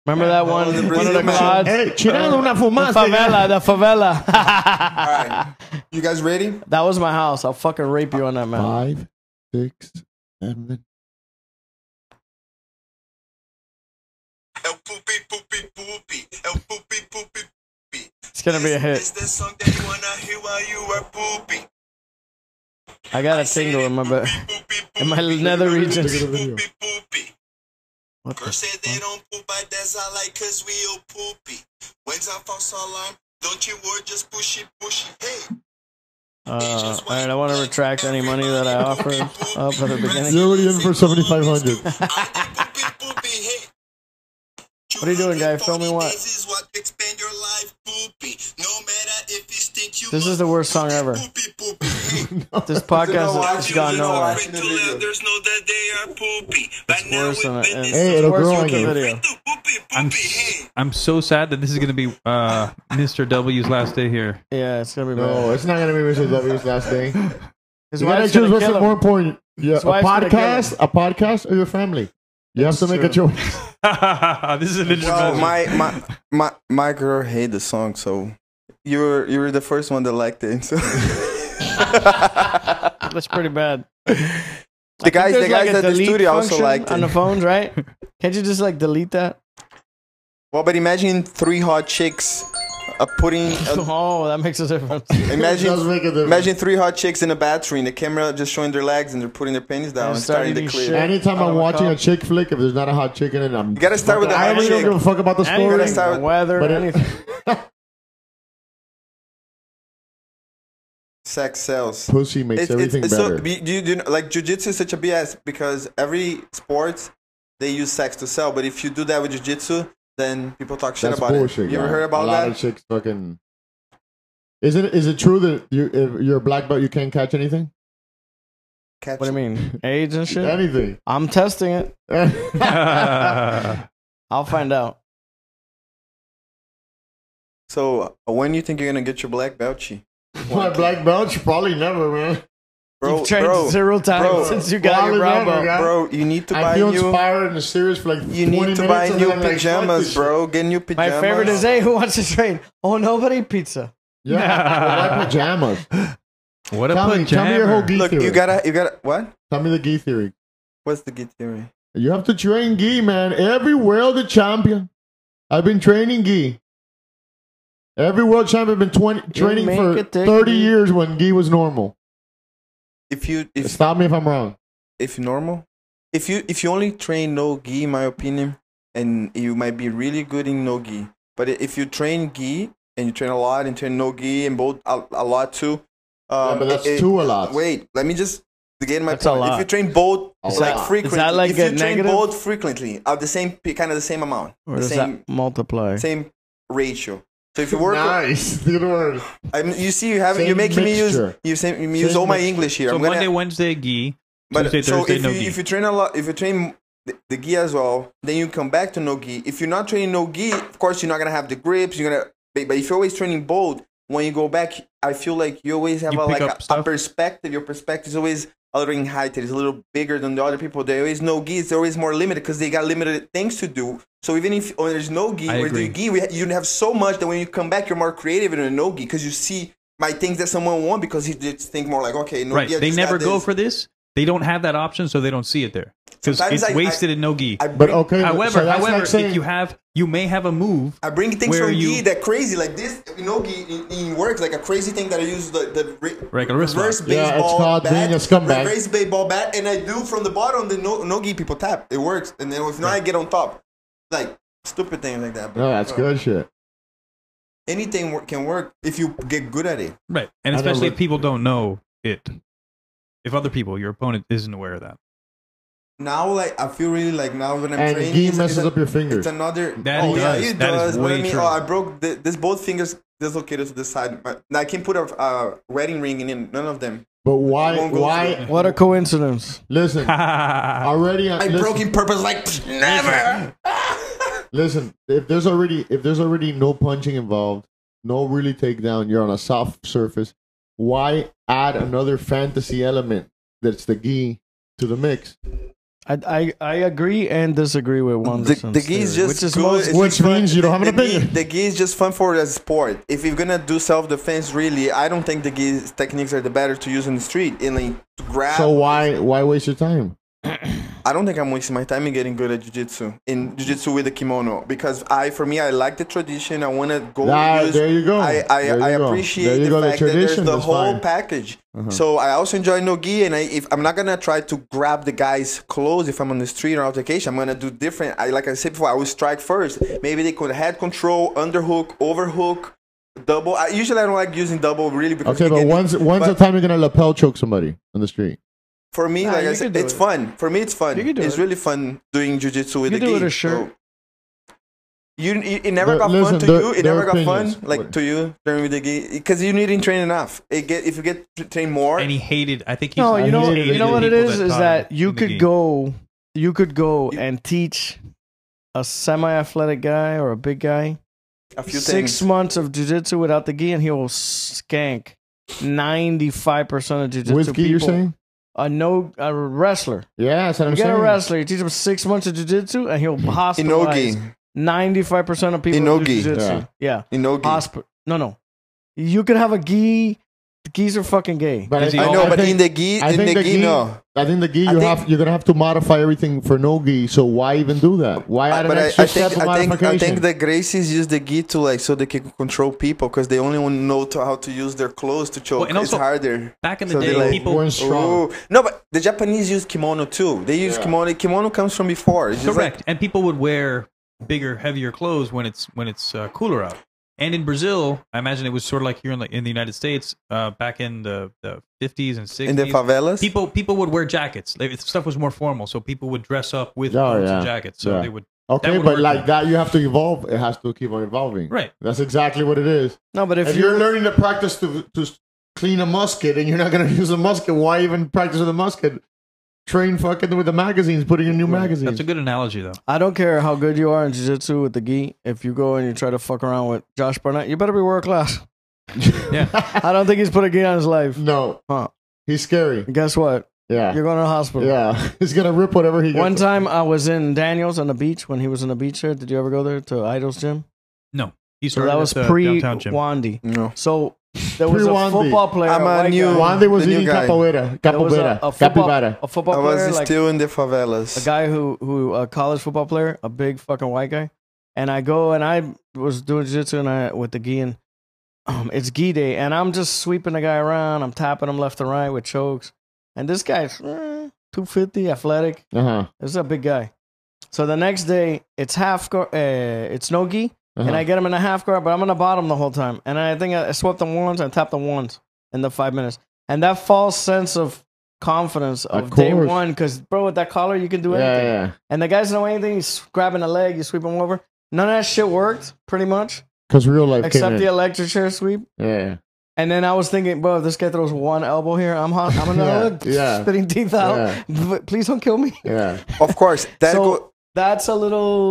Remember that one? the one of Brazil the map. clouds? Hey, tirando una The fumaza. favela, the favela. All right, you guys ready? That was my house. I'll fucking rape you on that map. Five, six, seven. É o poopy poopy poopy. É o poopy poopy poopy. It's gonna be a Is hit. the song that you wanna hear while you are poopy? I got a tingle in my butt. In my nether regions. Poopy poopy. What the Girl said they don't poop, but that's all like cause we all poopy. When's our false alarm? Don't you worry, just push it, push it. Hey, Uh, all right, I want to retract any money that I offered up at the beginning. You're already in for 7,500. I did poopy poopy, hey. What are you doing, guy? Filming what? This is what expand your life, poopy. No matter if you stink, you This is must the worst song ever. poopy poopy, hey. This podcast is gone nowhere. Watch the video. There's no that they are poopy. Right now Worse than we've been it. Hey, it'll worse grow than on you. the video. to poopy I'm, poopy. Hey, I'm so sad that this is gonna be uh, mr w's last day here Yeah, it's gonna be bad. No, it's not going to be Mr. W's last day. His You got to wife's choose gonna what's kill more him. important. Yeah, a His wife's gonna kill podcast, a podcast, or your family. You have to make a choice. this is an Well, interesting my my my my girl hate the song, so you were you were the first one that liked it. So That's pretty bad. the guys, the There's guys like a at the delete studio also function liked on the it. phones, right? Can't you just like delete that? Well, but imagine three hot chicks uh, putting. Uh, Oh, that makes a difference. It does imagine. make a difference. Imagine three hot chicks in a bathroom, the camera just showing their legs and they're putting their panties down And and, starting starting to to clear. shit. Anytime Out of I'm a watching cup. a chick flick, if there's not a hot chick in it, I'm. You gotta start with the I hot really chick. don't give a fuck about the And you story. gotta start start with- weather, But it- anything. sex sells. Pussy makes everything it's better. So, be- do you, do you know, like jujitsu is such a BS because every sport they use sex to sell. But if you do that with jujitsu, then people talk shit That's about bullshit. it. You ever guy. heard a about lot that? of chicks fucking. Is it is it true that you if you're a black belt you can't catch anything? Catch What do you mean? AIDS and shit? Anything. I'm testing it. That's I'll find out. So uh, when you think you're gonna get your black belt, Chi? My black belt, you probably never, man. Bro, You've trained bro, zero times bro, since you got Probably your brown never, belt. guy. bro, you need to I buy feel new. inspired in the series for like You 20 need to minutes buy and new then I'm like, fuck pajamas, this bro. Get new My pajamas. favorite is, hey, who wants to train? Oh, nobody? Pizza. shit. Yeah, my pajamas. what a Tell me, put tell me your whole gi Look, theory. you gotta, you gotta. What? tell me the gi theory. What's the good theory? You have to train gi, man. Every world champion. I've been training gi. Every world champion been 20, training make for a dick, 30 dude. years when gi was normal. If you, if Stop me if I'm wrong. if normal if you if you only train no gi in my opinion and you might be really good in no gi but i- if you train gi and you train a lot and train no gi and both a, a lot too um, yeah, but that's it- it- too a lot. wait let me just to get my That's a point lot. if you train both A like lot. frequently Is that like if you a train negative? both frequently at the same p- kind of the same amount Or the does same that multiply? same ratio so if you work nice. Good word. I mean, you see you have Same you're making me use mixture. you same, you use Same all my mixture. english here So i'm gonna Monday, Wednesday, gi. but Tuesday, so Thursday, if no you gi. if you train a lot, if you train the, the gi as well, then you come back to no gi. If you're not training no gi, of course you're not gonna have the grips. You're gonna, but, but if you're always training both, when you go back, I feel like you always have You a pick like up a, a stuff? perspective. Your perspective is always a little in height. It's a little bigger than the other people. There is no gi. They're always more limited because they got limited things to do. So even if when there's no gi, I or the agree. gi, we, ha- you have so much that when you come back, you're more creative in a no gi because you see. My things that someone want because he just think more like okay no right. gi, I they just got never go this. for this. They don't have that option, so they don't see it there because Sometimes it's I- I- wasted in no gi. I But bring- okay. however, so that's however, like saying, if you have, you may have a move. I bring things Where from you- Gi that crazy like this. You know, Gi in, in works like a crazy thing that I use the the re- Like a wristlock. reverse Yeah, it's baseball called bat, being a scumbag. reverse baseball bat, and I do from the bottom. The no no Gi people tap. It works, and then if not, I get on top. Like stupid things like that. no, that's uh, good shit. Anything wor- can work if you get good at it. Right. And I know, especially if but- people don't know it. If other people, your opponent isn't aware of that. Now, like I feel really like now when I'm And training, gi it's- messes it's a- up your fingers. It's another. That oh it yeah, does. it That is does. But I way mean, true. oh, I broke the, this both fingers dislocated to the side. But I can put a uh, wedding ring in none of them. But why? won't go Why? What a coincidence. Listen, already. I listen, broke in purpose like never. Listen, if there's already if there's already no punching involved, no really takedown, you're on a soft surface. Why add another fantasy element that's the gi to the mix? I, I, I agree and disagree with one. The, the gi is just which is good. most- It's Which just fun. means you don't have an The gi- opinion. The gi is just fun for a sport. If you're gonna do self defense, really, I don't think the gi's techniques are the better to use in the street. In like to grab, So why why waste your time? I don't think I'm wasting my time in getting good at jujitsu in jujitsu with the kimono because I, for me, I like the tradition. I want to go. Ah, use- there you go. I I, There you I go. There appreciate you the go, the fact that there's tradition the is whole fine. Uh-huh. package. So I also enjoy no gi, and I, if I'm not gonna try to grab the guy's clothes if I'm on the street or altercation, I'm gonna do different. I like I said before, I will strike first. Maybe they could head control, underhook, overhook, double. I, usually I don't like using double really because Okay, you but get- when's when's the but- time you're gonna lapel choke somebody on the street? for me, Nah, like you I can said, do it's it. fun. For me, it's fun. You can do it's it. really fun doing jujitsu with You do the it gi. with a shirt. So, you, you it never But got listen, fun to their- you. It their never got fun opinions. like What- to you during with the gi because you didn't train enough. It get if you get to train more. and he hated, I think he No, I you know, hated you it. know what it People is that is taught that him you in the could game. go, you could go You- and teach a semi-athletic guy or a big guy a few six things. months of jujitsu without the gi, and he will skank ninety-five percent of jujitsu With gi, people. you're saying? A no, a wrestler. Yeah, that's what I'm You get saying. a wrestler, you teach him six months of jujitsu, and he'll hospitalize Inogi. ninety-five percent of people. In no who do gi. jujitsu. Yeah. yeah. Inogi. Hospi- no, no. You could have a gi. The gis are fucking gay. But Is he I all- know, I but think- in the gi, I in think the, the gi, gi- no. I think the gi you I think- have you're gonna have to modify everything for no gi. So why even do that? Why add but an I, extra I think step of I think I modification? think the Gracies use the gi to like so they can control people because they only want to know to, how to use their clothes to choke. Well, and it's also- harder. Back in the So they day, like- people. Going strong. Ooh. No, but the Japanese use kimono too. They use kimono. Kimono comes from before. It's just Correct. and people would wear bigger, heavier clothes when it's when it's uh, cooler out. And in Brazil, I imagine it was sort of like here in, like, in the United States uh, back in the, the 50s and 60s. in the favelas. people people would wear jackets. Like, stuff was more formal, so people would dress up with Oh, coats and yeah. jackets. So Yeah. they would Okay, would but work like out. that, you have to evolve. It has to keep on evolving. right. That's exactly what it is. No, but if, If you you're learning to practice to, to clean a musket and you're not going to use a musket, why even practice with a musket? Train fucking with the magazines, putting in new magazines. That's a good analogy, though. I don't care how good you are in jiu-jitsu with the gi, if you go and you try to fuck around with Josh Barnett, you better be world class. Yeah, I don't think he's put a gi on his life. no, Huh. he's scary. And guess what? Yeah, You're going to the hospital. yeah, he's gonna rip whatever he. One gets. time I was in Daniels on the beach when he was on the beach here. Did you ever go there to Idol's gym? no. He So started that at was the pre downtown gym. Wandy. no. So there was a Pre-Wandy. football player. I'm a white new- guy. Juan de was The new eating guy. capoeira, There was capoeira, a, a football, capybara. a football I player, was like still in the a favelas. guy who who a college football player, a big fucking white guy, and I go and I was doing jiu-jitsu and I with the gi and um, it's gi day and I'm just sweeping the guy around, I'm tapping him left and right with chokes, and this guy's eh, 250, athletic, Uh huh. this is a big guy. So the next day it's half guard, uh, it's no gi, and Uh-huh. I get him in a half guard, but I'm on the bottom the whole time, and I think I, I swept them once, I tapped them once in the five minutes, and that false sense of confidence of, Of day course. one because bro with that collar you can do yeah, anything yeah, yeah. and the guys don't know anything. He's grabbing a leg, you sweep him over. None of that shit worked, pretty much, Because real life except came the in. electric chair sweep. yeah, And then I was thinking, bro, if this guy throws one elbow here, I'm hot. I'm Yeah, gonna yeah. spitting teeth out. But Please don't kill me. yeah. Of course, that So- go- That's a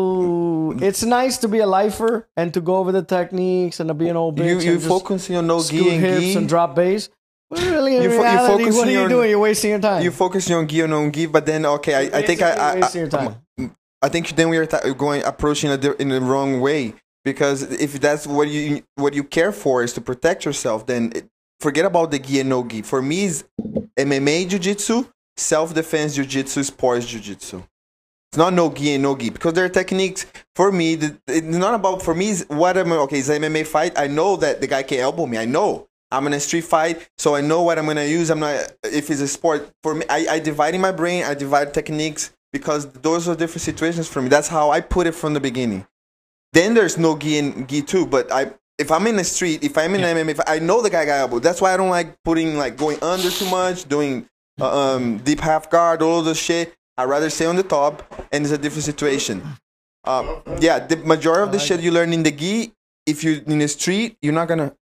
little. It's nice to be a lifer and to go over the techniques and to be an old bitch you and you just focusing on no scoot gi and hips gi. and drop bass. But really, in You fo- you reality, focus what are on you your- doing? You're wasting your time. you focusing on gi and on gi, but then okay, I, I think I I, You're wasting I, your time. I think then we are ta- going approaching it in the wrong way because if that's what you what you care for is to protect yourself, then it, forget about the gi and no gi. For me, is MMA jiu-jitsu, self-defense jiu-jitsu, sports jiu-jitsu. It's not no gi and no gi because there are techniques. For me, the, it's not about for me. Is what am I? Okay, it's an MMA fight. I know that the guy can elbow me. I know I'm in a street fight, so I know what I'm gonna use. I'm not if it's a sport. For me, I, I divide in my brain. I divide techniques because those are different situations for me. That's how I put it from the beginning. Then there's no gi and gi too. But I if I'm in the street, if I'm in MMA, if I know the guy got elbow. That's why I don't like putting like going under too much, doing uh, um deep half guard, all the shit. I rather stay on the top, and it's a different situation. Um, yeah, the majority of the shit you learn in the gi, if you in the street, you're not gonna.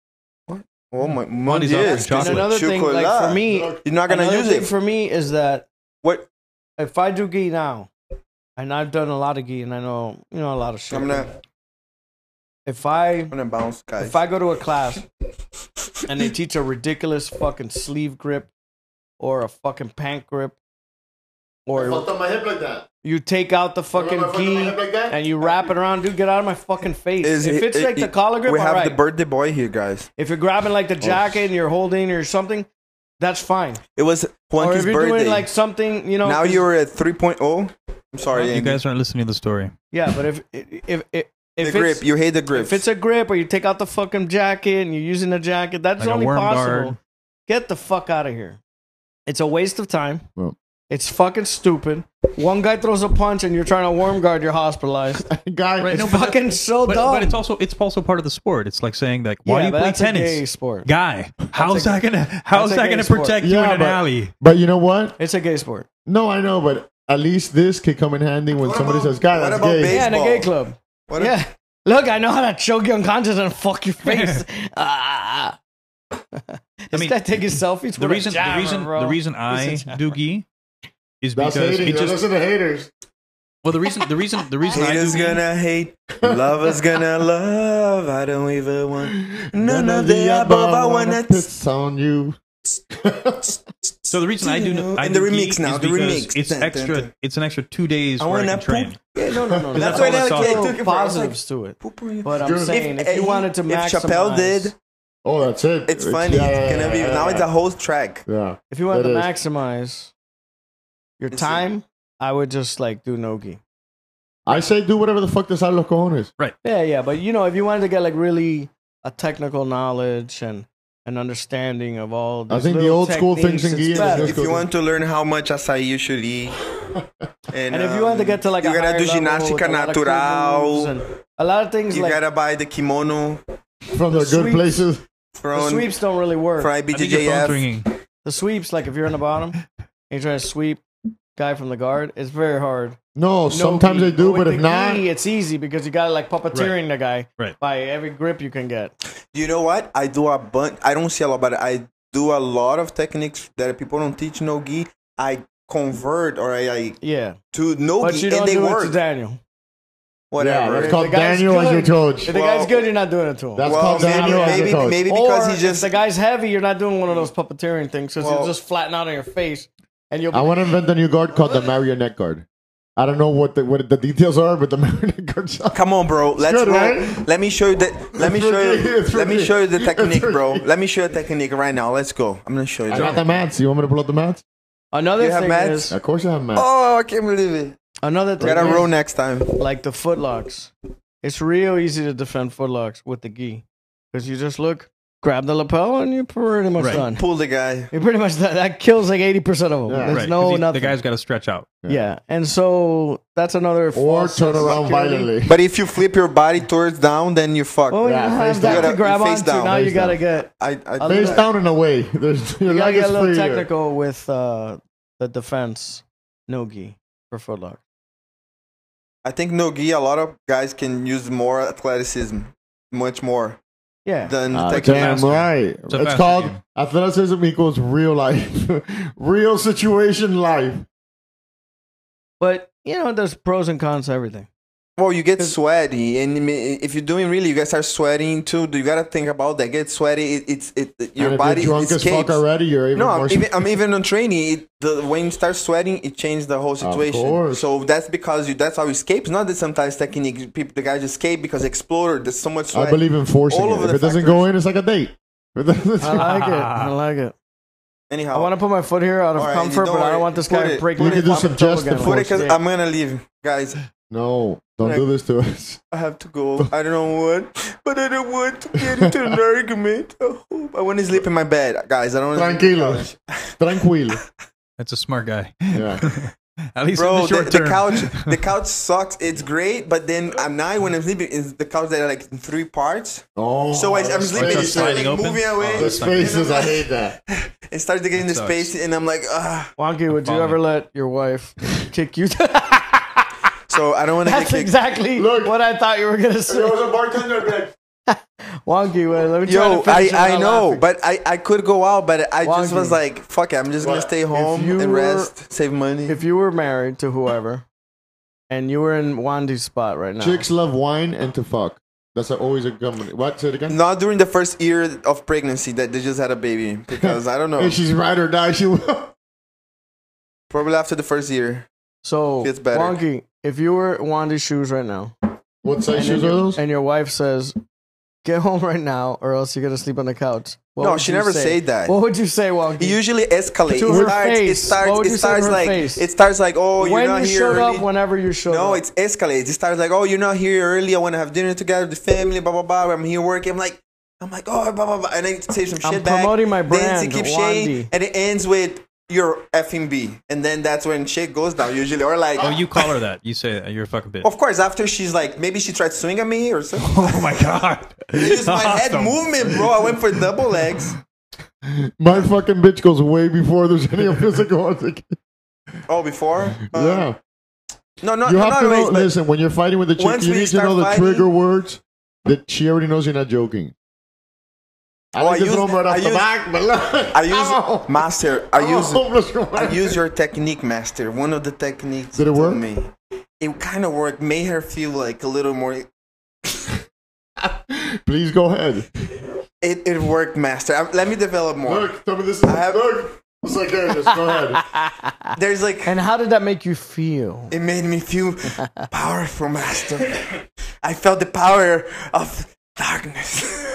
What? Oh my! Mon Money's off Dieu, for chocolate. And another thing, like chocolate. for me, you're not gonna another use thing it. for me is that what? if I do gi now, and I've done a lot of gi, and I know you know a lot of shit. I'm gonna, if I I'm gonna bounce, guys. if I go to a class and they teach a ridiculous fucking sleeve grip or a fucking pant grip, or up my hip like that. you take out the fucking Remember I fucked up my gi hip like that? and you wrap it around, dude, get out of my fucking face. Is- if it's it- like the it- collar grip, we have alright. the Oh. birthday boy here, guys. if you're grabbing like the jacket and you're holding or something, that's fine. It was Or Juanqui's if you're birthday. doing like something, you know, now 'cause- you're at 3.0. I'm sorry, You Andy. guys aren't listening to the story. yeah, but if if if the if grip. it's, You hate the grip. If it's a grip or you take out the fucking jacket and you're using the jacket, that's Like a only worm possible. guard. Get the fuck out of here. It's a waste of time. Well. It's fucking stupid. One guy throws a punch and you're trying to worm guard, you're hospitalized. Guy, Right, it's no, but- fucking so But, dumb. but it's also it's also part of the sport. It's like saying like, why yeah, do but you play that's a gay tennis, sport. guy? How's that gonna how's a that gay gonna sport. protect you Yeah, in an but- alley? But you know what? It's a gay sport. No, I know, but at least this could come in handy when What somebody about- says, "God, what that's about gay." base- Yeah, in a gay Baseball. club. What yeah. Look, I know how to choke you unconscious and fuck your face. ah. This mean, guy taking selfies. The with a reason jammer, the reason bro. the reason I He's a do gi is That's because hating. it Just, just Those are the haters. well the reason the reason the reason I do Haters gi- gonna hate, lovers gonna love. I don't even want none of the above. I wanna. piss on you. So the reason I do know, I and do the gi remix is now, the because remix. It's Dun, dun, extra. dun. It's an extra two days I where I wanna can train. poop. Yeah, no, no, no. That's, That's why why I there's like- I took it no for- I was positives to it. Poop on your- But I'm Dude. saying, if, you wanted to if maximize, Chappelle did, Oh, that's it. it's funny. yeah, yeah, It's gonna yeah, be yeah, now. yeah. It's a whole track. Yeah. if you wanted That to is. maximize your It's a- time, I would just like do nogi. I say do whatever the fuck this out of cojones. Yeah, yeah, but you know, if you wanted to get like really a technical knowledge and an understanding of all, I these think the little old school techniques, things in it's gi is better. just If you want to learn how much acai you should eat, and, And if you want to um, get to like you a gotta higher do level with gymnastica a lot of cool moves natural. and a lot of things You like gotta buy the kimono. from their good Sweet. places. The Throwing sweeps don't really work. fry I think your phone's BJJF. ringing. The sweeps, like if you're on the bottom and you're trying to sweep guy from the guard, it's very hard. No, No sometimes gi. they do, but with if the not, gi, it's easy because you got like puppeteering the guy Right. by every grip you can get. You know what? I do a bunch. I don't see a lot, but I do a lot of techniques that people don't teach no gi. I convert or I, I Yeah, to no but gi you don't and they do work. it to Daniel. Whatever. that's If called the guy's Daniel as your coach. If the Well, guy's good, you're not doing it to him. That's well, called maybe, Daniel as your maybe, coach. maybe or because he if just the guy's heavy, you're not doing one of those puppeteering things because Well- you're just flattened out on your face, and you'll. Be, I want to invent a new guard called the marionette guard. I don't know what the what the details are, but the marionette guard. Come on, bro. Let's good, roll. right? Let me show you the. Let me It's show okay, you. it's Let me okay. show you the technique, It's bro. okay. Let me show you a technique right now. Let's go. I'm gonna show you. I got the mats. You want me to pull up the mats? another You have thing mats? is Of course, I have mats. Oh, I can't believe it. another We thing. gotta is, roll next time. like the footlocks. It's real easy to defend footlocks with the gi because you just look, grab the lapel, and you're pretty much Right. done. Pull the guy. You're pretty much done. That kills like eighty percent of them. Yeah. There's Right, 'cause no he- nothing. The guy's got to stretch out. yeah. and so that's another. Or false turn sense of around security. violently. But if you flip your body towards down, then you're fucked. Well, Oh, Yeah, Oh, you have face down. that You to gotta- grab face onto. down. Now you Face gotta get I, I, Face down and away. There's your you gotta leg get is a little free. here. technical with uh, the defense no gi for footlock. I think no gi. A lot of guys can use more athleticism, much more Yeah, than Ah, technique. damn faster. right. It's It's, a faster called game. athleticism equals real life, real situation life. but you know there's pros and cons to everything. Well, you get sweaty, and I mean, if you're doing really, you guys are sweating too. You gotta think about that. Get sweaty. It, it's it. Your and if body you're drunk escapes. as fuck already, you're even No, more. I'm even, I'm even on training. It, the, when you start sweating, it changes the whole situation. course. so that's because you. That's how you escape. It's not that sometimes technique people the guys escape because explorer. There's so much sweat. I believe in forcing All it. of If the it doesn't go in, it's like a date. If it doesn't- I like it. I like it. Anyhow, I want to put my foot here out of Ah. All right, comfort, don't but I worry. don't want this Put guy it- breaking put we it could up do top suggestive put it because force. I'm gonna leave, guys. No, don't do this to us. I have to go. I don't know what, but I don't want to get into an argument. I hope- I want to sleep in my bed, guys. I don't. want to sleep on the Tranquilo, couch. tranquilo. That's a smart guy. Yeah. At least in Bro, the the, short the term. couch, the couch sucks. It's great, but then at night when I'm sleeping, is the couch that are like in three parts. Oh, So I, I'm it's sleeping, just it's like sliding open? moving away. Oh, The that's not good. spaces, I hate that. it starts to get in the That sucks. space, and I'm like, ah. Wonky, would you following. ever let your wife kick you? So I don't want to get That's kicked. exactly Look. what I thought you were gonna There say. was a bartender that Wonky, wait, let me try Yo, to finish it I, I without know, laughing. but I, I could go out, but I just Wagyu. was like, fuck it, I'm just gonna But stay home you and were- rest, save money. if you were married to whoever, and you were in Wandy's spot right now, chicks love wine and to fuck. That's always a company. What? Say it again. Not during the first year of pregnancy that they just had a baby because I don't know. If she's ride or die, she will. Probably after the first year. so Gets better. Wonky, if you were in Wandy's shoes right now, What size and shoes are your- those? and your wife says, "Get home right now, or else you're gonna sleep on the couch." What no, would she you never say? said that. What would you say, Wonky? it usually escalates. To it, her starts, it face. What starts. would you It say to starts her like face? it starts like oh you're when not you here showed early. up, whenever you showed no, up. it's escalates. It starts like oh you're not here early. I want to have dinner together, with the family, blah blah blah. I'm here working. I'm like I'm like oh blah blah blah, and then say some shit I'm back. promoting my Then brand, it keeps shade, Wandy. and it ends with your effing B, and then that's when shit goes down usually, or like. Oh, you call her that. You say that. You're a fucking bitch. Of course, after she's like, maybe she tried to swing at me or something. Oh my god. It's my head movement, bro. I went for double legs. My fucking bitch goes way before there's any physical. Oh, before? Uh, yeah. No, no, you no, have not to always, know, but listen when you're fighting with the chick. once You we need to start know the fighting- trigger words that she already knows you're not joking. I Oh, like I to use- throw 'em right off I the use- back, but look, Oh, I use ow. master. I Ow, use let's go I back. use your technique, master. One of the techniques. Did it to work? Me. It kind of worked. Made her feel like a little more. It Please go ahead. it worked, master. I, let me develop more. Look, tell me this. Is, I have- look, it's like there. Just go ahead. There's like and how did that make you feel? it made me feel powerful, master. I felt the power of darkness.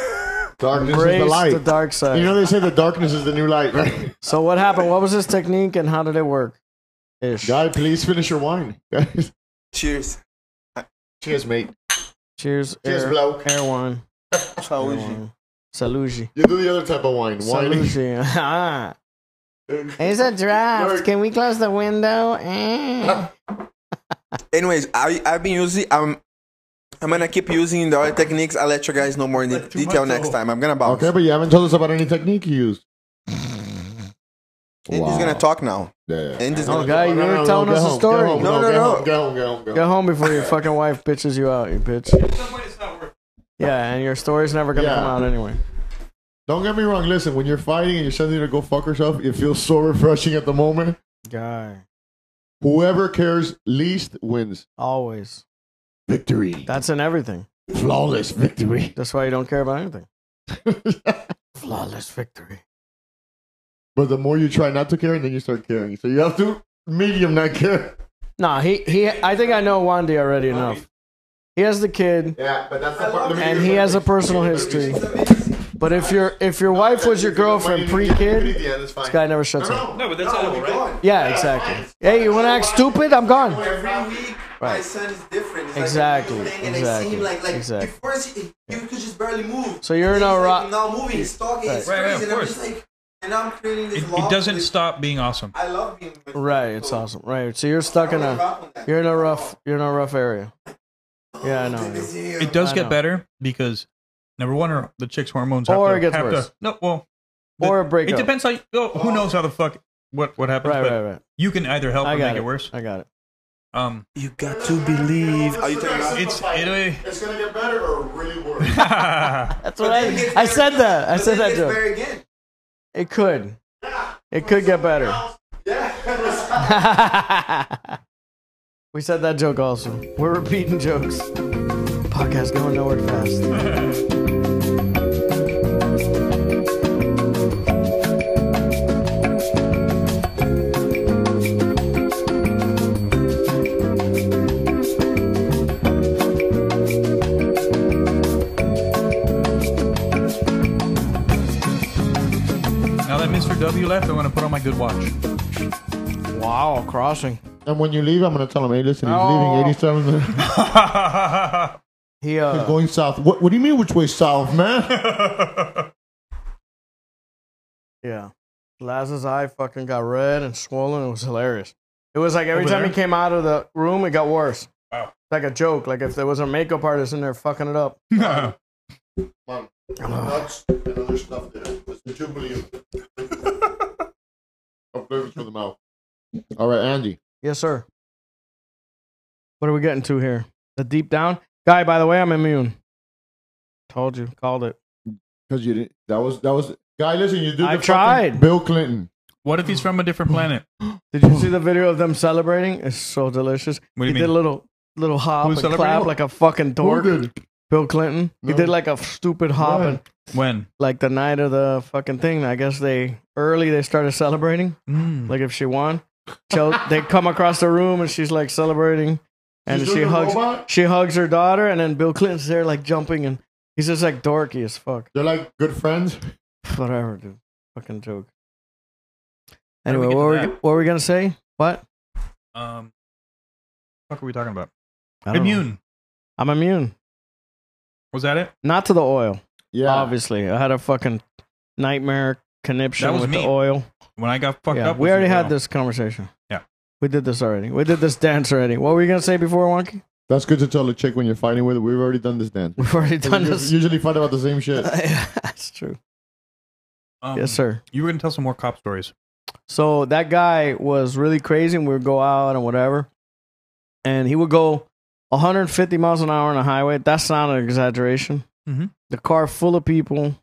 Darkness is the Embrace light. the dark side. you know they say the darkness is the new light, right? so what happened? What was this technique, and how did it work? Ish. Guy, please finish your wine. Guys, Cheers. Cheers, mate. Cheers, Cheers, air, blow. air wine. Saúde. Saluji. You do the other type of wine. Wine. Saluji. Ah. it's a draft. Can we close the window? Eh. Anyways, I I've been using um I'm gonna keep using the other techniques. I'll let you guys know more in Like two detail months next ago. time. I'm gonna bounce. Okay, but you haven't told us about any technique you used. And He's gonna talk now. Yeah. And he's Oh, gonna. guy, you No, no, were no, telling get us a home, story. Get home, No, no, get no. Home, get home, get home, get Get home. home before your fucking wife bitches you out, you bitch. Yeah, and your story's never gonna Yeah. come out anyway. Don't get me wrong. Listen, when you're fighting and you're sending her to go fuck herself, it feels so refreshing at the moment. Guy, Whoever cares least wins. always. Victory. That's in everything. Flawless victory. That's why you don't care about anything. Flawless victory. But the more you try not to care, then you start caring. So you have to medium not care. Nah, he he. I think I know Wandy already enough. He has the kid, Yeah, but that's the part. and he has a personal history. But if your if your wife was your girlfriend pre-kid, this guy never shuts up. No, but that's edible, right? Yeah, exactly. Hey, you want to act stupid? I'm gone. Every week, my Right. son is different. It's Exactly, Like a new thing, and I see exactly, him like, like exactly. before he, he could just barely move. So you're And in a he's, ro- Like, now moving, he's talking, he's Right, right, crazy, of and I'm course. just like, and I'm creating this. It, love it doesn't with- stop being awesome. I love being. With Right, him, it's so awesome. Right, so you're stuck in I a rock with that. you're in a rough you're in a rough area. Yeah, I know. I know. It does I know. get better because number one, her- the chick's hormones have Or to, it gets have to- worse. no, well, the- Or a breakup. It depends. Like, oh, who knows how the fuck what what happens? Right, but right, right. You can either help I or got make it. it worse. I got it. Um, You got to believe. Are you talking about? it's Italy. It's gonna get better or really worse. That's But what then it gets I, I better said again. that. I But said that then it gets joke. better again. It could. It could get better. we said that joke also. We're repeating jokes. Podcast going nowhere fast. now that Mr. W left, I want to put on my good watch. Wow, crossing. and when you leave, I'm gonna tell him, hey, listen, he's leaving 87 minutes. He uh, He's going south. What, what do you mean, which way south, man? Yeah. Laz's eye fucking got red and swollen. It was hilarious. It was like every Over time he there? came out of the room, it got worse. Wow. Like a joke. Like if there was a makeup artist in there fucking it up. Nuts and other stuff there. It's the jubilee of flavors for the mouth. All right, Andy. Yes, sir. What are we getting to here? The deep down? Guy, by the way, I'm immune. Told you. Called it. Because you didn't. That was that was. Guy, listen. You do. I the fucking tried. Bill Clinton. what if he's from a different planet? Did you see the video of them celebrating? It's so delicious. What do he you did a mean? little little hop Who's and clap celebrating? like a fucking dork. Who did? Bill Clinton. He No. did like a stupid hop Why? and When? like the night of the fucking thing. I guess they early they started celebrating. Mm. Like if she won, so they come across the room and she's like celebrating, and She's she doing the hugs robot? she hugs her daughter, and then Bill Clinton's there like jumping, and he's just like dorky as fuck. They're like good friends. Whatever, dude. Fucking joke. do we Anyway, get what to were we, that? what were we gonna say? What? Um, what fuck are we talking about? I don't know. Immune. I'm immune. Was that it? Not to the oil. Yeah. Obviously, I had a fucking nightmare conniption That was with the me. oil. When I got fucked Yeah, up, we with already you, had bro. this conversation. Yeah. We did this already. We did this dance already. What were you going to say before, Wonky? That's good to tell a chick when you're fighting with. her. We've already done this, Dan. We've already done We this. Usually fight about the same shit. That's true. Um, Yes, sir. You were gonna tell some more cop stories. So that guy was really crazy and we would go out and whatever. And he would go 150 miles an hour on a highway. That's not an exaggeration. Mhm. The car full of people.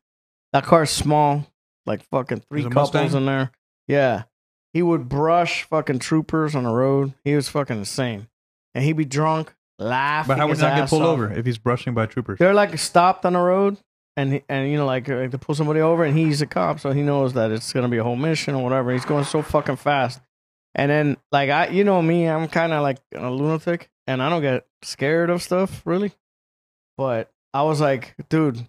That car's small, like fucking three Is it a couples Mustang? in there. Yeah. He would brush fucking troopers on the road. He was fucking insane. And he'd be drunk, laughing. But how would his that get ass pulled off. over if he's brushing by troopers? they're like stopped on the road and he- and you know like, like they pull somebody over and he's a cop so he knows that it's gonna be a whole mission or whatever he's going so fucking fast and then like i you know me i'm kind of like a lunatic and i don't get scared of stuff really but i was like dude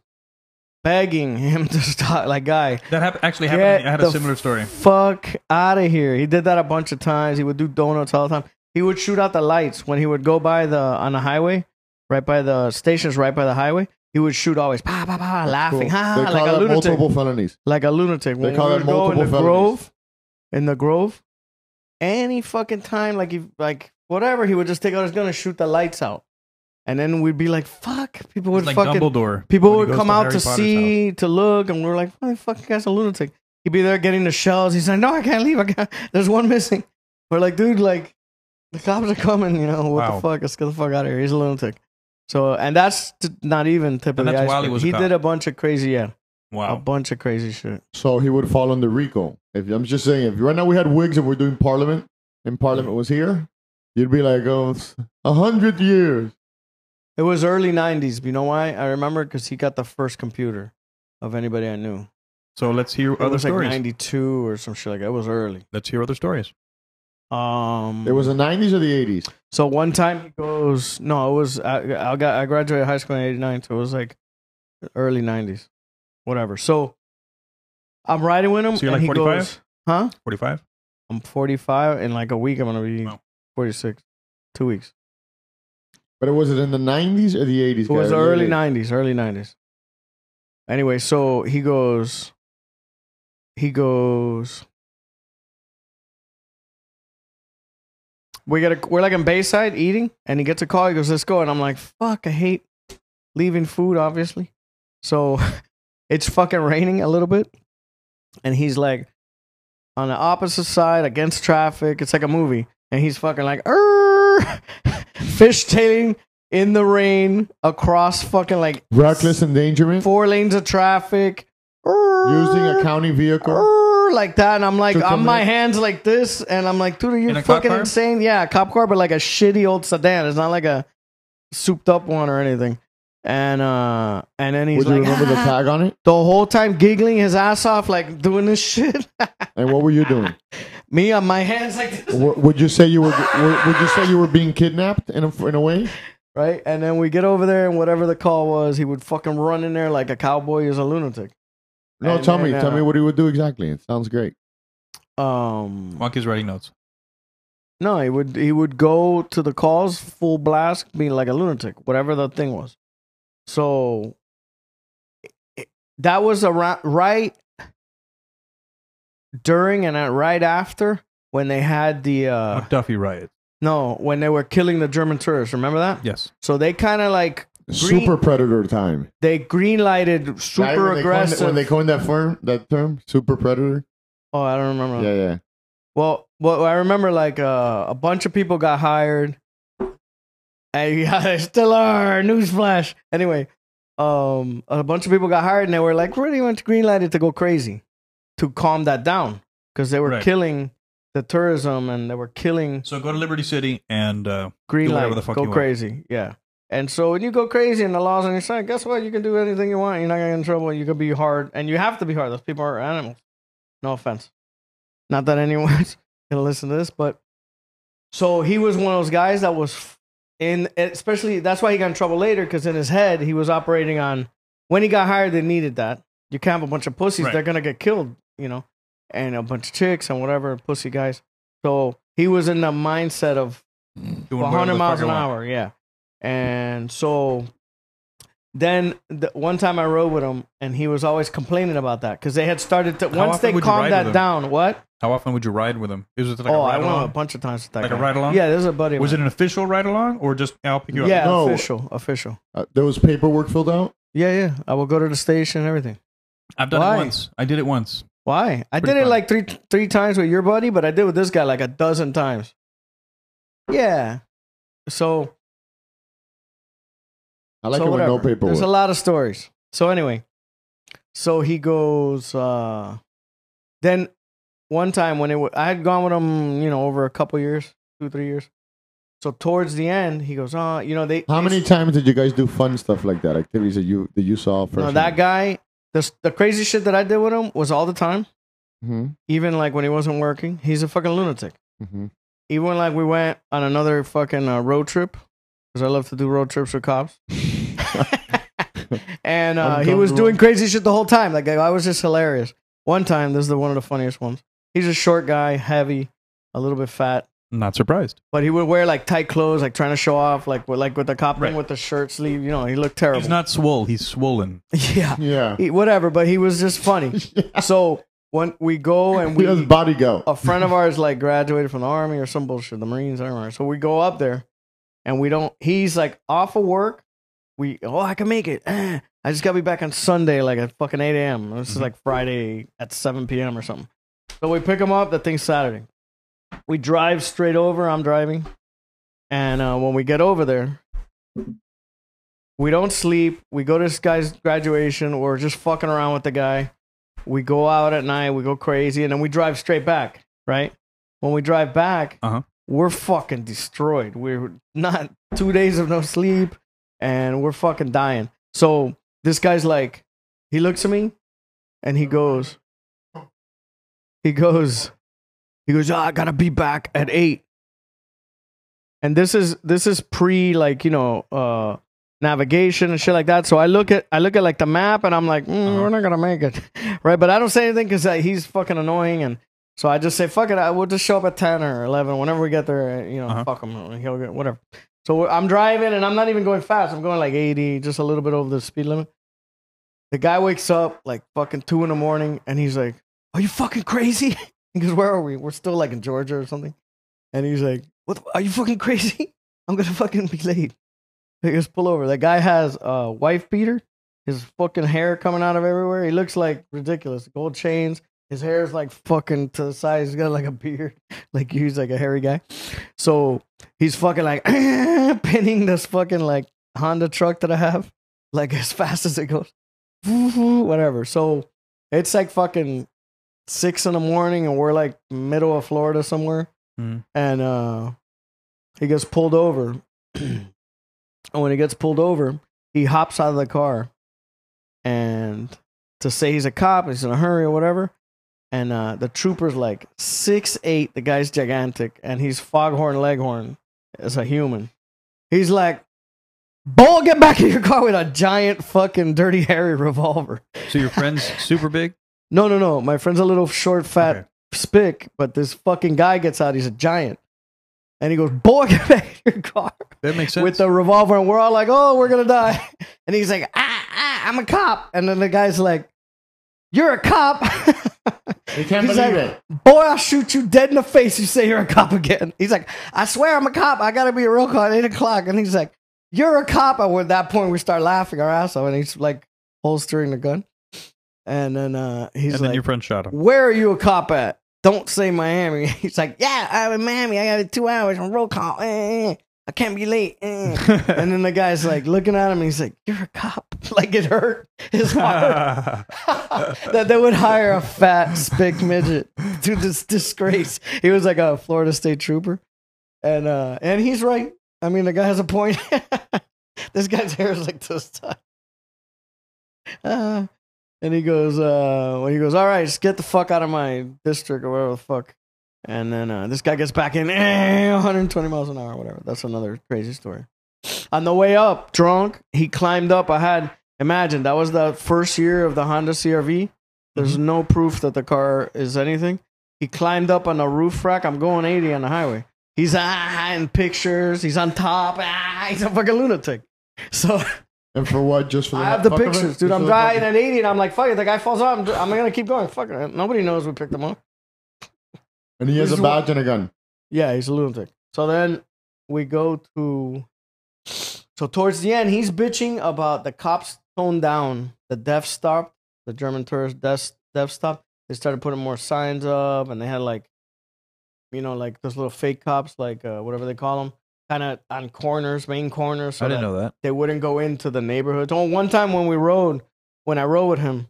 begging him to stop like guy That hap- actually happened. to me. I had the a similar story. Fuck out of here. He did that a bunch of times. He would do donuts all the time. He would shoot out the lights when he would go by the on the highway, right by the stations, right by the highway. He would shoot always, pa pa pa, laughing, ha, ha, They call like a that lunatic, multiple felonies. like a lunatic. When call we would that go in the multiple felonies. grove, in the grove, any fucking time, like he, like whatever, he would just take out his gun and shoot the lights out. And then we'd be like, fuck. People would It's like fucking. Dumbledore. People when he would goes come out Harry Potter's to house. see, to look, and we are like, oh, the fucking guy's a lunatic. He'd be there getting the shells. He's like, no, I can't leave. I can't. There's one missing. We're like, dude, like, the cops are coming, you know, what Wow. the fuck? Let's get the fuck out of here. He's a lunatic. So, and that's t- not even tip of And the that's while he iceberg. was a He cop. did a bunch of crazy, yeah, a Wow. bunch of crazy shit. So he would fall under Rico. If I'm just saying, if right now we had wigs and we're doing Parliament, and Parliament was here, you'd be like, oh, it's a hundred years. It was early 90s. You know why? I remember because he got the first computer of anybody I knew. So let's hear It other was like stories. 92 or some shit like that. It was early. let's hear other stories. Um, It was the '90s or the '80s. So one time he goes, no, it was I, I got I graduated high school in '89, so it was like early '90s, whatever. So I'm riding with him, So you're and like he 45? goes, huh? 45? I'm 45 in like a week. I'm gonna be Wow. 46, two weeks. But it was it in the '90s or the '80s? It was guys? the early Yeah. '90s, early '90s. Anyway, so he goes, he goes. We got a, we're like in Bayside eating, and he gets a call. He goes, "Let's go," and I'm like, "Fuck, I hate leaving food, obviously." So it's fucking raining a little bit, and he's like on the opposite side against traffic. It's like a movie, and he's fucking like, "Err," fishtailing in the rain across fucking like Reckless endangerment, four lanes of traffic. using a county vehicle. Err, like that, and I'm like, To I'm commit- my hands like this, and I'm like, dude, are In you a cop fucking car? insane? Yeah, a cop car, but like a shitty old sedan. It's not like a souped up one or anything. And uh, and then he's Would you like, remember the "Ah," tag on it? the whole time giggling his ass off, like doing this shit. And what were you doing? Me on my hands like this, W- would you say you were? would- Would you say you were being kidnapped in a, in a way? right? And then we get over there, and whatever the call was, he would fucking run in there like a cowboy is a lunatic. No, And tell then, me, tell uh, me what he would do exactly. It sounds great. Um, Monkey's writing notes. No, he would he would go to the calls full blast, being like a lunatic, whatever the thing was. So it- that was around right during and at- right after when they had the uh McDuffie riot. no when they were killing the German tourists. Remember that? Yes. So they kind of like green- Super predator time. they green lighted Right, super when they coined- aggressive. When they coined that term, that term, super predator. oh, I don't remember. Yeah, yeah. Well, well, I remember like uh, a bunch of people got hired, and yeah, they still are. Newsflash. Anyway, um, a bunch of people got hired, and they were like, really went to greenlight it to go crazy, to calm that down, because they were Right. killing the tourism and they were killing So go to Liberty City and uh, green Do whatever light, the fuck go you want. crazy. Yeah. And so when you go crazy and the laws on your side, guess what? You can do anything you want. You're not gonna get in trouble. You can be hard, and you have to be hard. Those people are animals. No offense. Not that anyone's gonna listen to this, but so he was one of those guys that was f- in, especially that's why he got in trouble later because in his head he was operating on when he got hired they needed that. You can't have a bunch of pussies; Right. they're gonna get killed, you know, and a bunch of chicks and whatever pussy guys. So he was in the mindset of Mm. doing whatever 100 the miles fuck an I want. hour, yeah. And so then the, one time I rode with him, and he was always complaining about that because they had started to How once often they would you calmed ride that with him? down. What? How often would you ride with him? Is it like oh, a I ride went a along? bunch of times with that Like a guy. ride-along? Yeah, there's a buddy. Was it an official ride along or just I'll pick you up? Yeah, No. official, official. Uh, there was paperwork filled out. Yeah, yeah. I will go to the station and everything. I've done Why? it once. I did it once. Why? I Pretty did it fun. like three three times with your buddy, but I did with this guy like a dozen times. Yeah. So I like so it when whatever. no paperwork. There's a lot of stories. So anyway, so he goes. uh Then one time when it wa- I had gone with him, you know, over a couple years, two three years. So towards the end, he goes, "Ah, you know they." How they- many times did you guys do fun stuff like that? Activities that you that you saw first. No, that guy. The the crazy shit that I did with him was all the time. hmm Even like when he wasn't working, he's a fucking lunatic. hmm Even when like we went on another fucking uh, road trip, because I love to do road trips with cops. and uh, he was Uncomfortable. doing crazy shit the whole time. Like I was just hilarious. One time, this is the one of the funniest ones. He's a short guy, heavy, a little bit fat, Not surprised. but he would wear like tight clothes, like trying to show off, like with, like with the cop thing Right. with the shirt sleeve. You know, he looked terrible. He's not swole. He's swollen. yeah, Yeah. he, whatever. But he was just funny. So when we go and He we Oh. has body go. a friend of ours like graduated from the army or some bullshit, the Marines, I don't remember. So we go up there and we don't. He's like off of work. We oh I can make it. Ah, I just gotta be back on Sunday like at fucking eight a.m. This is like Friday at seven p.m. or something. So we pick him up. That thing's Saturday. We drive straight over. I'm driving, and uh, when we get over there, we don't sleep. We go to this guy's graduation. We're just fucking around with the guy. We go out at night. We go crazy, and then we drive straight back. Right when we drive back, Uh-huh. we're fucking destroyed. We're not two days of no sleep, and we're fucking dying. So this guy's like, he looks at me, and he goes, he goes, he goes. "Ah, I gotta be back at eight. And this is this is pre like you know uh navigation and shit like that. So I look at I look at like the map and I'm like, "Mm, we're not gonna make it, right? But I don't say anything because he's fucking annoying, and so I just say, fuck it, I will just show up at ten or eleven whenever we get there. uh, You know, Uh-huh. fuck him, he'll get whatever. So we're- I'm driving and I'm not even going fast. I'm going like 80, just a little bit over the speed limit. The guy wakes up like fucking two in the morning and he's like, Are you fucking crazy? He goes, Where are we? We're still like in Georgia or something. And he's like, What the, are you fucking crazy? I'm gonna fucking be late. He goes, pull over. That guy has a uh, wife beater, his fucking hair coming out of everywhere. He looks like ridiculous. Gold chains. His hair is like fucking to the side. He's got like a beard. Like he's like a hairy guy. So he's fucking like pinning this fucking like Honda truck that I have, like as fast as it goes. Whatever. So it's like fucking six in the morning and we're like middle of Florida somewhere. Mhm. And uh he gets pulled over. and when he gets pulled over, he hops out of the car and to say he's a cop, he's in a hurry or whatever. And uh, the trooper's like six eight. The guy's gigantic, and he's foghorn leghorn as a human. He's like, "Bull, get back in your car with a giant fucking dirty hairy revolver." So your friend's super big. No, no, no. My friend's a little short, fat Okay. spick, but this fucking guy gets out. He's a giant, and he goes, "Boy, get back in your car." That makes sense. with the revolver, and we're all like, "Oh, we're gonna die," and he's like, "Ah, ah I'm a cop," and then the guy's like, "You're a cop." They can't He's believe like, it. "Boy, I'll shoot you dead in the face." You say you're a cop again. He's like, "I swear I'm a cop. I gotta be a real cop at eight o'clock," and he's like, "You're a cop." And at that point, we start laughing our ass off, and he's like holstering the gun, and then uh, he's and like, then your friend shot him. where are you a cop at? Don't say Miami. He's like, yeah, I'm in Miami. I got two hours on roll call. Eh, eh, I can't be late. Eh. and then the guy's like looking at him. And he's like, you're a cop. Like it hurt his heart that they would hire a fat spick midget to this disgrace. He was like a Florida State trooper, and uh, and he's right. I mean, the guy has a point. this guy's hair is like this time. Uh, and he goes, uh, when he goes, all right, just get the fuck out of my district or whatever the fuck. And then uh, this guy gets back in eh, 120 miles an hour, whatever. That's another crazy story. On the way up, drunk, he climbed up. I had, imagine, that was the first year of the Honda CRV. There's no proof that the car is anything. He climbed up on the roof rack. I'm going 80 on the highway. He's ah, in pictures. He's on top. Ah, he's a fucking lunatic. So And for what? Just for the I have the fuck of it? pictures, Just for dude. I'm the driving fuck- at 80, and I'm like, fuck it. The guy falls off. I'm, I'm gonna keep going. Fuck it. Nobody knows we picked him up. And he has This is a what- badge and a gun. Yeah, he's a lunatic. So then we go to. So towards the end, he's bitching about the cops toned down the death stop, the German tourist death death stop. They started putting more signs up, and they had like, you know, like those little fake cops, like uh, whatever they call them, kind of on corners, main corners. So I didn't that- know that. they wouldn't go into the neighborhoods. Oh, one time when we rode, when I rode with him,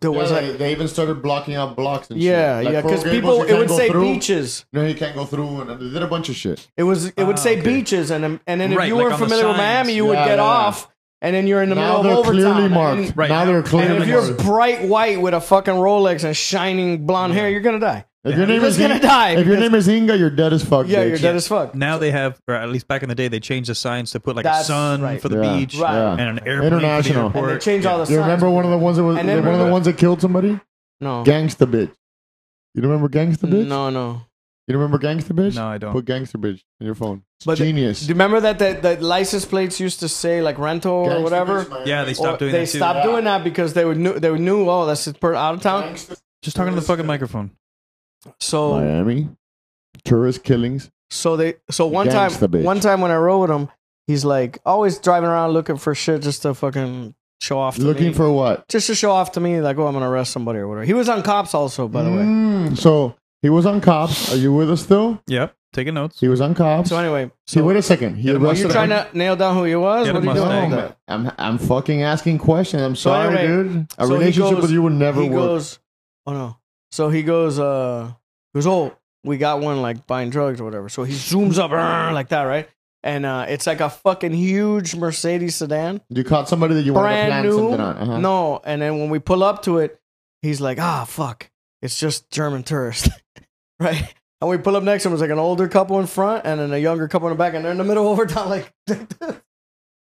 there Yeah, was they, like, they even started blocking out blocks and yeah, shit. Like yeah, for because Gables, people you it can't would go say through. beaches. No, he can't go through. And they did a bunch of shit. It was it would Ah, say okay. beaches, and then- and then if Right, you like weren't on the familiar with signs. Miami, you would Yeah, get yeah, off, and then you're in the middle Now they're of overtime. clearly and- marked. Right. Now they're And, clearly if you're marked. bright white with a fucking Rolex and shining blonde hair, you're gonna die. If your name just is gonna Inga- die If your because- name is Inga, you're dead as fuck. Yeah, you're bitch. dead as fuck. Now they have, or at least back in the day, they changed the signs to put like a That's sun right. for the Yeah. beach Right. Yeah. and an airplane International. For the And airport. they change all the. You remember signs. one of the ones that was And then one of the remember- ones that killed somebody? No, Gangsta bitch. You remember gangsta bitch? no, no. You remember gangsta bitch? No, I don't. Put gangster bitch in your phone. It's But the- genius. Do you remember that the, the license plates used to say like rental or Gangsta whatever? bitch, man. yeah, they stopped Or doing they that too. stopped doing that because they would knew they would knew oh that's per out of town. Gangsta- Just talking to the fucking microphone. So Miami. Tourist killings. So they so one time Gangsta bitch. one time when I rode with him, he's like always driving around looking for shit just to fucking show off. To Looking me. for what? just to show off to me, like oh I'm gonna arrest somebody or whatever. He was on cops also, by the way. Mm, so he was on cops. Are you with us still? Yep. Taking notes. He was on cops. So anyway, See, so wait a second. He Yeah, are you arrested. trying to nail down who he was? Yeah, What the are you doing? Mustang. No, I'm I'm fucking asking questions. I'm So sorry, anyway, dude. A so he relationship goes- with you would never he work. goes, oh no. So he goes, uh, he goes, oh, we got one like buying drugs or whatever. So he zooms up "Arr," like that, right? And uh, it's like a fucking huge Mercedes sedan, you caught somebody that you wanted to plan brand new. something on. Uh-huh. No, and then when we pull up to it, he's like, ah, fuck, it's just German tourists, right? And we pull up next to him, it's like an older couple in front and then a younger couple in the back, and they're in the middle over town, like,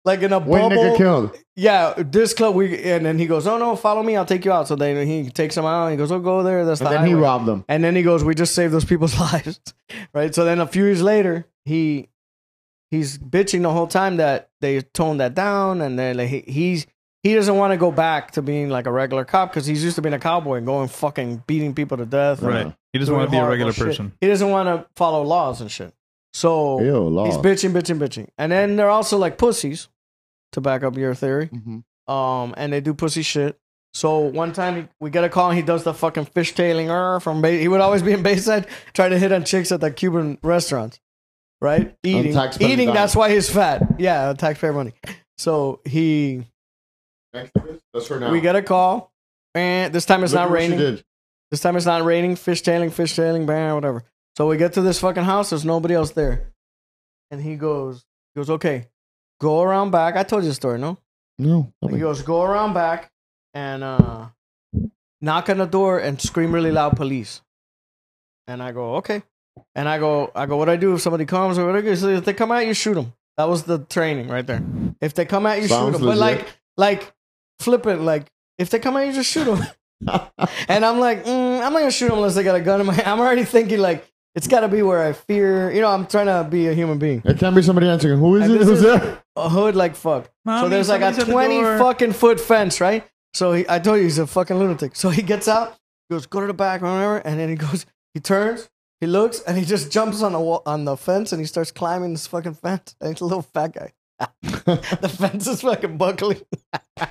like in a Wait, bubble nigga killed. yeah, this club. We and then he goes, oh no, follow me, I'll take you out. So then he takes him out. And he goes, oh go there, that's And the then he highway." robbed them. And then he goes, we just saved those people's lives, right? So then a few years later, he he's bitching the whole time that they toned that down, and then like he, he's he doesn't want to go back to being like a regular cop because he's used to being a cowboy and going fucking beating people to death. and Right. He doesn't doing want to be a horrible regular shit. person. He doesn't want to follow laws and shit. So Ew, law. he's bitching, bitching, bitching, and then they're also like pussies. To back up your theory, Mhm. um, and they do pussy shit. So one time he, we get a call and he does the fucking fishtailing her from Bay. He would always be in Bayside trying to hit on chicks at the Cuban restaurants, right? Eating, taxpayer eating. dollars. That's why he's fat. Yeah, taxpayer money. So he, That's her now. we get a call, and this time it's Look not at what she raining. did. This time it's not raining. Fishtailing, fishtailing, bam, whatever. So we get to this fucking house. There's nobody else there, and he goes, he goes, okay, go around back. I told you the story, no? No. I He mean, goes, go around back and uh, knock on the door and scream really loud, police. And I go, okay. And I go, I go, what do I do if somebody comes or whatever? He says, if they come at you, shoot them. That was the training right there. If they come at you, shoot Sounds 'em. But legit. like, like, flip it. Like, if they come at you, just shoot them. and I'm like, mm, I'm not gonna shoot them unless they got a gun in my. I'm already thinking like, it's got to be where I fear. You know, I'm trying to be a human being. it can't be somebody answering. Who is And it? this Who's is- there? A hood like fuck. so Mommy, there's like a somebody's at the 20 door. fucking foot fence, right? So he, I told you he's a fucking lunatic. So he gets out, goes go to the back, whatever, and then he goes, he turns, he looks, and he just jumps on the wall, on the fence, and he starts climbing this fucking fence. And he's a little fat guy. the fence is fucking buckling,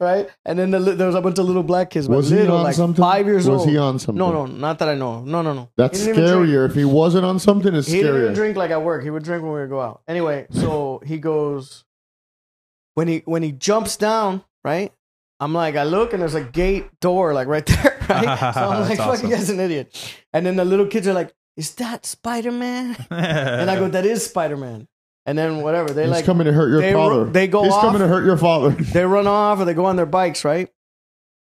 right? And then the, li- there was a bunch of little black kids, but Was he little, on like something? five years Was old. he on something? No, no, not that I know. of. No, no, no. That's He didn't even drink. scarier. If he wasn't on something, it's He didn't scarier. drink like at work. He would drink when we would go out. Anyway, so he goes when he when he jumps down, right? I'm like, I look and there's a gate door like right there, right? So I'm like, That's fuck awesome. you guys an idiot. And then the little kids are like, Is that Spider Man? And I go, That is Spider Man. And then whatever. They He's like coming to hurt your they ru- father. they go He's off. coming to hurt your father. they run off or they go on their bikes, right?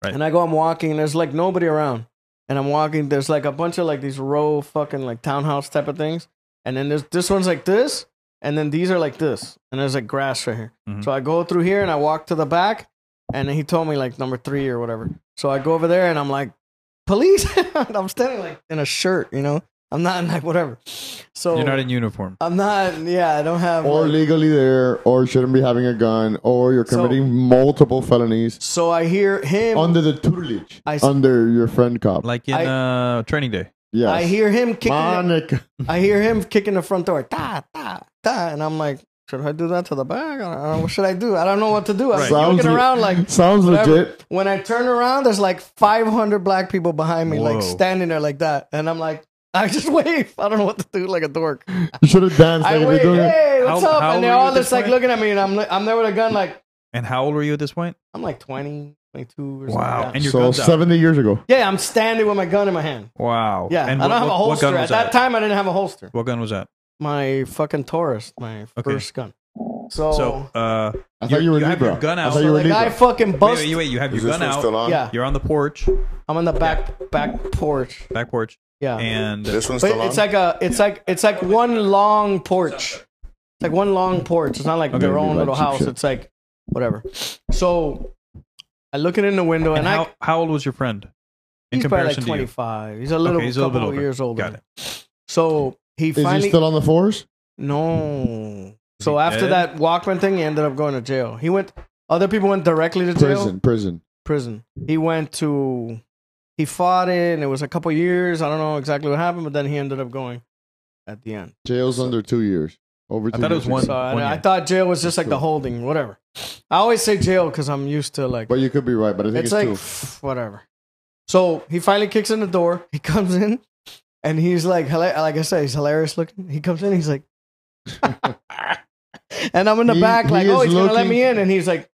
Right. And I go, I'm walking, and there's like nobody around. And I'm walking, there's like a bunch of like these row fucking like townhouse type of things. And then there's this one's like this, and then these are like this. And there's like grass right here. Mhm. So I go through here and I walk to the back, and he told me like number three or whatever. So I go over there and I'm like, police. And I'm standing like in a shirt, you know? I'm not in like whatever. So You're not in uniform. I'm not, yeah, I don't have. or like- legally there, or shouldn't be having a gun, or you're So- committing multiple felonies so I hear him. under the tutelage, I s- under your friend cop. Like in uh, training day. yes. I hear him kicking. the- Monica. I hear him kicking the front door, ta ta ta, and I'm like, should I do that to the back? I don't know. What should I do? I don't know what to do. I'm Right. Sounds looking le- around like Sounds whatever. legit. When I turn around, there's like 500 black people behind me, like Whoa. standing there like that, and I'm like, I just wave. I don't know what to do, like a dork. You should have danced I like wave. you're doing it. Hey, what's How- up? how and old they're were you all at this just like point? looking at me, and I'm li- I'm there with a gun, like And how old were you at this point? I'm like 20, 22 or something. Wow. like that. And your So guns out. 70 years ago. yeah, I'm standing with my gun in my hand. Wow. Yeah, And I don't what- have a what- what gun holster. At was that time, I didn't have a holster. What gun was that? My fucking Taurus, my Okay. first gun. So, uh, I thought You- you were you have Libra. your gun I out. thought So you were the guy Libra. fucking wait, bust. wait, wait, you have Is your this gun one out. still on? Yeah, You're on the porch, I'm on the back back porch. back porch, Yeah, and This one's but still on. it's like a it's like it's like one long porch. It's like one long porch. It's not like their own like little cheap house. shit. It's like whatever. So I look it in the window and and, how, I how old was your friend? In he's probably like comparison to you? 25. He's a little Okay, he's a little couple bit of older. years older. Got So he Is finally he still on the force? no. So he after dead? that Walkman thing, he ended up going to jail. He went. Other people went directly to jail. Prison, prison. prison. He went to he fought it and it was a couple years. I don't know exactly what happened, but then he ended up going. at the end. Jail's under two years. Over. Two thought it was years one- ago. So One I, I year. thought jail was just like the holding, whatever. I always say jail because I'm used to like But you could be right. But I think it's it's, like two. pff, whatever. So he finally kicks in the door. He comes in, and he's like, hila- like I said, he's hilarious looking. He comes in, he's like, and I'm in the He- back, he like, oh, is he's gonna let looking- me in, and he's like,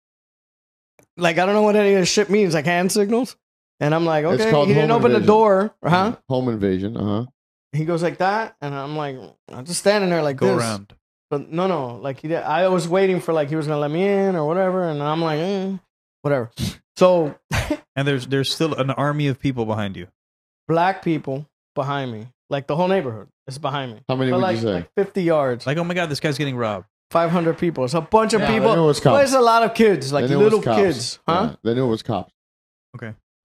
like I don't know what any of this shit means, like hand signals, and I'm like, It's okay, called he didn't home open the invasion. door, huh? Home invasion. Uh huh. He goes like that, and I'm like, I'm just standing there like Go this. around. But no, no, like he did. I was waiting for like he was gonna let me in or whatever, and I'm like, eh, whatever. So And there's there's still an army of people behind you. black people behind me, like the whole neighborhood is behind me. How many But would like, you say? like 50 yards, like Like, oh my god, this guy's getting robbed. 500 people. It's a bunch of Yeah, people. then it was But cops. it's a lot of kids, like They knew it was little cops. kids, huh? Yeah, they knew it was cops.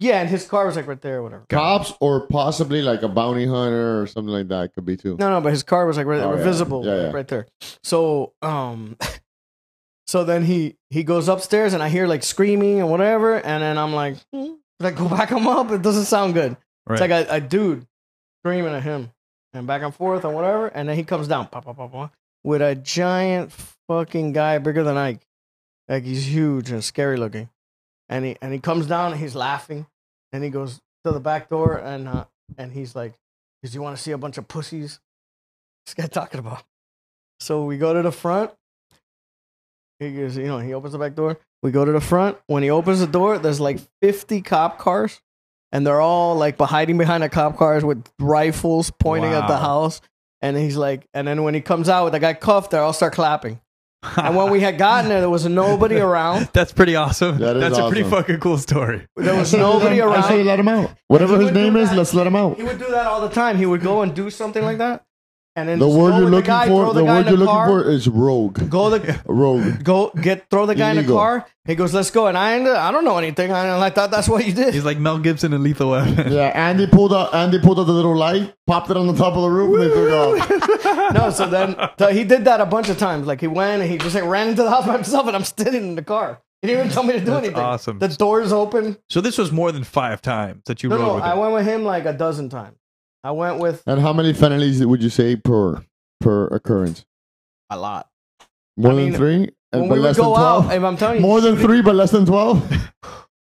Yeah. and his car was like right there or whatever. Cops or possibly like a bounty hunter or something like that could be too. No, no, but his car was like right, Oh, yeah. visible Yeah, yeah. like, right there. So, um, so then he he goes upstairs and I hear like screaming and whatever, and then I'm like, hmm. like go back him up. It doesn't sound good. Right. It's like a, a dude screaming at him and back and forth and whatever, and then he comes down pop, pop, pop, pop, with a giant fucking guy bigger than Ike. Like he's huge and scary looking, and he and he comes down and he's laughing, and he goes to the back door and uh, and he's like, "Cause you want to see a bunch of pussies?" This guy talking about. So we go to the front. He goes, you know, he opens the back door. We go to the front. When he opens the door, there's like 50 cop cars and they're all like be- hiding behind the cop cars with rifles pointing at the Wow. house. And he's like, and then when he comes out with the guy cuffed, they all start clapping. And when we had gotten there, there was nobody around. That's pretty awesome. That is That's a pretty awesome. fucking cool story. There was nobody I say around. let him out. Whatever He his would do name is, that. let's let him out. He would do that all the time. He would go and do something like that. And then The just word go you're with the looking guy, throw for. The guy in word you're looking car, for is rogue. Go the Rogue. go Oh, get throw the guy in the Illegal. car. He goes, "Let's go." And I ended, I don't know anything. I, I thought that's what you did. He's like Mel Gibson and Lethal Weapon. Yeah, Andy pulled out. Andy pulled out the little light, popped it on the top of the roof, and they took off. no, so then so uh, he did that a bunch of times. Like he went and he just like ran into the house by himself, and I'm standing in the car. He didn't even tell me to do That's anything. awesome. The doors open. So this was more than five times that you No, rode no, with I him. went with him like a dozen times. I went with And how many felonies would you say per per occurrence? a lot. More I than mean, three, and When Uh, but we less would than go out, twelve. if I'm telling you, More than three, but less than twelve.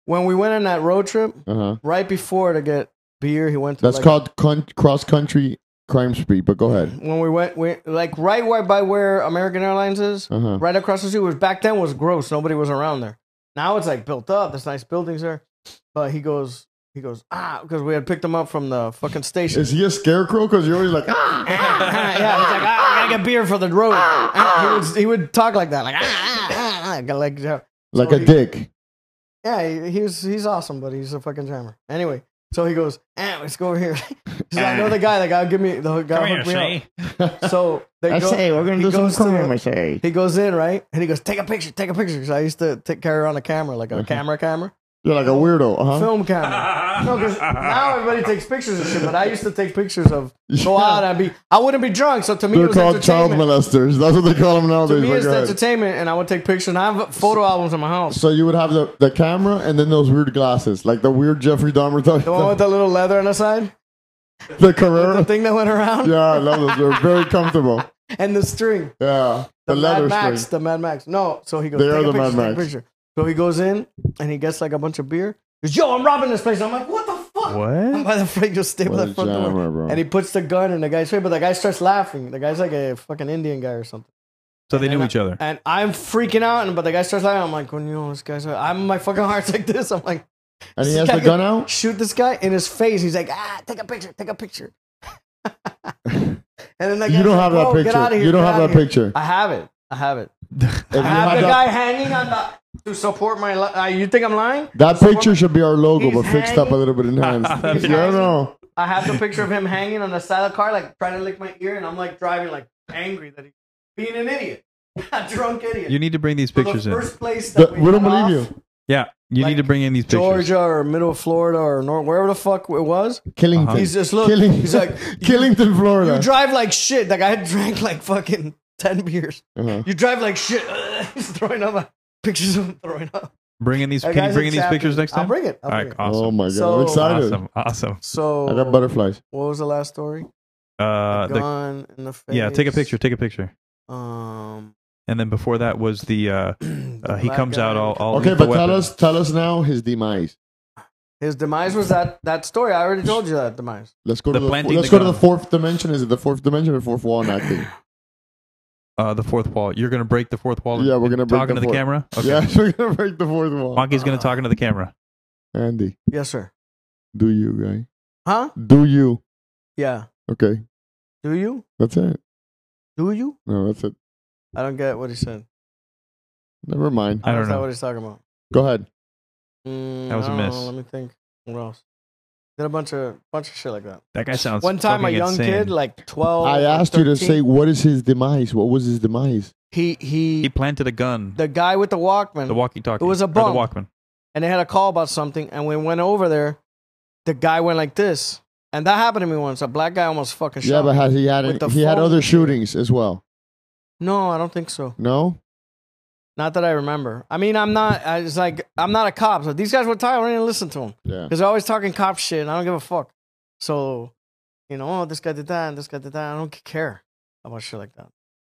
when we went on that road trip Uh huh. right before to get beer, he went to That's like, called con- cross country crime spree. But go ahead. when we went we, like right where by where American Airlines is, Uh huh. right across the street was back then was gross. Nobody was around there. Now it's like built up. There's nice buildings there. But he goes, he goes ah because we had picked him up from the fucking station. Is he a scarecrow? Because you're always like ah. yeah, he's like ah, I gotta get beer for the road. Ah, he would he would talk like that, like ah, ah, ah, like yeah. like a dick. Yeah, he, he was he's awesome, but he's a fucking jammer. Anyway, so he goes, eh, let's go over here. He's like, I know the guy. The guy give me the guy hooked me up. So they go, we're gonna he goes to the- say. He goes in, right? And he goes, take a picture, take a picture. Because I used to take, carry around a camera, like a camera camera, You're like a weirdo, uh huh? film camera. No, 'cause now everybody takes pictures and shit, but I used to take pictures of go Yeah. out and be, I wouldn't be drunk. So to me, it They're was called child entertainment. molesters. That's what they call them To nowadays. me, but it's go ahead. entertainment, and I would take pictures. And I have photo albums in my house. So you would have the, the camera and then those weird glasses, like the weird Jeffrey Dahmer type, The one with the, the little leather on the side, the Carrera. thing that went around, Yeah, I love those. They're very comfortable. and the string. Yeah, the, leather Mad Max, string. the Mad Max. No, so he goes. They take are a the picture, Mad take a Max. picture. So he goes in and he gets like a bunch of beer. He goes, yo, I'm robbing this place. I'm like, what the fuck? I'm What? by the front, just stay by What the a front door. jammer, bro. And he puts the gun in the guy's face, but the guy starts laughing. The guy's like a fucking Indian guy or something. So they knew And I- each other. And I'm freaking out, and but the guy starts laughing. I'm like, well, you know, this guy's. I'm my fucking heart's like this. I'm like, And he this has guy the gun could out. Shoot this guy in his face. He's like, ah, take a picture, take a picture. and then the You guy's don't like, have that "Bro, Get out picture. of here. You don't get have out of that here." picture. I have it. I have it. If you I have had the that- guy hanging on the to support my. Li- uh, you think I'm lying? That picture should be our logo, He's but fixed up a hanging. little bit in hands. He's you don't hanging. know. I have the picture of him hanging on the side of the car, like trying to lick my ear, and I'm like driving, like angry that he's being an idiot, a drunk idiot. You need to bring these So pictures the in. first place The- that we don't got believe off, you. Yeah, you Like need to bring in these pictures. Georgia or middle of Florida or north, wherever the fuck it was. Killington. He's just look. Killing, He's like, Killington, Florida. you drive like shit. Like I had drank like fucking ten beers. Uh-huh. You drive like shit. he's throwing up pictures of him throwing up. Bring in these. That Can you guy's bring in these exasperated. pictures next I'll time? bring it. I'll All bring right, it. awesome, Oh my god! So- I'm excited. awesome, awesome. So I got butterflies. What was the last story? Uh, the- gun in the face. yeah, take a picture. Take a picture. Um, And then before that was the uh, uh, he black comes out guy. all, all Okay, lethal but weapon. tell us, tell us now his demise. His demise was that that story. I already told you that demise. Let's go The to the planting let's the go to the gun. fourth dimension. Is it the fourth dimension or fourth wall? Not thing. uh, the fourth wall. You're gonna break the fourth wall. and- Yeah, we're and gonna break talking the to the fourth- camera. Okay. Yeah, we're gonna break the fourth wall. Monkey's gonna talk into the camera. Andy, Yes, sir. do you guy? Huh? Do you? Yeah. Okay, Do you? that's it. Do you? No, that's it. I don't get what he said. Never mind. I don't That's not know. what he's talking about. Go ahead. Mm, That was I a don't miss. Know. Let me think. What else? Did a bunch of bunch of shit like that. That guy sounds One time, a fucking young insane. kid, Oh, like twelve. I or asked you to 13, say what is his demise. What was his demise? he he he planted a gun. the guy with the Walkman, The walkie-talkie. It was a or bong. The Walkman. and they had a call about something, and we went over there. The guy went like this, and that happened to me once. A black guy almost fucking Yeah, shot. but me. has he had With the he had phone. other shootings as well? no, I don't think so. No. Not that I remember. I mean, I'm not. I was like, I'm not a cop. So these guys were tired. I didn't listen to them Yeah. because they're always talking cop shit, and I don't give a fuck. So, you know, oh, this guy did that, and this guy did that. I don't care about shit like that.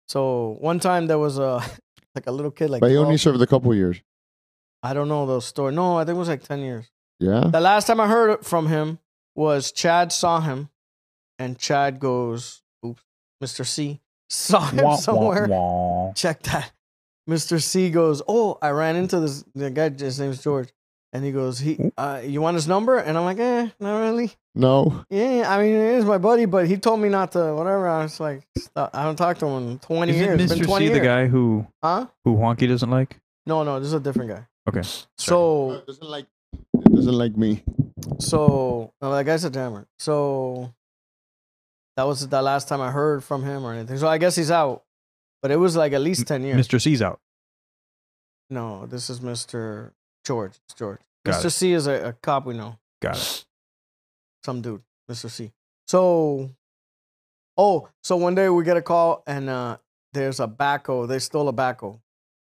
So one time there was a like a little kid like But he only 12. served a couple years. I don't know the story. No, I think it was like ten years. Yeah. The last time I heard from him was Chad saw him, and Chad goes, "Oops, Mr. C saw him somewhere." Check that. Mr. C goes, "Oh, I ran into this the guy. His name's George." And he goes, "He, uh, you want his number?" And I'm like, "Eh, not really. No. Yeah, I mean, it is my buddy, but he told me not to. Whatever." I was like, "Stop. "I haven't talked to him in 20 Isn't years. It's been Mr. 20 C the years. guy who Huh? who Wonky doesn't like? No, no, this is a different guy. Okay. So Doesn't like doesn't like me. So, no, that guy's a jammer. So, that was the last time I heard from him or anything. So, I guess he's out. But it was like at least 10 years. Mr. C's out. No, this is Mr. George. It's George. Got Mr. it. C is a, a cop we know. Got it. Some dude. Mr. C. So, oh, so one day we get a call and uh there's a backhoe. They stole a backhoe,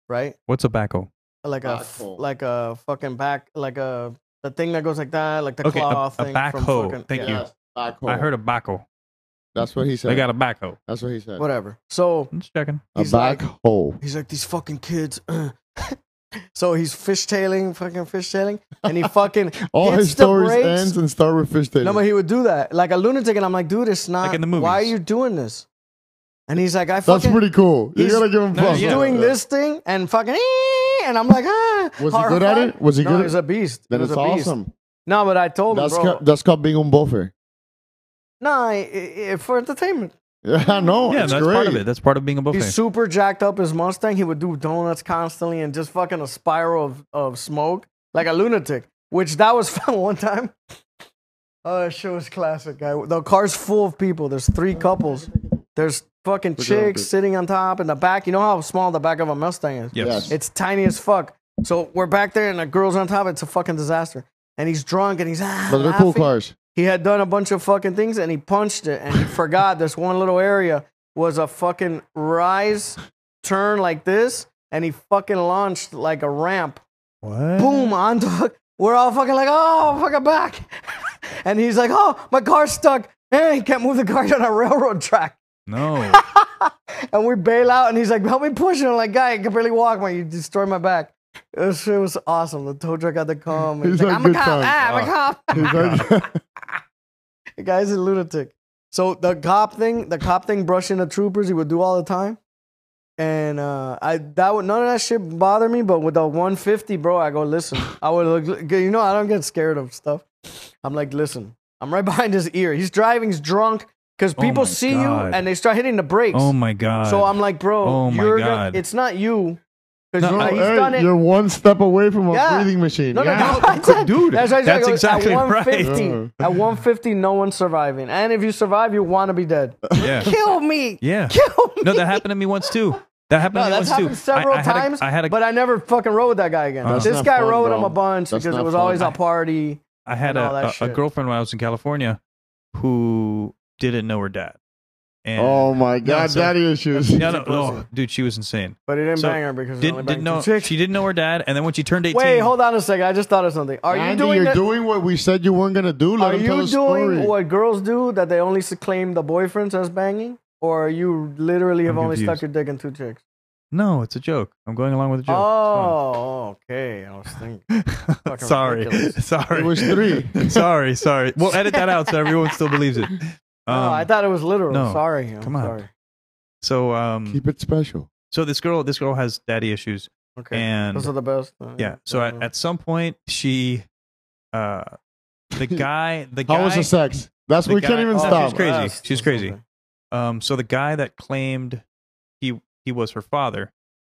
right? What's a backhoe? Like a f- Backhoe. like a fucking back, like a the thing that goes like that, like the Okay, a- claw a thing. backhoe. Thank you. I heard a backhoe. That's what he said. They got a backhoe. That's what he said. Whatever. So I'm just checking. a he's like- backhoe. He's like these fucking kids. so he's fishtailing, fucking fishtailing, and he fucking All hits his the stories brakes. ends and start with fish tail. No, but he would do that like a lunatic, and I'm like, dude, it's not. Like in the Why are movies. you doing this? And he's like, I That's fucking. pretty cool. You he's- gotta give him No, props. he's for doing that. this thing and fucking, "Eh," and I'm like, ah. Was he good at horrified. it? Was he no, good He at- was a beast. Then he was it's a beast. awesome. No, but I told him, That's bro. ca- that's called being on buffer. nah, i i- for entertainment. Yeah, I know. yeah, it's that's great. part of it. That's part of being a He's buffet. super jacked up his Mustang. He would do donuts constantly and just fucking a spiral of, of smoke like a lunatic, which that was fun one time. Oh, that shit was classic, guy. The car's full of people. There's three couples. There's fucking it up, chicks dude. sitting on top in the back. You know how small the back of a Mustang is? Yes. Yes. It's tiny as fuck. So we're back there and the girl's on top. It's a fucking disaster. And he's drunk and he's ah, But they're cool laughing cars. he had done a bunch of fucking things and he punched it and he forgot this one little area was a fucking rise turn like this and he fucking launched like a ramp What? boom onto we're all fucking like oh fucking back and he's like oh my car's stuck hey he can't move the car on a railroad track No. and we bail out and he's like help me push it I'm like guy I can barely walk man you destroyed my back it was, it was awesome the tow truck had to come and He's he's like, had I'm a good cop times. ah, I'm a cop the guy's a lunatic. So the cop thing, the cop thing, brushing the troopers, he would do all the time. And uh, I that would none of that shit bother me, but with the 150, bro, I go listen. I would look, you know, I don't get scared of stuff. I'm like, listen, I'm right behind his ear. He's driving, he's drunk, because Oh people my see God. you and they start hitting the brakes. Oh my god. so I'm like, bro, Oh my you're gonna- God. it's not you, because No, he's Hey, done it. You're one step away from a Yeah. breathing machine. No, no, Yeah. no, that's it. dude, That's, right, that's so exactly at right. Uh-huh. 150, At 150, no one's surviving. And if you survive, you want to be dead. yeah. Kill me. Yeah. Kill me. No, that happened to me once too. That happened No, to me that's once too. happened several I, I had times, A, I had a, but I never fucking rode with that guy again. That's this not guy fun, rode him bro. a bunch That's because it not was fun. always a party. I had and all that a, a, a shit. girlfriend when I was in California who didn't know her dad. And Oh my God, so- daddy issues. no, no, no, dude, she was insane. But it didn't So, bang her because it only Did, banged didn't know two chicks. she didn't know her dad, and then when she turned eighteen, Wait, hold on a second. I just thought of something. Are Andy, you doing you're that- doing what we said you weren't gonna do. Are Let him tell you the story. doing what girls do that they only s- claim the boyfriends as banging, or you literally have I'm only confused. stuck your dick in two chicks? No, it's a joke. I'm going along with the joke. Oh, okay. I was thinking. Oh, fucking sorry, ridiculous. sorry. It was three. sorry, sorry. We'll edit that out so everyone still believes it. Um, no, I thought it was literal. no. Sorry. I'm Come on. Sorry. so. Um, Keep it special. so this girl, this girl has daddy issues, Okay. and Those are the best. uh, yeah. So at, at some point, she, uh, the guy, the guy. How was the sex? That's the we guy- can't even oh, stop. she's crazy. Ah, She's crazy. Um, so the guy that claimed he he was her father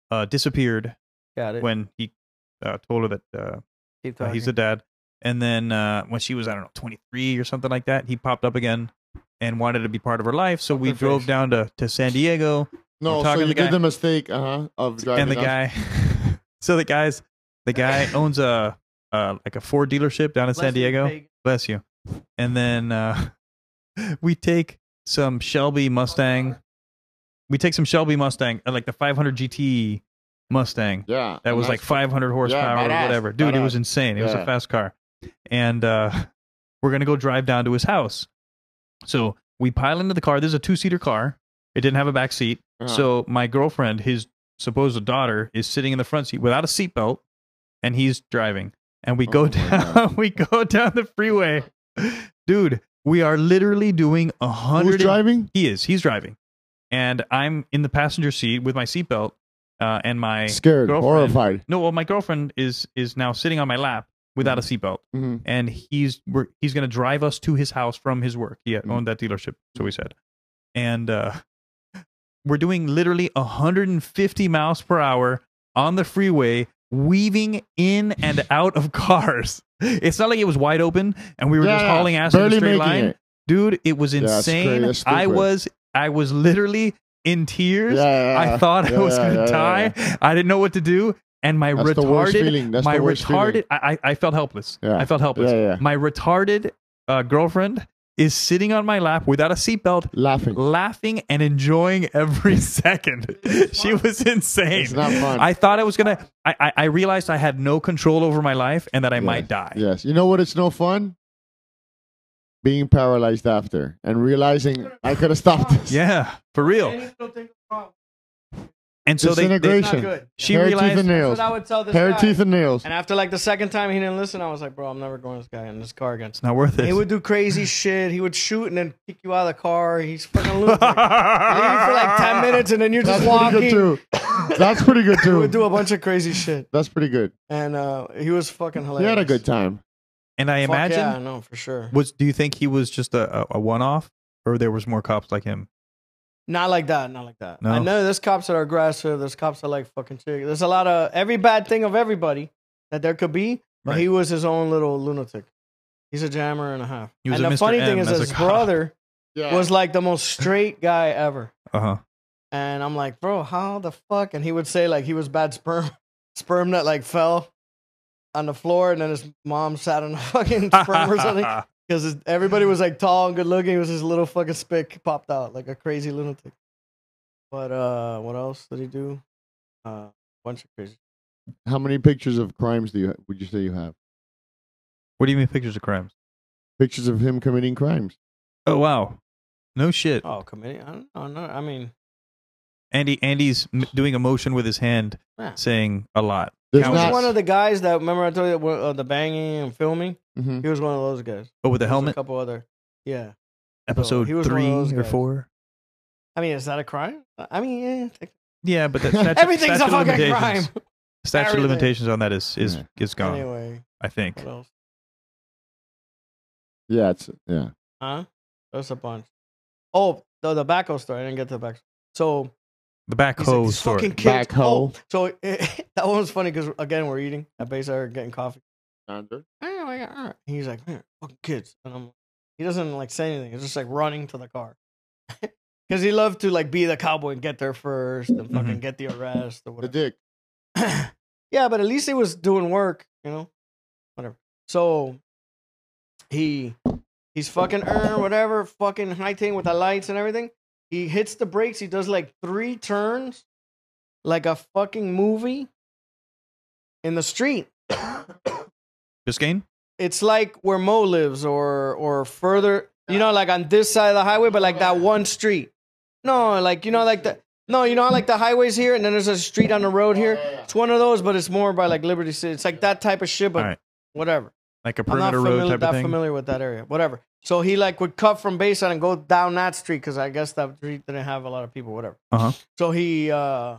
uh, disappeared Got it. when he uh, told her that uh, Keep uh, talking. he's the dad. And then uh, when she was I don't know 23 or something like that, he popped up again and wanted to be part of her life. So we Perfect. drove down to, to San Diego, No, I'm so talking to you the guy. did the mistake, uh huh, of driving. and the us. guy. so the guys, the guy owns a uh, like a Ford dealership down in San Diego. Bless you. And then uh, we take some Shelby Mustang. We take some Shelby Mustang, uh, like the 500 GT Mustang. Yeah, That and was like that's- 500 horsepower badass, or whatever. Dude, it badass. was insane. It was a Yeah. fast car. And uh, we're going to go drive down to his house. So we pile into the car. This is a two seater car, it didn't have a back seat. Uh-huh. So my girlfriend, his supposed daughter, is sitting in the front seat without a seatbelt, and he's driving. And we Oh go my down, we go down the freeway, dude. We are literally doing a Who's hundred. and- driving? He is. He's driving, and I'm in the passenger seat with my seatbelt, uh, and my Scared, girlfriend- horrified. no. Well, my girlfriend is is now sitting on my lap without a seatbelt, Mhm. and he's we're, he's going to drive us to his house from his work. He Mm-hmm. had owned that dealership, so we said, and uh, we're doing literally 150 miles per hour on the freeway, weaving in and out of cars. It's not like it was wide open and we were just Yeah, hauling ass in a barely straight making line, it. dude. It was it's insane. crazy. It's I stupid. was I was literally in tears. Yeah, yeah, yeah. I thought Yeah, Uh, I was yeah, going to yeah, die. yeah, I didn't know what to do, and my That's the worst feeling. retarded, That's my the worst feeling. retarded, I, I I felt helpless. Yeah. I felt helpless. Yeah, yeah. My retarded uh, girlfriend is sitting on my lap without a seatbelt, Laughing. laughing and enjoying every second. she was insane. It's not fun. I thought I was gonna. I, I I realized I had no control over my life and that I might die. Yes. You know what? It's no fun. Being paralyzed after and realizing I could have stopped this. Yeah, for real. And so they, they Disintegration. good. she Hair, teeth, and realized That's nails. what I would tell this Hair, guy. teeth, and nails. And after like the second time he didn't listen, I was like, bro, I'm never going with this guy in this car again. it's not worth it. He would do crazy shit. He would shoot and then kick you out of the car. He's fucking loser. Leave for like ten minutes, and then you're just That's pretty walking. good too. That's pretty good He too. would do a bunch of crazy shit, That's pretty good. and uh, he was fucking hilarious. He had a good time. and I Fuck imagine yeah, no, for sure. was. Do you think he was just a, a, a one off, or there was more cops like him? Not like that. Not like that. No? I know there's cops that are aggressive. There's cops that like fucking chick. There's a lot of every bad thing of everybody that there could be. But Right. he was his own little lunatic. He's a jammer and a half. He was and a the Mr. funny M thing is, as a his cop. brother Yeah. was like the most straight guy ever. Uh huh. And I'm like, bro, how the fuck? And he would say like he was bad sperm, sperm that like fell on the floor, and then his mom sat on the fucking sperm or something. Because everybody was like tall and good looking. It was his little fucking spick popped out like a crazy lunatic. But uh, what else did he do? Uh, bunch of crazy. How many pictures of crimes do you ha- would you say you have? What do you mean pictures of crimes? Pictures of him committing crimes. Oh wow, no shit. Oh, committee. I don't know. No, I mean, Andy Andy's m- doing a motion with his hand, Yeah. saying a lot. There's How he's was- not. one of the guys that remember I told you that were, uh, the banging and filming. Mhm. He was one of those guys. Oh, with the There's A helmet. couple other. Yeah. Episode he was one of three those or guys. four. I mean, is that a crime? I mean, yeah. technically. Yeah, but that, statute, Everything's statute a of fucking crime. limitations- Statute Everything. of limitations on that is is Hmm. Yeah. is gone. Anyway, I think. what else? Yeah, it's yeah. Huh? That's a bunch. Oh, the the backhoe story. I didn't get to the back. So The he's like, backhoe "These story. fucking kids. Backhoe. Oh, so that one was funny because again we're eating at base hour getting coffee. Oh my God. all right. He's like, man, fucking kids, and I'm. He doesn't like say anything. He's just like running to the car. Because he loved to like be the cowboy and get there first and fucking get the arrest or The whatever. dick. yeah, but at least he was doing work, you know, whatever. So he he's fucking er, whatever, fucking high thing with the lights and everything. He hits the brakes. He does like three turns, like a fucking movie in the street. Biscayne? It's like where Mo lives, or or further, you know, like on this side of the highway, but like that one street. No, like you know, like the no, you know, how, like the highways here, and then there's a street on the road here. It's one of those, but it's more by like Liberty City. It's like that type of shit, but All right. whatever. Like a I'm not perimeter familiar, road type that of thing. familiar with that area. Whatever. So he like would cut from Bayside and go down that street because I guess that street didn't have a lot of people. Whatever. Uh-huh. So he, uh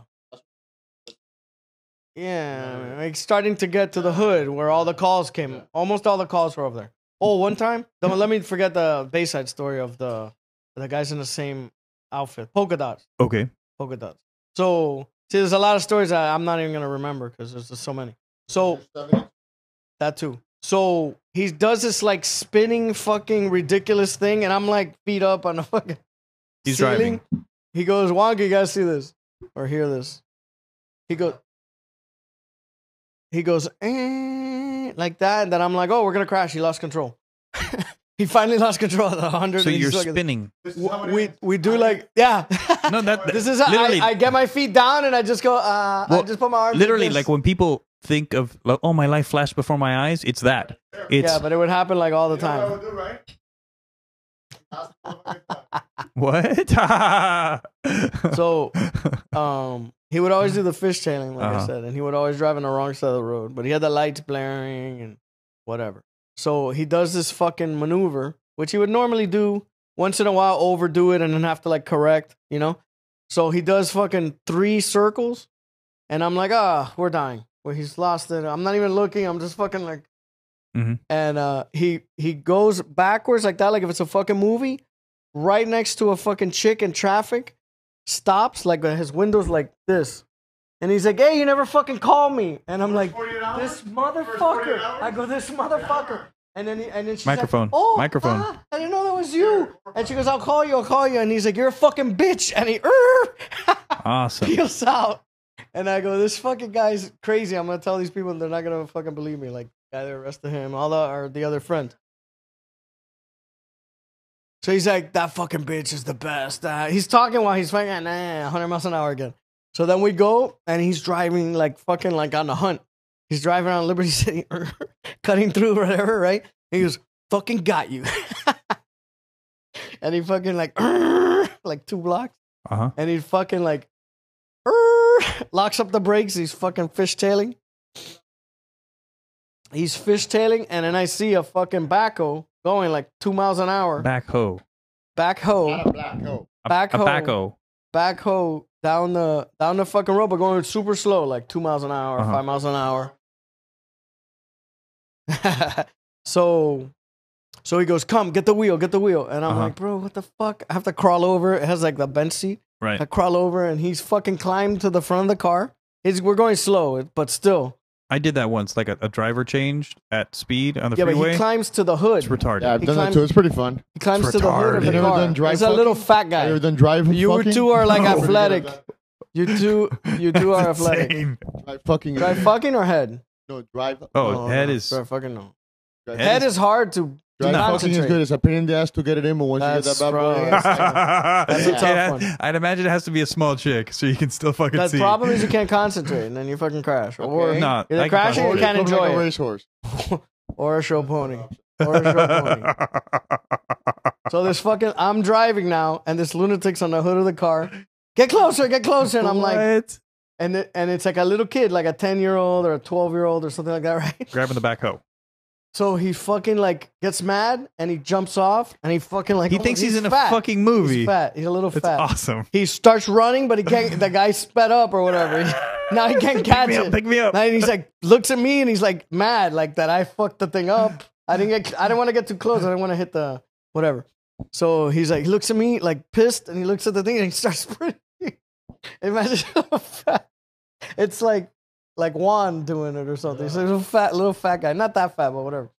yeah, like starting to get to the hood where all the calls came. Almost all the calls were over there. Oh, one time, don't let me forget the Bayside story of the the guys in the same outfit, polka dots Okay. polka dots. So see, there's a lot of stories that I'm not even gonna remember because there's just so many. So that too. So he does this like spinning fucking ridiculous thing, and I'm like beat up on the fucking. He's ceiling. driving. He goes, Wonka, you gotta see this or hear this. He goes, he goes, eh, like that, and then I'm like, oh, we're gonna crash. He lost control. he finally lost control at 100. So you're spinning. We we do like yeah. No, that This is how literally, I, I get my feet down and I just go. Uh, I Well, just put my arms. literally this. like when people think of like, oh my life flashed before my eyes, it's that. It's yeah, but it would happen like all the time. what? So, um, he would always do the fish tailing, like I Uh-huh. said, and he would always drive on the wrong side of the road. But he had the lights blaring and whatever. So he does this fucking maneuver, which he would normally do once in a while, overdo it, and then have to like correct, you know. So he does fucking three circles, and I'm like, ah, we're dying. Well, he's lost it. I'm not even looking. I'm just fucking like and uh, he he goes backwards like that, like if it's a fucking movie, right next to a fucking chick in traffic, stops like uh, his windows like this, and he's like, "Hey, you never fucking call me," and I'm like, "This motherfucker!" I go, "This motherfucker," and then he, and then she's Microphone. like, "Oh, Microphone. ah, I didn't know that was you," and she goes, "I'll call you, I'll call you," and he's like, "You're a fucking bitch," and he "Er." awesome. peels out. And I go, this fucking guy's crazy. I'm gonna tell these people, and they're not gonna fucking believe me. Like, the guy that arrested him, all the or the other friend. So he's like, that fucking bitch is the best. Uh, he's talking while he's fucking nah, 100 miles an hour again. So then we go, and he's driving like fucking like on the hunt. He's driving around Liberty City, cutting through whatever, right? And he goes, fucking got you. and he fucking like, like two blocks Uh huh. and he fucking like "Err," locks up the brakes. He's fucking fishtailing. He's fishtailing, and then I see a fucking backhoe going like two miles an hour. Backhoe. Backhoe, A, Backhoe. A backhoe. backhoe down the down the fucking road, but going super slow, like two miles an hour, Uh-huh. five miles an hour. so, so he goes, "Come, get the wheel, get the wheel," and I'm Uh-huh. like, "Bro, what the fuck?" I have to crawl over. It has like the bench seat. Right. I crawl over and he's fucking climbed to the front of the car. He's, we're going slow, but still. I did that once, like a, a driver changed at speed on the Yeah, but freeway. he climbs to the hood. it's retarded. Yeah, I've He done that climbed- too. It's pretty fun. he climbs to the hood of retarded. the You ever car. done dry He's a little fucking? fat Have you ever guy. done drive? You fucking? two are like No. athletic. You two, you two are That's athletic. insane. Drive fucking. Try fucking or head? No, drive. Oh, No, head no, is Try fucking no. Drive, Head is hard to drive fucking is concentrate. good. It's a pain in the ass to get it in, but once you That's get that bad boy, right. in, That's it's like- a tough Ah, Yeah, one. I'd imagine it has to be a small chick so you can still fucking The see. problem is you can't concentrate and then you fucking crash. Or Okay. No, either I can crashing or concentrate. you can't Looks like enjoy a it. racehorse. Or a show pony. Or a show pony. So this fucking, I'm driving now, and this lunatic's on the hood of the car. Get closer, get closer, and I'm like, What? and it, and it's like a little kid, like a ten year old or a twelve year old or something like that, right? grabbing the backhoe. So he fucking like gets mad and he jumps off and he fucking like He oh, thinks he's, in a fat. fucking movie. He's fat. He's a little That's fat. awesome. He starts running, but he can't. The guy sped up or whatever. He- now he can't Pick catch me it. up. Pick me up. And he's like, looks at me and he's like mad, like that I fucked the thing up. I didn't get, I didn't want to get too close. I didn't want to hit the whatever. So he's like, he looks at me like pissed and he looks at the thing and he starts sprinting. Imagine how fat. It's like, like Juan doing it or something. So he's a fat, little fat guy. Not that fat, but whatever.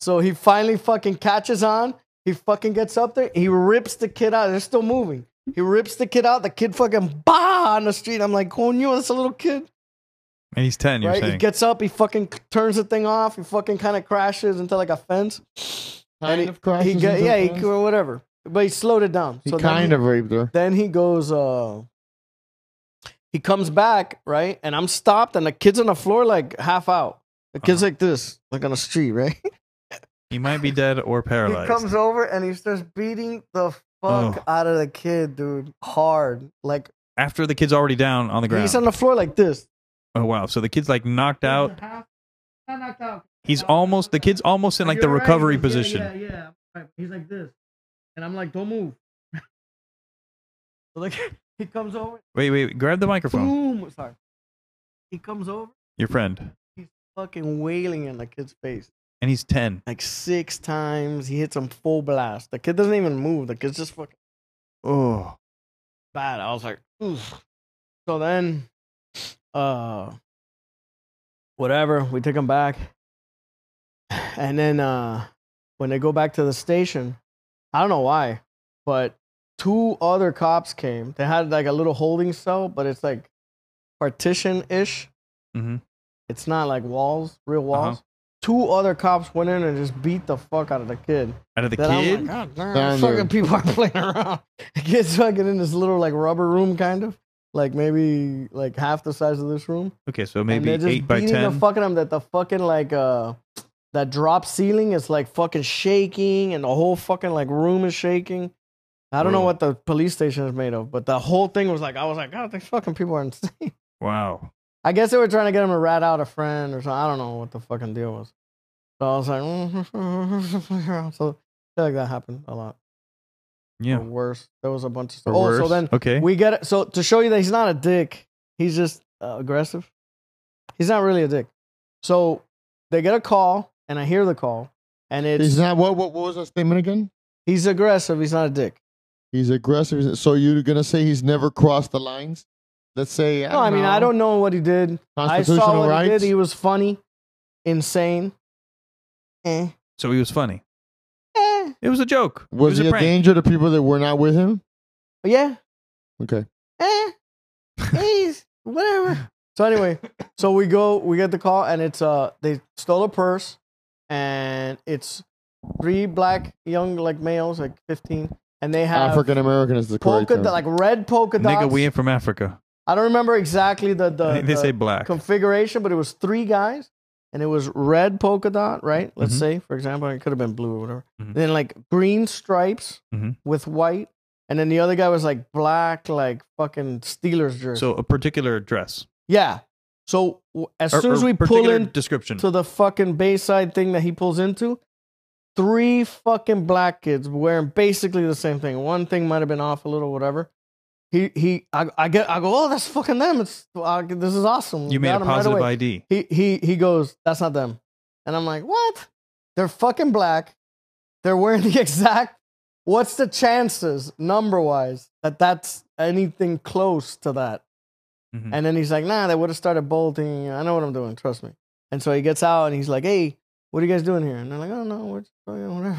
So he finally fucking catches on. He fucking gets up there. He rips the kid out. They're still moving. He rips the kid out. The kid fucking bah on the street. I'm like, coño, that's a little kid And he's 10, you're right? He saying. gets up, he fucking turns the thing off, he fucking kind of crashes into like a fence. Kind he, of crashes he get- into yeah, the he, fence? or whatever. but he slowed it down. He So then kind he- of raped her. Then he goes, uh, he comes back, right? And I'm stopped, and the kid's on the floor, like half out. The kid's like this, like on the street, right? Uh-huh. He might be dead or He paralyzed. comes over and he starts beating the fuck Oh. out of the kid, dude. Hard. Like After the kid's already down on the ground. He's on the floor like this. oh wow! So the kid's like knocked out. He's almost the kid's almost in like the You're right. recovery Yeah, position. Yeah, yeah. Right. He's like this, and I'm like, don't move. so like he comes over, Wait, wait, grab the microphone. boom. Sorry. He comes over, Your friend, fucking wailing in the kid's face and he's ten. like six times. He hits him full blast. The kid doesn't even move. The kid's just fucking Oh, bad. I was like, oof. So then, uh, whatever. We took him back, and then uh, when they go back to the station, I don't know why, but two other cops came. They had like a little holding cell, but it's like partition ish. Mhm. It's not like walls, real Uh-huh. walls. Two other cops went in and just beat the fuck out of the kid. out of the That I'm like, kid. God damn, Damn, fucking dude. people are playing around. It gets fucking in this little like rubber room, kind of like maybe like half the size of this room. okay, so and maybe they're just eight by beating ten. the fucking them that the fucking like uh that drop ceiling is like fucking shaking and the whole fucking like room is shaking. I don't know Whoa. what the police station is made of, but the whole thing was like I was like, God, these fucking people are insane. wow. I guess they were trying to get him to rat out a friend or something. I don't know what the fucking deal was. So I was like, so I feel like that happened a lot Yeah. Eh? or worse. There was a bunch of Or stuff. Oh, so worse. then okay. we get it. So to show you that he's not a dick, he's just uh, aggressive. He's not really a dick. So they get a call, and I hear the call, and it's He's he's, not. What, what? What was that statement again? aggressive. He's not a dick. He's aggressive. He's- So you're gonna say he's never crossed the lines? Let's say. I No, I mean know, I don't know what he did. I Constitutional saw what rights. he did. He was funny, insane. Eh. so he was funny. Eh. It was a joke. was it was he a a prank. danger to people that were not with him? But yeah. Okay. eh, please, whatever. So anyway, so we go, we get the call, and it's uh they stole a purse, and it's three black young like males, like fifteen, and Ah, they have African American is the correct polka term. dot, like red polka dots. Nigga, we ain't from Africa. I don't remember exactly the I the, think they the say black. configuration, but it was three guys, and it was red polka dot, right? Let's Mm-hmm. say, for example, it could have been blue or whatever. Mhm. Then like green stripes Mhm. with white. And then the other guy was like black, like fucking Steelers jersey. so a particular dress. Yeah. So w- as Or- soon as or we pull particular in description. to the fucking Bayside thing that he pulls into, three fucking black kids wearing basically the same thing. One thing might have been off a little, whatever. He he, I, I get, I go, oh, that's fucking them. It's I, this is awesome. you made Got a 'em right positive away." ID. He he he goes, that's not them. And I'm like, what? They're fucking black. They're wearing the exact. What's the chances, number wise, that that's anything close to that? Mhm. And then he's like, nah, they would have started bolting. I know what I'm doing. Trust me. And so he gets out and he's like, hey, what are you guys doing here? And they're like, oh, no, we're just fucking whatever.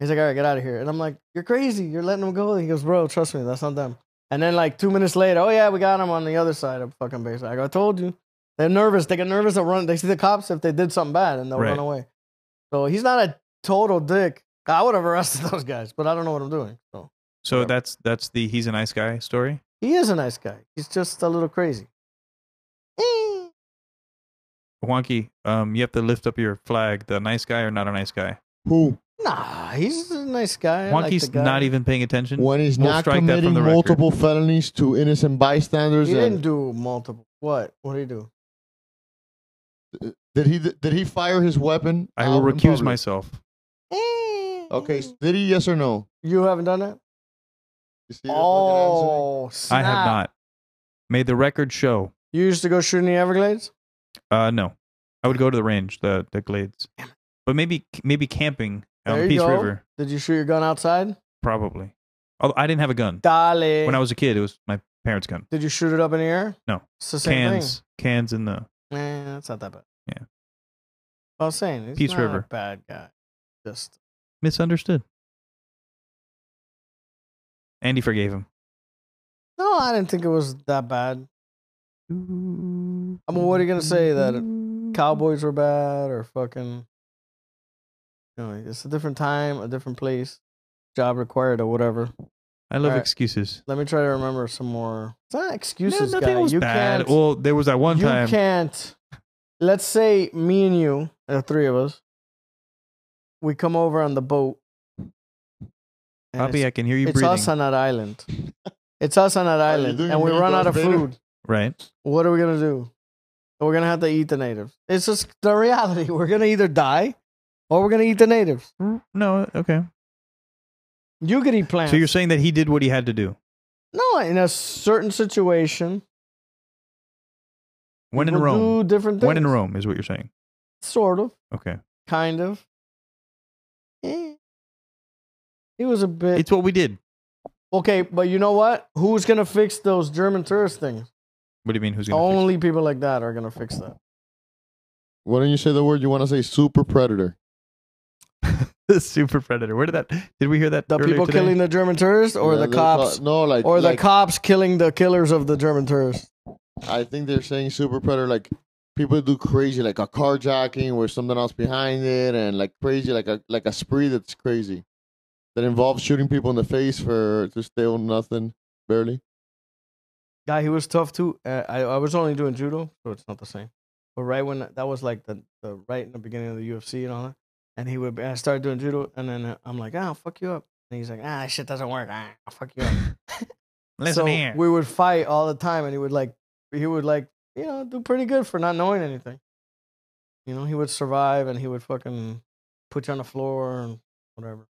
He's like, all right, get out of here. And I'm like, you're crazy. You're letting them go. And he goes, bro, trust me. That's not them. And then like two minutes later, oh, yeah, we got him on the other side of fucking base. I go, I told you. They're nervous. They get nervous. They run. They see the cops if they did something bad and they'll Right. run away. So he's not a total dick. I would have arrested those guys, but I don't know what I'm doing. So So that's that's the he's a nice guy story. he is a nice guy. He's just a little crazy. Eh. Wonky, um, you have to lift up your flag. The nice guy or not a nice guy. who Nah, he's a nice guy. I like the Wonky's guy. not even paying attention. when he's We'll not strike that from committing the record. multiple felonies to innocent bystanders. He didn't and, do multiple. What? What did he do? did he? Did he fire his weapon? I out will in recuse public? myself. Eh. Okay, s- did he? Yes or no? You haven't done that. You see that fucking answer? Oh, snap. I have not. May the record show. You used to go shooting the Everglades. Uh, no, I would go to the range, the the glades, but maybe maybe camping out There you in Peace go. River, Did you shoot your gun outside? probably. Although I didn't have a gun Dale. when I was a kid. It was my parents' gun. Did you shoot it up in the air? No. It's the same Cans, cans in the thing. Nah, that's not that bad. Yeah. I was saying, he's Peace not River. a bad guy. Just misunderstood. Andy forgave him. no, I didn't think it was that bad. I mean, what are you gonna say that cowboys were bad or fucking? You know, it's a different time, a different place. job required or whatever. I love All right. excuses. Let me try to remember some more. It's not excuses, No, guy. nothing was you bad. can't. Well, there was that one you time. can't. Let's say me and you, the three of us, we come over on the boat. and Papi, it's I can hear you it's breathing. us on that island. It's us on that island, doing and we Benito run out of Vader? food. Right. What are we gonna do? We're gonna have to eat the natives. It's just the reality. We're gonna either die, or we're gonna eat the natives. No, okay. You could eat plants. So you're saying that he did what he had to do. no, in a certain situation, When in we'll Rome. do different things. When in Rome is what you're saying. sort of. Okay. kind of. Eh. He was a bit It's what we did. okay, but you know what? Who's gonna fix those German tourist things? What do you mean? Who's going to Only people like that are gonna fix that. Why don't you say the word you want to say? Super predator. the super predator? Where did that? Did we hear that? The earlier people today? killing the German tourists, or Yeah, the they're cops, ca- no, like or like, the cops killing the killers of the German tourists. I think they're saying super predator like people do crazy like a carjacking where something else behind it and like crazy like a like a spree that's crazy that involves shooting people in the face for to steal nothing barely. Yeah, he was tough too. Uh, I I was only doing judo, so it's not the same. But right when that was like the, the right in the beginning of the UFC and all that, and he would I started doing judo, and then uh, I'm like, ah, I'll fuck you up, and he's like, ah, that shit doesn't work, ah, I'll fuck you up. Listen so here. we would fight all the time, and he would like he would like you know do pretty good for not knowing anything. You know, he would survive, and he would fucking put you on the floor and whatever,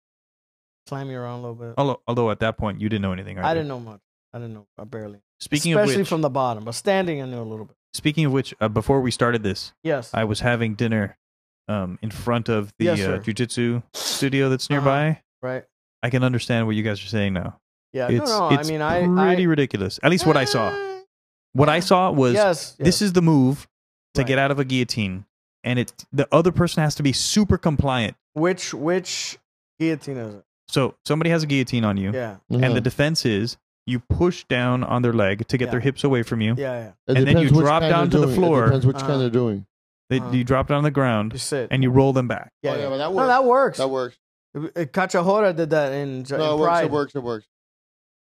slam you around a little bit. Although, although at that point you didn't know anything. I didn't know much. I didn't know. I barely. Speaking Especially of which, from the bottom, but standing, I knew a little bit. speaking of which, uh, before we started this, Yes. I was having dinner um, in front of the Yes, uh, sir. Uh-huh. jujitsu studio that's nearby. right. I can understand what you guys are saying now. Yeah. It's, no, no. it's I mean, I. pretty I, Eh. ridiculous. At least what I saw. What I saw was Yes. this is the move to Right. get out of a guillotine, and it the other person has to be super compliant. which which guillotine is it? So somebody has a guillotine on you, Yeah. and Uh-huh. the defense is you push down on their leg to get Yeah. their hips away from you. Yeah. Yeah. It and then depends you which drop kind down they're to the doing. floor. It depends which Uh-huh. kind they're doing. They, Uh-huh. you drop it on the ground You sit. and you roll them back. yeah, Oh, yeah, yeah. but that No, works. that works. That works. Uh, Cachahora did that in, J- No, in it works. Pride. It works. It works.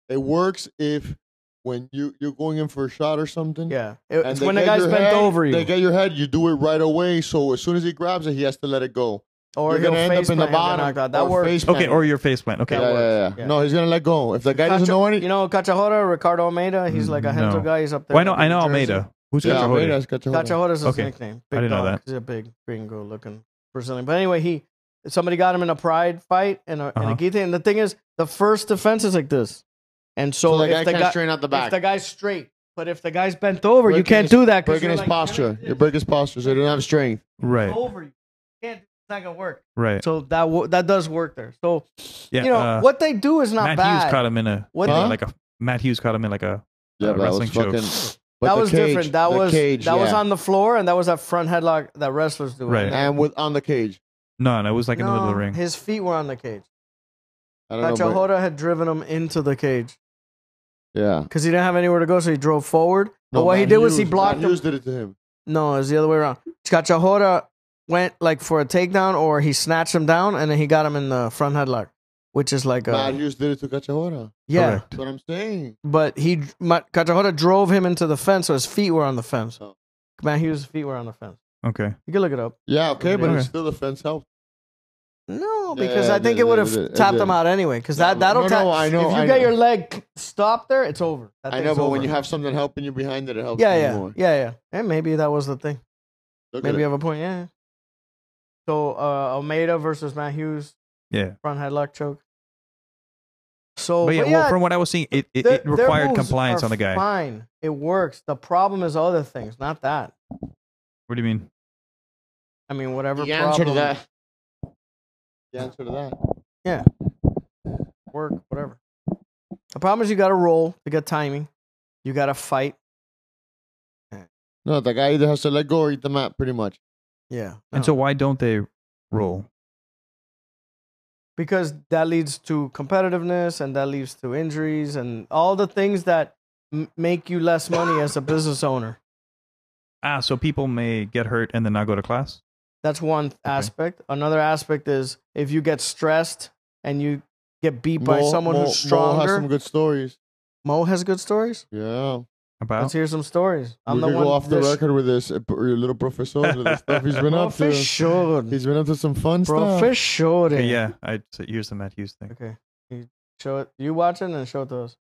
It works if when you you're going in for a shot or something. Yeah, It- and it's they when the get guy's your bent head- over you, They get your head. You do it right away. So as soon as he grabs it, he has to let it go. or you're he'll gonna end face up in plant him the and bottom. knock That, that or works. face Okay, plant. or your face plant. Okay. yeah, that yeah, works, yeah, yeah. No, he's gonna let go. If the guy doesn't Cacho- know any, You know, Cachahora, Ricardo Almeida. He's Mm, like a no. hentai guy. He's up there. Well, I know, in I know New Jersey. Almeida. Who's yeah, got Almeida Jorge? has Cacho- Cachahora's his Okay. I nickname. Big didn't know dog. that. He's a big gringo looking Brazilian. But anyway, he somebody got him in a pride fight and a, and Uh-huh. a guillotine. And the thing is, the first defense is like this. And so, So the if guy the can't guy- straighten out the if back. the guy's straight, but if the guy's bent over, you Breaking can't his- do that. 'cause breaking you're his like, posture. "Kinda You break his posture, so he doesn't have strength. Right. Over you. You Can't. It's not gonna work. Right. So that wo- that does work there. So Yeah. you know uh, what they do is not Matt bad. Hughes caught him in a What uh, they- like a Matt Hughes caught him in like a Yeah, Uh, but that wrestling was choke. fucking. but that the was cage- different. That the was cage, that was yeah. on the floor, and that was that front headlock that wrestlers do. Right. and with on the cage. no, no, it was like in the middle of the No, ring. His feet were on the cage. I don't know. but- Pachahora had driven him into the cage yeah. because he didn't have anywhere to go, so he drove forward. but No, what he Matt did was he Hughes- blocked Matt Hughes him. did it to him. No, it was the other way around. Cachahora went like for a takedown, or he snatched him down, and then he got him in the front headlock, which is like a Matt Hughes did it to Cachahora. yeah. Correct. That's what I'm saying. But he Ma- Cachahora drove him into the fence, so his feet were on the fence. Oh. Matt Hughes' feet were on the fence. Okay. You can look it up. Yeah, okay, but Okay. it's still the fence help. No, Yeah, because yeah, I it think did, it would it did, have it tapped did. him out anyway. Because that No, that'll no, tap. no, I know, If you I get know. your leg stopped there, it's over. That I thing's know, but over. when you have something helping you behind it, it helps yeah, you yeah, more. yeah, yeah, and maybe that was the thing. Look at Maybe you it. have a point. Yeah. So uh, Almeida versus Matt Hughes Yeah. front headlock choke. So, But yeah, well, from what I was seeing, it, it, their- it their required moves compliance are on the guy. Fine, it works. The problem is other things, not that. What do you mean? I mean, whatever the answer problem to that. The answer to that. work, whatever. The problem is you got to roll, you got timing, you got to fight. No, the guy either has to let go or eat the mat, pretty much. Yeah, And so why don't they roll? because that leads to competitiveness and that leads to injuries and all the things that m- make you less money as a business owner. Ah, so people may get hurt and then not go to class. That's one aspect. Another aspect is if you get stressed and you get beat by Mo- someone Mo- who's Mo has stronger. Mo some good stories. has good stories. Yeah, Let's About hear some stories. I'm we the could one go off the that's- record with this. uh, Your little professor, the stuff he's been Oh, up to. Professor. He's been up to some fun stuff. Professor. Okay, yeah, I so here's the Matt Hughes thing. Okay. You show it. You watch it and show it to us.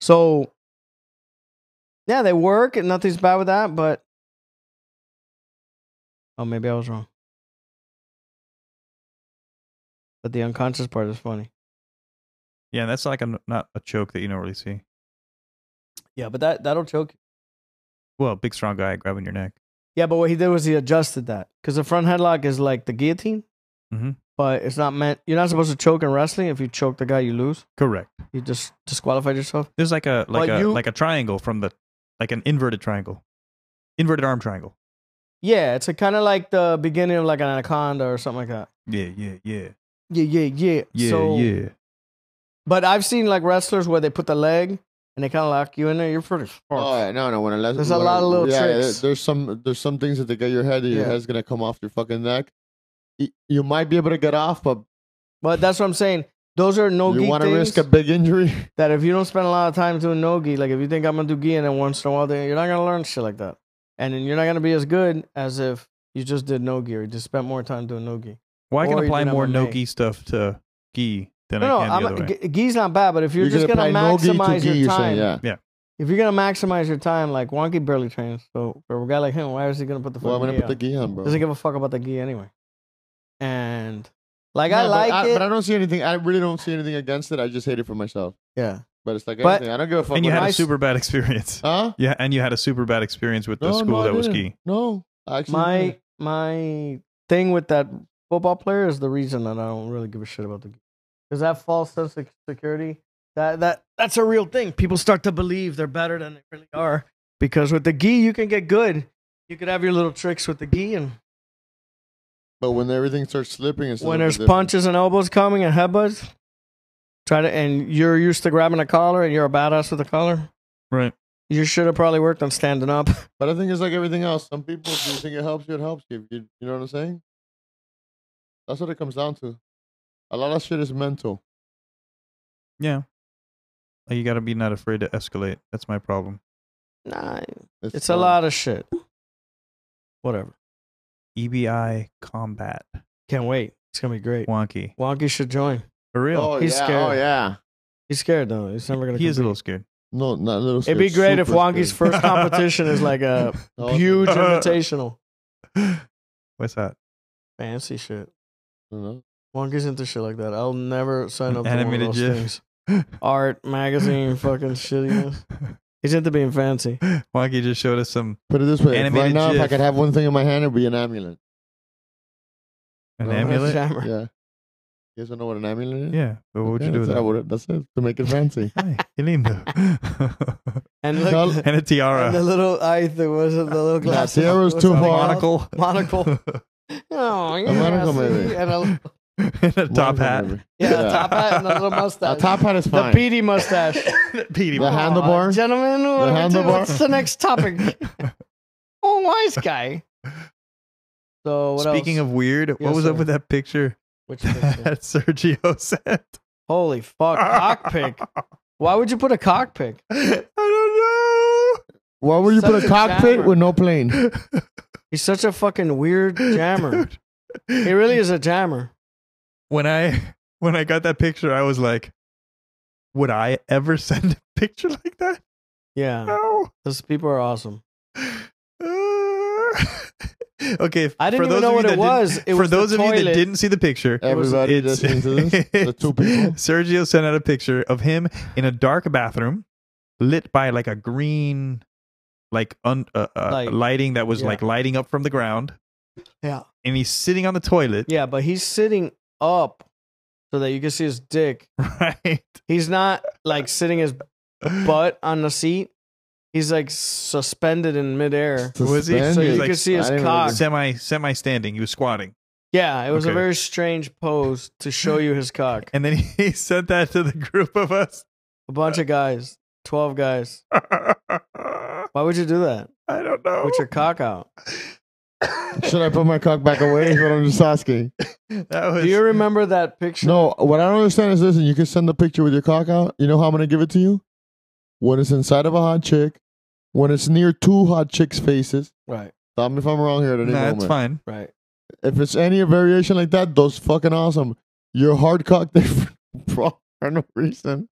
So, yeah, they work and nothing's bad with that, but. Oh, maybe I was wrong. But the unconscious part is funny. Yeah, that's like a n not a joke that you don't really see. Yeah, but that, that'll choke you. Well, big strong guy grabbing your neck. Yeah, but what he did was he adjusted that. Because the front headlock is like the guillotine. Mhm. But it's not meant. You're not supposed to choke in wrestling. If you choke the guy, you lose. Correct. You just disqualified yourself. There's like a like But a you- like a triangle from the like an inverted triangle, inverted arm triangle. Yeah, it's kind of like the beginning of like an anaconda or something like that. Yeah, yeah, yeah, Yeah, yeah, yeah. yeah, so, yeah. But I've seen like wrestlers where they put the leg and they kind of lock you in there. You're pretty. Oh yeah, no, no. When I left, There's a when I- lot of little yeah, yeah, tricks. there's some, there's some things that they get your head, your Yeah. head's gonna come off your fucking neck. Y- You might be able to get off, but But that's what I'm saying. Those are no you gi want to things risk a big injury. that if you don't spend a lot of time doing no gi, like if you think I'm gonna do gi and then once in a while, then you're not gonna learn shit like that, and then you're not gonna be as good as if you just did no gi or you just spent more time doing no gi. Well, I can Or you apply can have more a no leg. gi stuff to gi than no, I can the no, other I'm, way. gi- gi's not bad, but if you're, just gonna, apply no-gi maximize gi, your you're time, saying, yeah. if you're gonna maximize your time, like Wonky barely trains, so for a guy like him, why is he gonna put the Well, I'm fucking gi gonna put the on? gi on, bro. Doesn't give a fuck about the gi anyway. And like Yeah, I like but I, it. but I don't see anything. I really don't see anything against it. I just hate it for myself. yeah. But it's like But- anything. I don't give a fuck. and you what had I- a super bad experience. huh? Yeah, and you had a super bad experience with the No, school no, I that was didn't. gi. No, I actually, My didn't. my thing with that football player is the reason that I don't really give a shit about the gi. Because that false sense of security, that that that's a real thing. People start to believe they're better than they really are. Because with the gi, you can get good. You could have your little tricks with the gi, and But when everything starts slipping, it's a when little there's bit different. punches and elbows coming and headbutts, try to and you're used to grabbing a collar and you're a badass with a collar. Right. You should have probably worked on standing up. But I think it's like everything else. Some people, if you think it helps you, it helps you. If you, you know what I'm saying? That's what it comes down to. A lot of shit is mental. Yeah. Like, You got to be not afraid to escalate. That's my problem. Nah, it's, a fun. lot of shit. Whatever. EBI E combat Can't wait. It's gonna be great. wonky Wonky should join. for real. Oh, He's yeah. scared. Oh yeah. He's scared though. He's never gonna. he is a compete. little scared. um, No, not little. It'd be great if Wonky's first competition is like a huge dude. invitational. What's that? Fancy shit. Wonky's into shit like that. I'll never sign up for one Animated of GIF. those things. Art magazine, fucking shittiness. He's into being fancy. Wonky just showed us some Put it this way. if Right Animated now, if I GIF. could have one thing in my hand, it'd be an amulet. an No, amulet. Yeah. Jammer. Yeah. You guys don't know what an amulet is? but what would you Yeah, do with that's- I that? would- That's it. To make it fancy. Hey, qué lindo. And look, Tell- and a and the tiara, little eye thing was it the little glass. tiara was too a far. monocle, Monocle. Oh, yeah. monocle, see? maybe. And a, yeah, and a top hat. Whatever. a top hat and a little mustache. A top hat is the fine. Petey mustache. Petey, The handlebar. Gentlemen, what do The we do? handlebar. what's the next topic? oh, wise guy. So, what Speaking else? of weird, what Yes, was sir. up with that picture Which picture? that Sergio sent? Holy fuck. Cockpick. Why would you put a cockpick? I don't Why would you Such put a a cockpit jammer. with no plane? He's such a fucking weird jammer. know. He really is a jammer. when I when I got that picture, I was like, would I ever send a picture like that? Yeah. No. Those people are awesome. Uh, okay. I didn't for even those know of you what that it didn't- was. It for was the those of you that toilet. didn't see the picture, it was- Everybody it's- listening to this, the two people. Sergio sent out a picture of him in a dark bathroom, lit by like a green, like un, uh, uh, Light. lighting that was Yeah. like lighting up from the ground, Yeah. and he's sitting on the toilet. Yeah, but he's sitting up so that you can see his dick. Right. He's not like sitting his butt on the seat. He's like suspended in midair. Was he? Suspended. So you like- can see his I didn't cock. remember. Semi semi standing. He was squatting. Yeah, it was a Okay. very strange pose to show you his cock. And then he sent that to the group of us. A bunch of guys, 12 guys. I Why would you do that? don't know. With your cock out. Should I put my cock back away? Is what I'm just asking. That was Do you remember that picture? No, what I don't understand is listen, you can send the picture with your cock out. You know how I'm gonna give it to you? When it's inside of a hot chick, when it's near two hot chicks' faces. Right. Stop me if I'm wrong here at any Nah, moment. that's fine. Right. If it's any variation like that, those fucking awesome. Your hard cock there for, for no reason.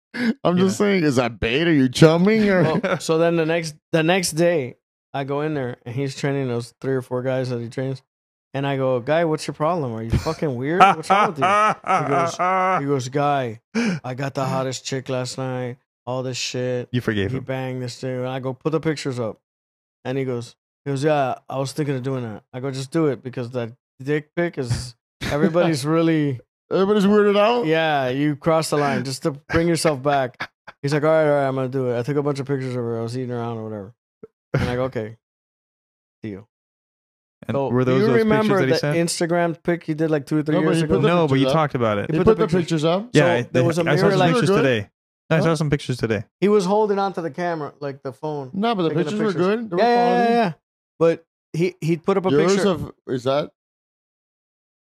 I'm just saying, is that bait? Are you chumming? Or Well, so then the next the next day, I go in there and he's training those three or four guys that he trains, and I go, "Guy, what's your problem? Are you fucking weird? What's wrong with you?" He goes, "Guy, I got the hottest chick last night. All this shit. you forgave He him. banged this dude." And I go, "Put the pictures up," and he goes, "He goes, yeah, I was thinking of doing that." I go, "Just do it because that dick pic is everybody's really." everybody's weirded out? Yeah, you crossed the line just to bring yourself back. He's like, all right, all right, I'm gonna do it. I took a bunch of pictures of her. I was eating around or whatever. And I go, okay, see you. And So, were those Oh, do you those remember pictures that the he Instagram pic he did like two or three No, but years he ago? put sent? the No, but you pictures up. talked about it. You put put, the the pictures- pictures, up? Yeah, So, I, there was a I saw mirror some like- pictures Good. today. No, I Huh? saw some pictures today. He was holding onto the camera, like the phone. No, but the Taking the pictures, pictures. were good. They Yeah, were yeah, yeah, quality. yeah. But he he put up a Yours picture. of is that?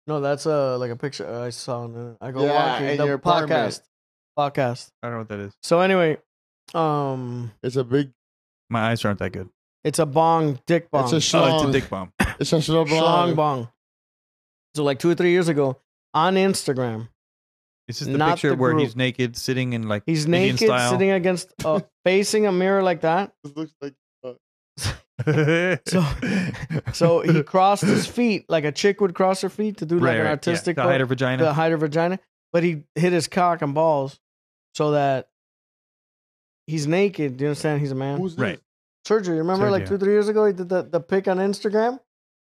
no, that's a like a picture I saw. On the, I go Yeah, walking in the your podcast, apartment. podcast. I don't know what that is. So anyway, um, It's a big. My eyes aren't that good. it's a bong, dick bong. It's a Oh, schlong. it's a dick bomb. It's a schlong. Schlong bong. So like two or three years ago on Instagram, It's just the Not picture the where group. he's naked, sitting in like he's Indian naked, style. sitting against, uh, facing a mirror like that. It looks like So, so he crossed his feet like a chick would cross her feet to do like right, an right, artistic yeah, to hide her pose, vagina. to hide her vagina. But he hit his cock and balls so that he's naked. Do you understand? He's a man. who's this? Right. Sergio, you remember like Sergio. two, three years ago, he did the, the pic on Instagram?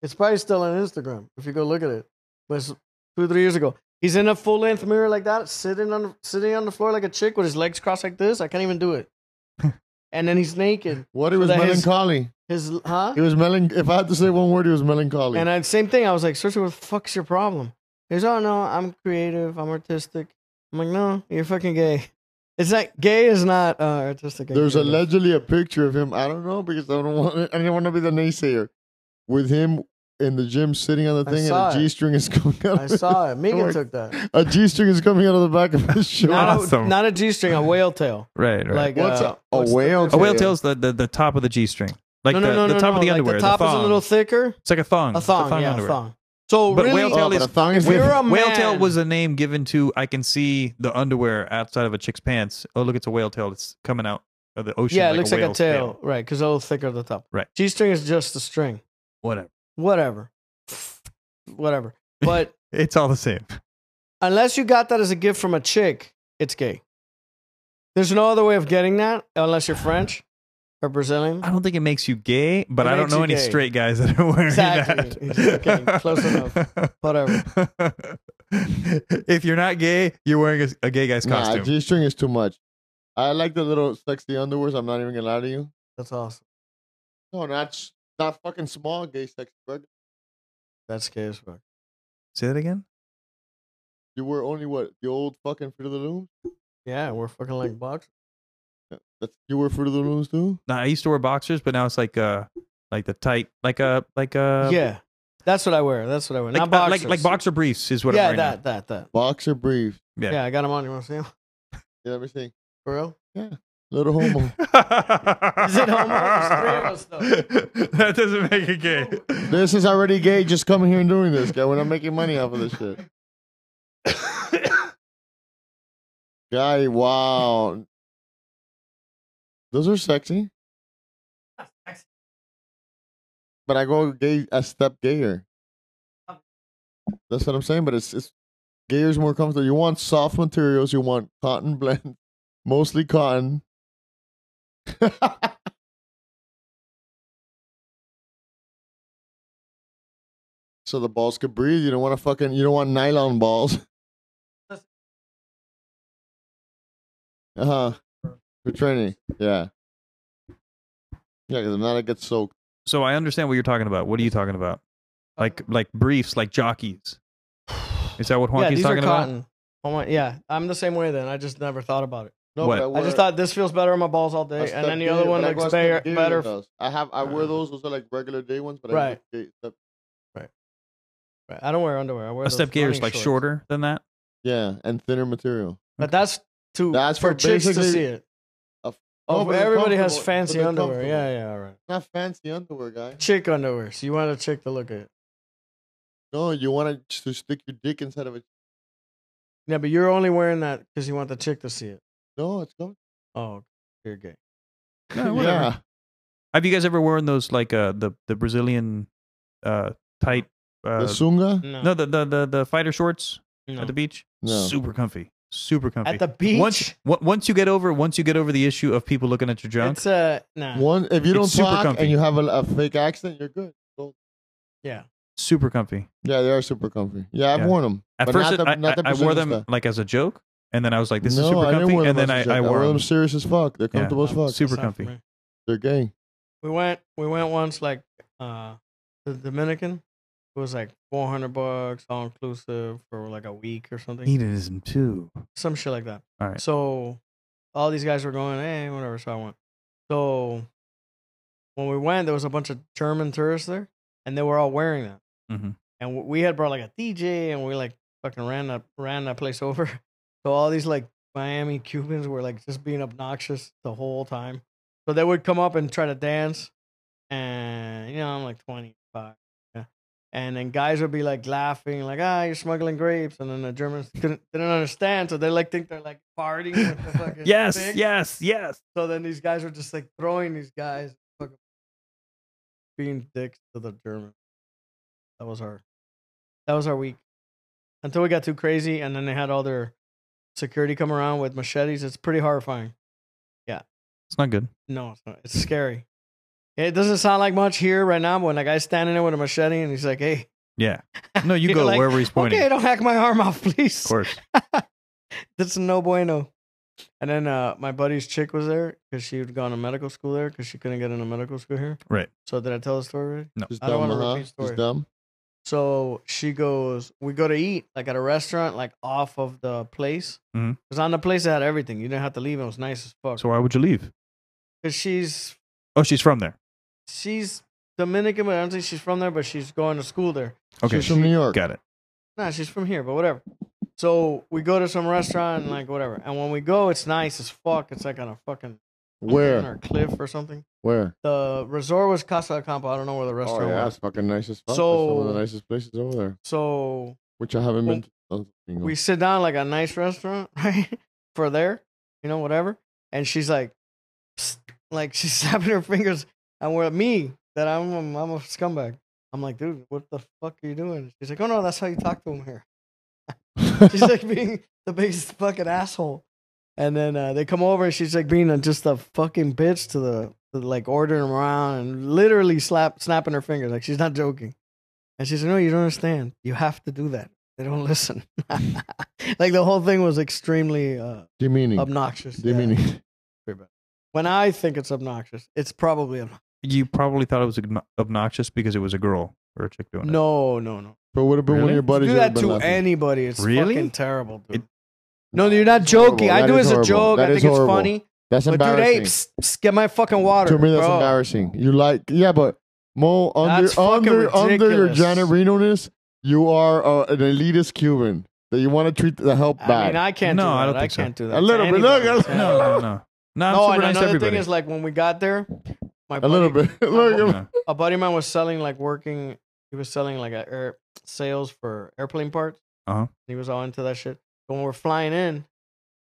It's probably still on Instagram if you go look at it. But it's two, three years ago. He's in a full length mirror like that, sitting on sitting on the floor like a chick with his legs crossed like this. I can't even do it. and then he's naked. What he So was that his- melancholy. His huh? He was melan. If I had to say one word, he was melancholy. And I, same thing. I was like, Sergio, what the fuck's your problem? He goes, Oh no, I'm creative, I'm artistic. I'm like, No, you're fucking gay. It's like gay is not uh, artistic. and There's creative. allegedly a picture of him. I don't know because I don't want. I don't want to be the naysayer. With him in the gym, sitting on I the thing, and saw a it. G-string is coming out. I of his- saw it. Megan Work. took that. A G-string is coming out of the back of his shirt. Not a, Awesome. not a G string, a whale tail. right, right. Like What's uh, a, a what's the- whale? a whale tail's the, the, the top of the G string. Like no, the, no, no, the no, top of the no, underwear. Like the top the is a thong. little thicker. It's like a thong. A It's the thong, yeah, underwear. a thong. So But really, whale tail Oh, but is- a thong is if you're a different. man, Whale tail was a name given to I can see the underwear outside of a chick's pants. Oh look, it's a whale tail. It's coming out of the ocean. yeah, it looks like a whale's tail, right? Because a little thicker at the top. Right. G string is just a string. Whatever. Whatever. Whatever. But It's all the same. unless you got that as a gift from a chick, it's gay. There's no other way of getting that unless you're French or Brazilian. I don't think it makes you gay, but It I don't makes know you any gay. straight guys that are wearing Exactly. that. Okay, close enough. Whatever. if you're not gay, you're wearing a, a gay guy's Nah, costume. G-string is too much. I like the little sexy underwears. I'm not even gonna lie to you. That's awesome. No, not s- not fucking small gay sex, bro. That's gay as fuck. Say that again. You were only what the old fucking Fruit of the Looms. Yeah, we're fucking like box. That's you were Fruit of the Looms too. Nah, I used to wear boxers, but now it's like uh like the tight like a like a yeah, that's what I wear. That's what I wear. Um, like, Not uh, boxers. like like boxer briefs is what yeah, I'm wearing. now. that, that, that. Boxer brief. Yeah. Yeah. I got him on. You want to see him? Yeah, let me see. For real? Little homo. Is it homo? There's three of that doesn't make it gay. this is already gay. Just coming here and doing this, guy. We're not making money off of this shit. guy, wow. Those are sexy. But I go gay a step gayer. That's what I'm saying. But it's it's gayer's more comfortable. You want soft materials. You want cotton blend, mostly cotton. so the balls could breathe. You don't want to fucking. You don't want nylon balls. Uh huh. For training, yeah, yeah. Because if not, I get soaked. So I understand what you're talking about. What are you talking about? Uh, Like like briefs, like jockeys. Is that what yeah, Honky's these are talking about? cotton. Oh my, yeah, I'm the same way then. I just never thought about it. No, What? but I just thought this feels better on my balls all day, and then the other one looks better. better. I have. I wear those. Those are like regular day ones, but Right. I, use gay- the- I don't wear underwear. I wear a step those gator running is like shorts. shorter than that. Yeah, and thinner material. But that's too That's for for chicks to basically- see it. Oh, Oh, but but they're everybody has comfortable- but fancy they're underwear. comfortable. Yeah, yeah, all right. Not fancy underwear, guy. Chick underwear. So you want a chick to look at it. No, you want to to stick your dick inside of it. Yeah, but you're only wearing that because you want the chick to see it. No, it's coming. Oh, you're gay. No, whatever. yeah. Have you guys ever worn those like uh the the Brazilian uh tight uh the sunga? No. no the, the the the fighter shorts no. at the beach? No. Super comfy. Super comfy. At the beach? Once on- once you get over once you get over the issue of people looking at your junk. It's a nah. One, if you It's don't super talk comfy. and you have a, a fake accent, you're good. Go. Yeah. super comfy. Yeah, they are super comfy. Yeah, I've Yeah. worn them. At But first not it- the- I, not the I- I wore Brazilian them stuff. like as a joke and then I was like this no, is super I didn't comfy wear them and then as a I, joke. I wore them them. serious as fuck. They're Yeah. comfortable as fuck. Super Aside from comfy. it. They're gay. We went we went once like uh the Dominican. It was like four hundred bucks all inclusive for like a week or something. Hedonism too. some shit like that. All right. So all these guys were going, hey, whatever. So I went. So when we went, there was a bunch of German tourists there, and they were all wearing that. Mhm. And w- we had brought like a DJ, and we like fucking ran that ran that place over. So all these like Miami Cubans were like just being obnoxious the whole time. So they would come up and try to dance, and you know I'm like 25. yeah. And then guys would be like laughing, like ah, you're smuggling grapes, and then the Germans couldn't, they didn't understand, so they like think they're like partying. With the fucking Yes, pigs. yes, yes. So then these guys were just like throwing these guys, fucking being dicks to the German. That was our, that was our week, until we got too crazy, and then they had all their security come around with machetes. It's pretty horrifying. It's not good. No, it's not. It's scary. It doesn't sound like much here right now, but when a guy's standing there with a machete and he's like, "Hey, Yeah. No, you You're go like, wherever he's pointing. okay, don't hack my arm off, please." Of course. That's no bueno. And then uh, my buddy's chick was there because she had gone to medical school there because she couldn't get into medical school here. Right. So did I tell the story already? Just I don't dumb, wanna huh? repeat story. Just dumb. So she goes, we go to eat like at a restaurant, like off of the place. Mhm. Because on the place it had everything. You didn't have to leave. It was nice as fuck. So why would you leave? Because she's Oh, she's from there. she's Dominican, but I don't think she's from there. But she's going to school there. Okay. She's from New York. Got it. Nah, she's from here, but whatever. So we go to some restaurant, and like whatever. And when we go, it's nice as fuck. It's like on a fucking mountain or Where? cliff or something. Where? The resort was Casa de Campo. I don't know where the Oh, restaurant yeah, was. it's fucking nice as fuck. It's one of So- the nicest places over there, So which I haven't been. To. Oh, bingo. we sit down like a nice restaurant, right? For there, you know, whatever. And she's like, psst, like she's snapping her fingers, and we're me that I'm a, I'm a scumbag. I'm like, dude, what the fuck are you doing? She's like, oh no, that's how you talk to him here. she's like being the biggest fucking asshole. And then uh, they come over and she's like being a, just a fucking bitch to the, to like ordering them around and literally slap snapping her fingers. Like she's not joking. And she's like, no, you don't understand. You have to do that. They don't listen. like the whole thing was extremely uh, demeaning. obnoxious. Yeah. demeaning. When I think it's obnoxious, it's probably obnoxious. You probably thought it was obno- obnoxious because it was a girl or a chick doing it. No, no, no. But what about Really? when your Do buddies that been to laughing? anybody. It's Really? fucking terrible, dude. It- no, you're not It's horrible. joking. I That do it is as a horrible. joke. That I is think it's horrible. funny. That's But dude, hey, embarrassing. psst, psst, get my fucking water. to me, that's bro. embarrassing. You like, yeah, but Mo, under That's fucking under under your ridiculous. Janet Reno-ness, you are uh, an elitist Cuban that you want to treat the help I back. mean, I can't. No, do that. I don't I think so. can't do that. A little to bit. Look, anybody. a No, no, no. No, I'm No, super nice and to another everybody. thing is like when we got there, my a little buddy- bit. Look, Yeah. a buddy of mine was selling like working. He was selling like a air sales for airplane parts. Uh-huh. He was all into that shit. But when we're flying in,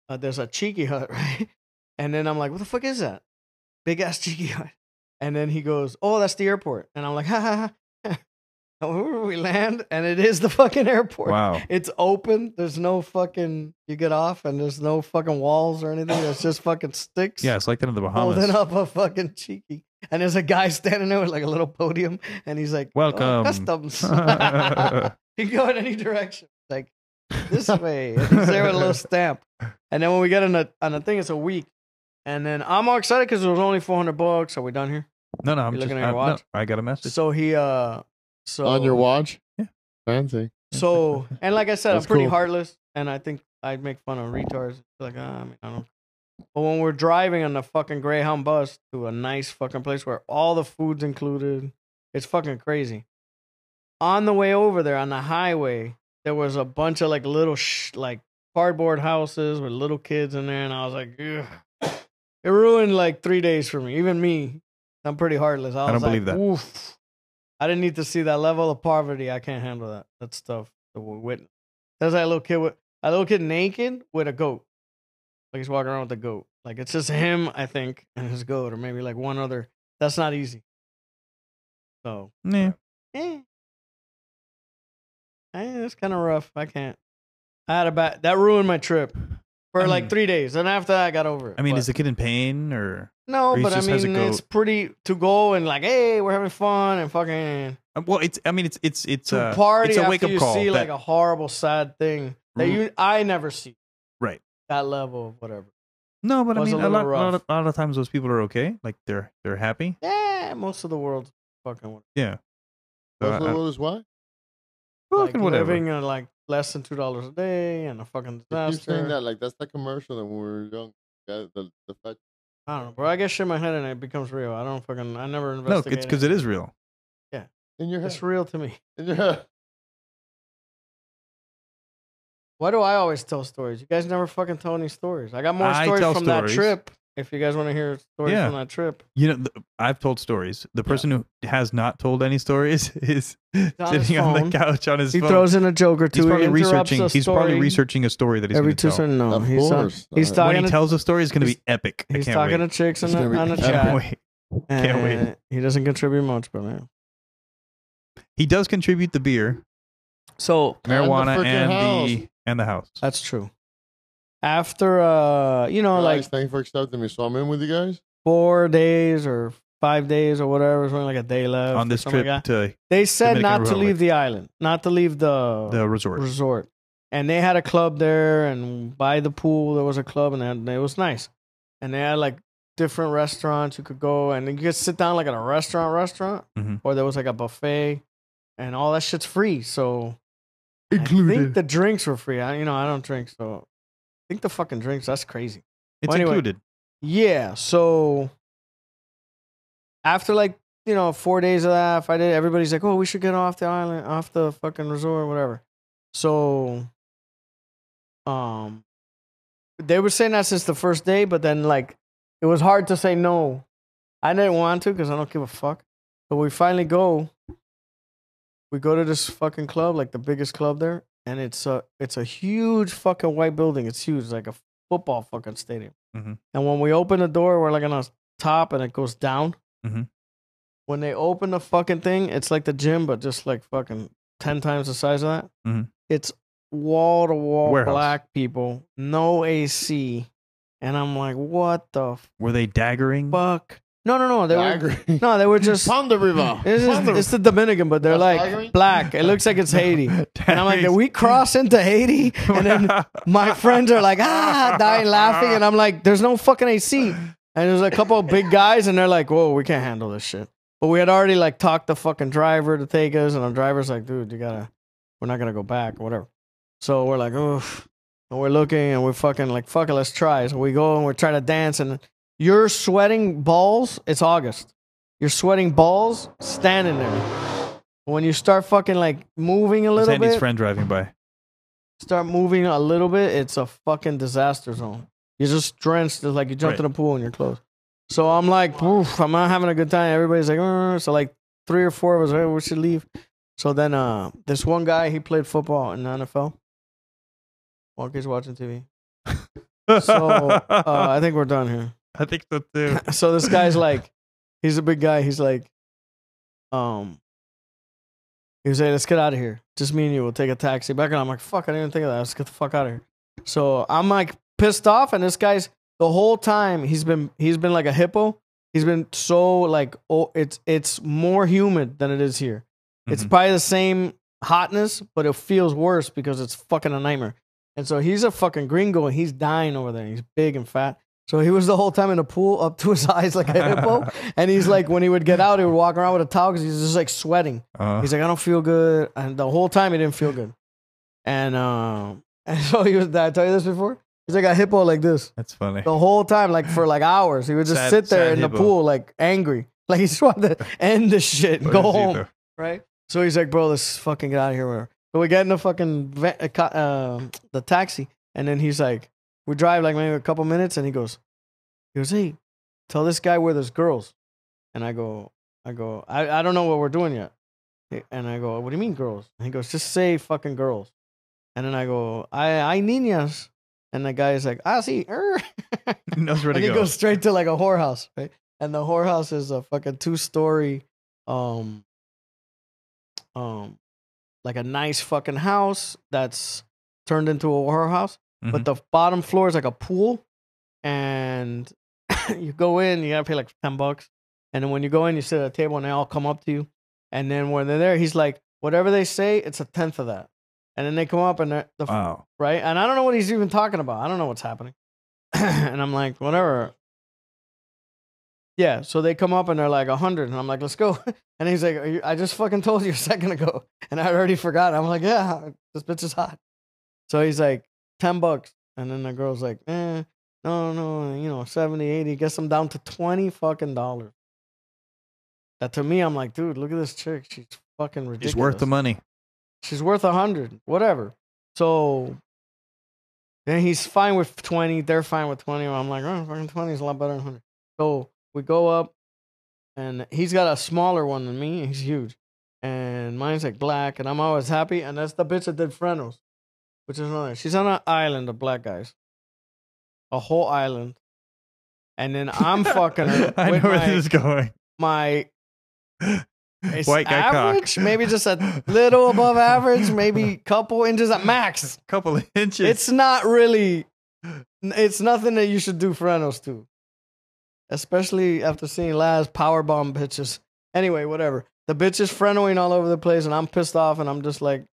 uh, there's a cheeky hut, right? And then I'm like, what the fuck is that? Big ass cheeky hut. And then he goes, oh, that's the airport. And I'm like, ha ha ha. And we land, and it is the fucking airport. Wow. It's open. There's no fucking. You get off, and there's no fucking walls or anything. It's just fucking sticks. Yeah, it's like that in the holding Bahamas. up a fucking cheeky. And there's a guy standing there with like a little podium, and he's like, "Oh, Welcome." customs." you can go in any direction, like this way. And he's there with a little stamp. And then when we get on the on the thing, it's a week. And then I'm all excited because it was only 400 bucks. Are we done here? No, no, I'm You're just, looking I, at your no, watch? I got a message. So he, uh, so on your watch. Yeah. Fancy. So, and like I said, That's I'm pretty cool. heartless, and I think I'd make fun of retards. Like, ah, I mean, I don't. But when we're driving on the fucking Greyhound bus to a nice fucking place where all the food's included, it's fucking crazy. on the way over there on the highway, there was a bunch of like little sh- like cardboard houses with little kids in there, and I was like, Ugh. it ruined like three days for me. Even me, I'm pretty heartless. I, I was don't believe like, that. Oof. I didn't need to see that level of poverty. I can't handle that. That stuff. that we witness. There's that little kid with a little kid naked with a goat. Like he's walking around with a goat. Like it's just him, I think, and his goat, or maybe like one other. That's not easy. So Nah. Eh. Eh, it's kind of rough. I can't. I had a bad. That ruined my trip for I like mean- three days, and after that, I got over it. Mm. I mean, But- is the kid in pain or? or no, he but I just has a mean, it's goat? pretty to go and like, hey, we're having fun and fucking Uh, Well, it's. I mean, it's it's it's to uh, party It's a after wake up you call. see that- like a horrible, sad thing that Mm. you I never see. Right. That level of whatever. no, but I was a mean, a, lot, little a lot rough. of, a lot of times those people are okay. Like they're they're happy. Yeah, most of the world's fucking whatever. So I- Most of I- the world is what? Like, fucking whatever. living on like less than two dollars a day and a fucking You keep saying disaster. that like that's that commercial that when we were young. Yeah, the, the fact I don't know, bro. I get shit in my head and it becomes real. I don't fucking. I never No, investigate. it's because it is real. in your Mm-hmm. head. It's real to me. In your head. Why do I always tell stories? You guys never fucking tell any stories. I got more I stories tell from that stories. trip. If you guys want to hear stories Yeah. from that trip, You know, th- I've told stories. The person who has not told any stories is on his sitting on phone. the couch on his he phone. throws in a joke or two. he's probably he interrupts researching. a He's probably story researching a story that he's every going to two tell. seconds. No, Of he's, on, course. he's When When talking. he to- tells a story, it's going to be he's- epic. I he's can't talking wait. to chicks in It's the, gonna be on the I can't chat. wait. Can't wait. and He doesn't contribute much, but man. He does contribute the beer, So marijuana, frickin' and the and the house. that's true. After uh, you know, Guys, like thank you for accepting me. So I'm in with you guys. four days or five days or whatever. It's only like a day left on or this something trip like that. to They said Dominican not to Republic. leave the island, not to leave the the resort. resort. And they had a club there, and by the pool there was a club, and, that- it was nice. And they had like different restaurants you could go, and you could sit down like at a restaurant, restaurant, Mhm. or there was like a buffet, and all that shit's free. So I think Included. the drinks were free. I, you know, I don't drink, so I think the fucking drinks. That's crazy. It's Well, anyway. included. Yeah. So after like, you know, four days of that, I did, everybody's like, oh, we should get off the island, off the fucking resort, whatever. So, um, they were saying that since the first day, but then like, it was hard to say no. I didn't want to because I don't give a fuck. But we finally go. We go to this fucking club, like the biggest club there, and it's a it's a huge fucking white building. It's huge, like a football fucking stadium. Mm-hmm. And when we open the door, we're like on the top and it goes down. Mhm. When they open the fucking thing, it's like the gym, but just like fucking 10 times the size of that. Mhm. It's wall to wall Warehouse. black people, no AC. And I'm like, what the Were they daggering? fuck? No, no, no. They I were, agree. no, they were just. From the river. It's, just- it's the Dominican, but they're That's like staggering? black. It looks like it's Haiti. And I'm like, did we cross into Haiti? And then my friends are like, ah, dying laughing. And I'm like, there's no fucking AC. And there's a couple of big guys, and they're like, whoa, we can't handle this shit. But we had already like talked the fucking driver to take us, and our driver's like, dude, you gotta, we're not gonna go back or whatever. So we're like, oof. And we're looking and we're fucking like, fuck it, let's try. So we go and we're trying to dance, and you're sweating balls. It's August. You're sweating balls standing there. When you start fucking like moving a It's little Andy's bit, friend driving by. start moving a little bit, it's a fucking disaster zone. You're just drenched. It's like you jumped Right. in a pool and you're clothes. So I'm like, Oof, I'm not having a good time. Everybody's like, "Uh," so like three or four of us, hey, we should leave. So then uh, this one guy, he played football in the NFL. Walker's watching TV. So uh, I think we're done here I think so too. so this guy's like, he's a big guy. He's like, um, he was like, let's get out of here. Just me and you. We'll take a taxi back. And I'm like, fuck, I didn't even think of that. Let's get the fuck out of here. So I'm like pissed off, and this guy's the whole time he's been he's been like a hippo. He's been so like oh, it's it's more humid than it is here. It's Mhm. probably the same hotness, but it feels worse because it's fucking a nightmare. And so he's a fucking gringo, and he's dying over there. He's big and fat. So he was the whole time in the pool up to his eyes like a hippo. and he's like, when he would get out, he would walk around with a towel because he's just like sweating. Uh, He's like, I don't feel good. And the whole time he didn't feel good. And um, and so he was, did I tell you this before? He's like a hippo like this that's funny. the whole time, like for like hours. He would just Sad- sit there sad in the hippo. pool, like angry. Like he just wanted to end the shit and What go is he, home. though? Right. So he's like, bro, let's fucking get out of here. Whatever. So we get in the fucking va- uh, ca- uh, the taxi, and then he's like, we drive like maybe a couple minutes, and he goes, he goes, hey, tell this guy where there's girls, and I go, I go, I, I don't know what we're doing yet, and I go, what do you mean girls? And he goes, just say fucking girls, and then I go, I I niñas, and the guy is like, ah, see, er. He knows where to and he go. goes straight to like a whorehouse, right? And the whorehouse is a fucking two story, um, um, like a nice fucking house that's turned into a whorehouse. But Mhm. the bottom floor is like a pool, and you go in, you gotta pay like ten bucks, and then when you go in, you sit at a table, and they all come up to you, and then when they're there, he's like, whatever they say, it's a tenth of that, and then they come up and they're- the wow. right? And I don't know what he's even talking about. I don't know what's happening. and I'm like, whatever. Yeah, so they come up and they're like 100. And I'm like, let's go. And he's like, Are you, I just fucking told you a second ago. And I already forgot. I'm like, yeah, this bitch is hot. So he's like, 10 bucks. And then the girl's like, eh, no, no, you know, 70, 80. Gets them down to 20 fucking dollars. That to me, I'm like, dude, look at this chick. She's fucking ridiculous. He's worth the money. She's worth a hundred, whatever. So then he's fine with twenty. They're fine with twenty. I'm like, oh, fucking twenty is a lot better than hundred. So we go up, and he's got a smaller one than me. and He's huge, and mine's like black, and I'm always happy. And that's the bitch that did Frenos, which is another. She's on an island of black guys, a whole island, and then I'm fucking her. I know with where my- this is going. my it's White guy cock. average, maybe just a little above average, maybe couple inches at max. couple of inches. It's not really, it's nothing that you should do for Reynolds too, especially after seeing last powerbomb bitches. Anyway, whatever. The bitch is frenoing all over the place, and I'm pissed off, and I'm just like,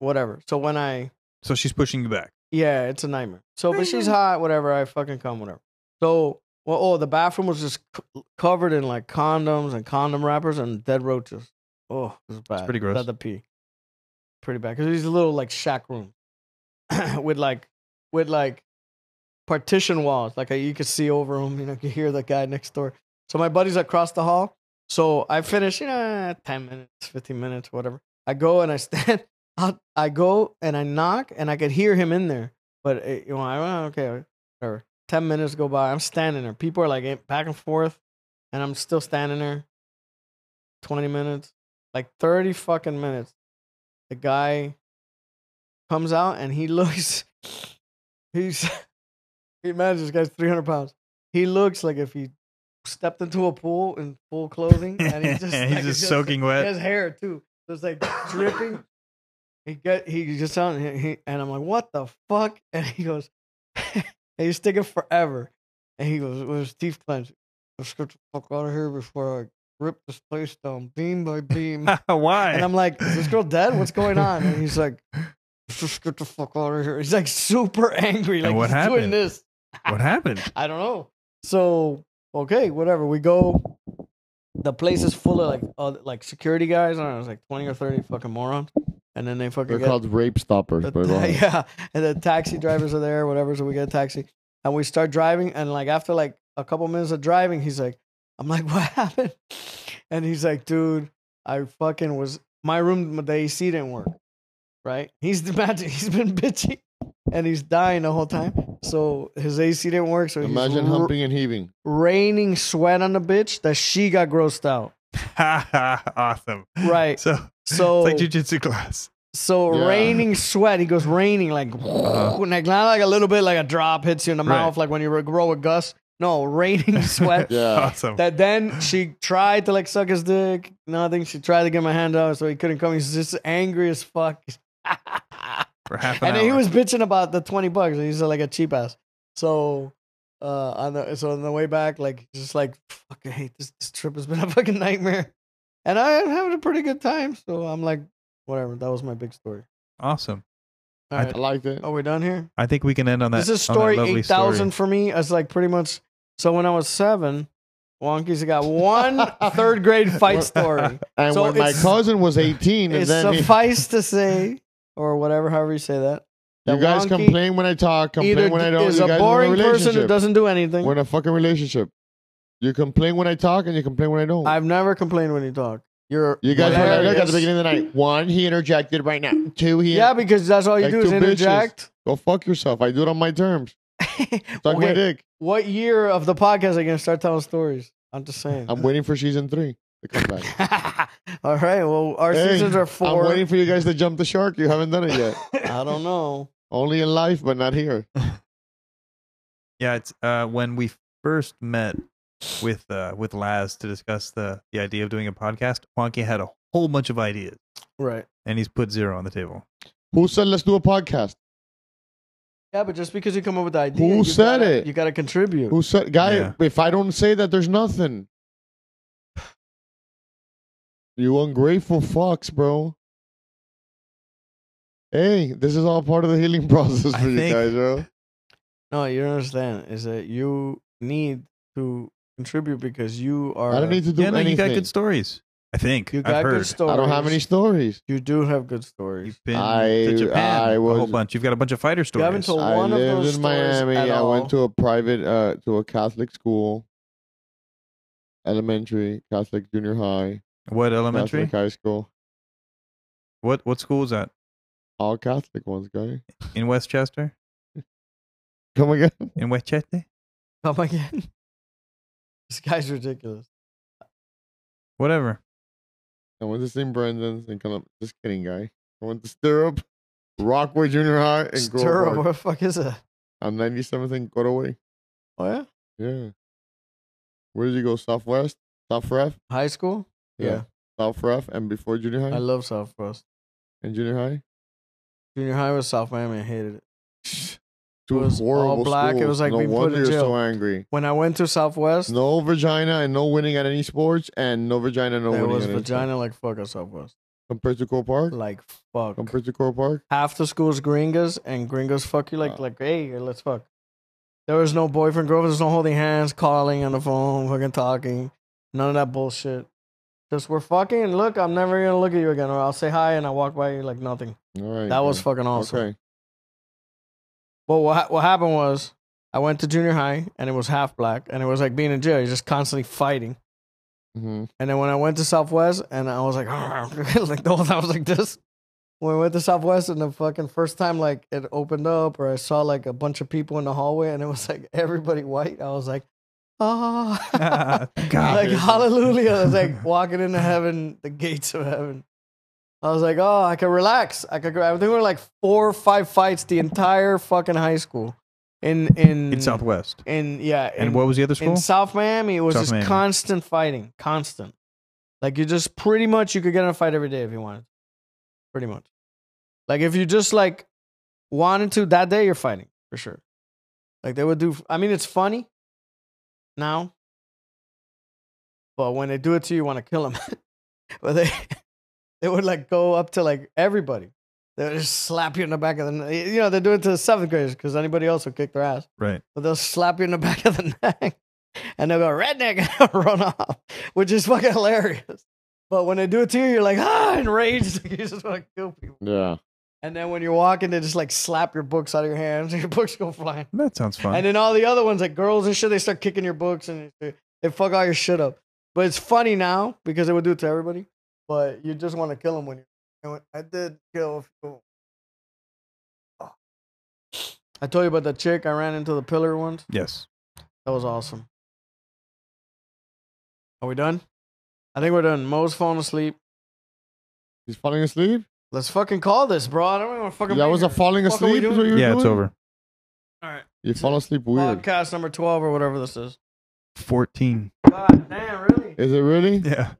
whatever. So when I so she's pushing you back. yeah, it's a nightmare. So, but she's hot, whatever. I fucking come, whatever. So, well, oh, the bathroom was just c- covered in like condoms and condom wrappers and dead roaches. Oh, it was bad. pretty gross. Had to pee. Pretty bad because it's a little like shack room with like with like partition walls. Like uh, you could see over them. You know, you could hear the guy next door. So my buddy's across the hall. So I finish, you know, eh, ten minutes, fifteen minutes, whatever. I go and I stand. I, I go and I knock, and I could hear him in there. But it, you know, I oh, okay, whatever. Ten minutes go by. I'm standing there. People are like eh, back and forth, and I'm still standing there. Twenty minutes, like thirty fucking minutes. The guy comes out and he looks. He's he imagines this guy's three hundred pounds. He looks like if he stepped into a pool in full clothing, and he's just He's like, just soaking wet. His hair too, so it's like dripping. He get he just on he, he- and I'm like, what the fuck? And he goes, and he's sticking forever. And he goes with his teeth clenched. Let's get the fuck out of here before I rip this place down beam by beam. Why? and I'm like, is this girl dead? What's going on? And he's like, let's just get the fuck out of here. He's like super angry. Like And what he's doing happened? this. what happened? I don't know. So okay, whatever. We go. The place is full of like uh, like security guys. I don't know, it's like twenty or thirty fucking morons. And then they fucking They're get called rape stoppers, the but go ta- ahead. yeah, and the taxi drivers are there, whatever. So we get a taxi, and we start driving. And like after like a couple minutes of driving, he's like, "I'm like, what happened?" And he's like, "Dude, I fucking was my room. The AC didn't work. Right? He's the magic. He's been bitchy, and he's dying the whole time. So his AC didn't work. So Imagine he's r- humping and heaving. raining sweat on the bitch that she got grossed out. awesome. Right. So, So it's like jujitsu class. So Yeah. raining sweat. He goes raining like, like not like a little bit like a drop hits you in the Uh-huh. Right. mouth like when you re- grow a gust. No, raining sweat. Yeah. Awesome. That then she tried to like suck his dick. Nothing. She tried to get my hand out, so he couldn't come. He's just angry as fuck. For half an and then he hour. was bitching about the twenty bucks. He's uh, like a cheap ass. So uh, on the so on the way back, like just like fuck, I hate this. This trip has been a fucking nightmare. And I'm having a pretty good time, so I'm like, whatever. That was my big story. awesome. All I right. I liked it. Are we done here? I think we can end on that. this is on that story lovely eight thousand for me. It's like pretty much. So when I was seven, Wonky's got one third grade fight story. And So when my it's- cousin was 18, and It then he, suffice to say, or whatever, however you say that. you that guys Wonky complain when I talk, either complain when I don't. is you a guys boring are in a person who relationship. doesn't do anything. We're in a fucking relationship. You complain when I talk, and you complain when I don't. I've never complained when you talk. You're You guys went at hilarious. Eric at the beginning of the night. One, he interjected right now. Two, he Yeah, because that's all you Like do two is bitches. interject. go fuck yourself. I do it on my terms. Suck my Okay. dick. What year of the podcast are you gonna start telling stories? I'm just saying. I'm waiting for season three to come back. all right. Well, our Hey, seasons are I'm four. waiting for you guys to jump the shark. You haven't done it yet. I don't know. Only in life, but not here. Yeah, it's uh, when we first met with uh, with Laz to discuss the the idea of doing a podcast. Wonky had a whole bunch of ideas, Right. and he's put zero on the table. Who said let's do a podcast? Yeah, but just because you come up with the idea, Who you said gotta- it? You got to contribute. Who said, guy? Yeah. If I don't say that, there's nothing. You ungrateful fucks, bro. Hey, this is all part of the healing process I for you think- guys, bro. No, you don't understand. Is that you need to contribute because you are. I don't need to do yeah, no, you got anything. good stories. I think You I've got heard. good stories. I don't have any stories. You do have good stories. You've been I- to Japan I a whole was- bunch. You've got a bunch of fighter stories. haven't told- I one of lived those in stories Miami. at I all. went to a private, uh, to a Catholic school, elementary, Catholic junior high, what elementary? Catholic high school, What what school is that all Catholic ones, guy. in Westchester? Come again? In Westchester? Come again. This guy's ridiculous. Whatever. I went to St. Brendan's and Columbus. Just kidding, guy. I went to Stirrup, Rockaway Junior High, and Stirrup, Grove what the fuck is that? I'm 97th and Grove. Oh yeah, Yeah. Where did you go? Southwest? South Ref? high school. Yeah. South Ref and before junior high? I love South Frost. and junior high? Junior high was South Miami. I hated it. Two was all horrible black. It schools. was like no being put wonder in you're jail. so angry. When I went to Southwest, No vagina and no winning at any sports and no vagina, no there winning was at any vagina like fuck at Southwest. sport. Compared to Core Park? Like fuck. Compared to Core Park? half the school's gringas and gringos fuck you like Wow. like hey let's fuck there was no boyfriend girlfriend there's no holding hands calling on the phone fucking talking none of that bullshit just we're fucking and look i'm never gonna look at you again or i'll say hi and i walk by you like nothing All right. that was guy. fucking awesome Okay. but what, ha- what happened was i went to junior high and it was half black and it was like being in jail you're just constantly fighting hmm and then when I went to Southwest, and I was like, like the whole time I was like this. When I went to Southwest, and the fucking first time like it opened up, or I saw like a bunch of people in the hallway, and it was like everybody white. I was like, oh, God. like hallelujah! I was like walking into heaven, the gates of heaven. I was like, oh, I could relax. I could. go- I think we were like four or five fights the entire fucking high school, in in In Southwest. in yeah, And in- what was the other school? in South Miami, it was South just Miami. constant fighting, constant. Like you just pretty much you could get in a fight every day if you wanted, pretty much. Like if you just like wanted to that day, you're fighting for sure. Like they would do. I mean, it's funny now, but when they do it to you, you want to kill them. but they they would like go up to like everybody. They would just slap you in the back of the. kn- You know they do it to the seventh graders because anybody else would kick their ass right. but they'll slap you in the back of the neck and they'll go redneck and run off, which is fucking hilarious. But when they do it to you, you're like ah enraged, you just want to kill people. Yeah. And then when you're walking, they just like slap your books out of your hands, and your books go flying. That sounds fun. And then all the other ones, like girls and shit, they start kicking your books and they, they fuck all your shit up. But it's funny now because they would do it to everybody. But you just want to kill them when you. and when- I did kill. A few. Oh. I told you about that chick I ran into the pillar once. yes. That was awesome. Are we done? I think we're done. Mo's falling asleep. He's falling asleep? Let's fucking call this, bro. I don't even want to fucking. That be was a here. falling Fuck are we asleep? is what doing? you were Yeah, it's doing? over. All right. You fall asleep weird. Podcast number twelve or whatever this is. 14. God damn, really? Is it really? Yeah.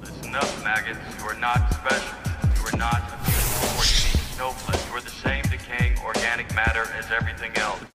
Listen up, maggots. You are not special. You are not a beautiful or unique snowflake. You are the same decaying organic matter as everything else.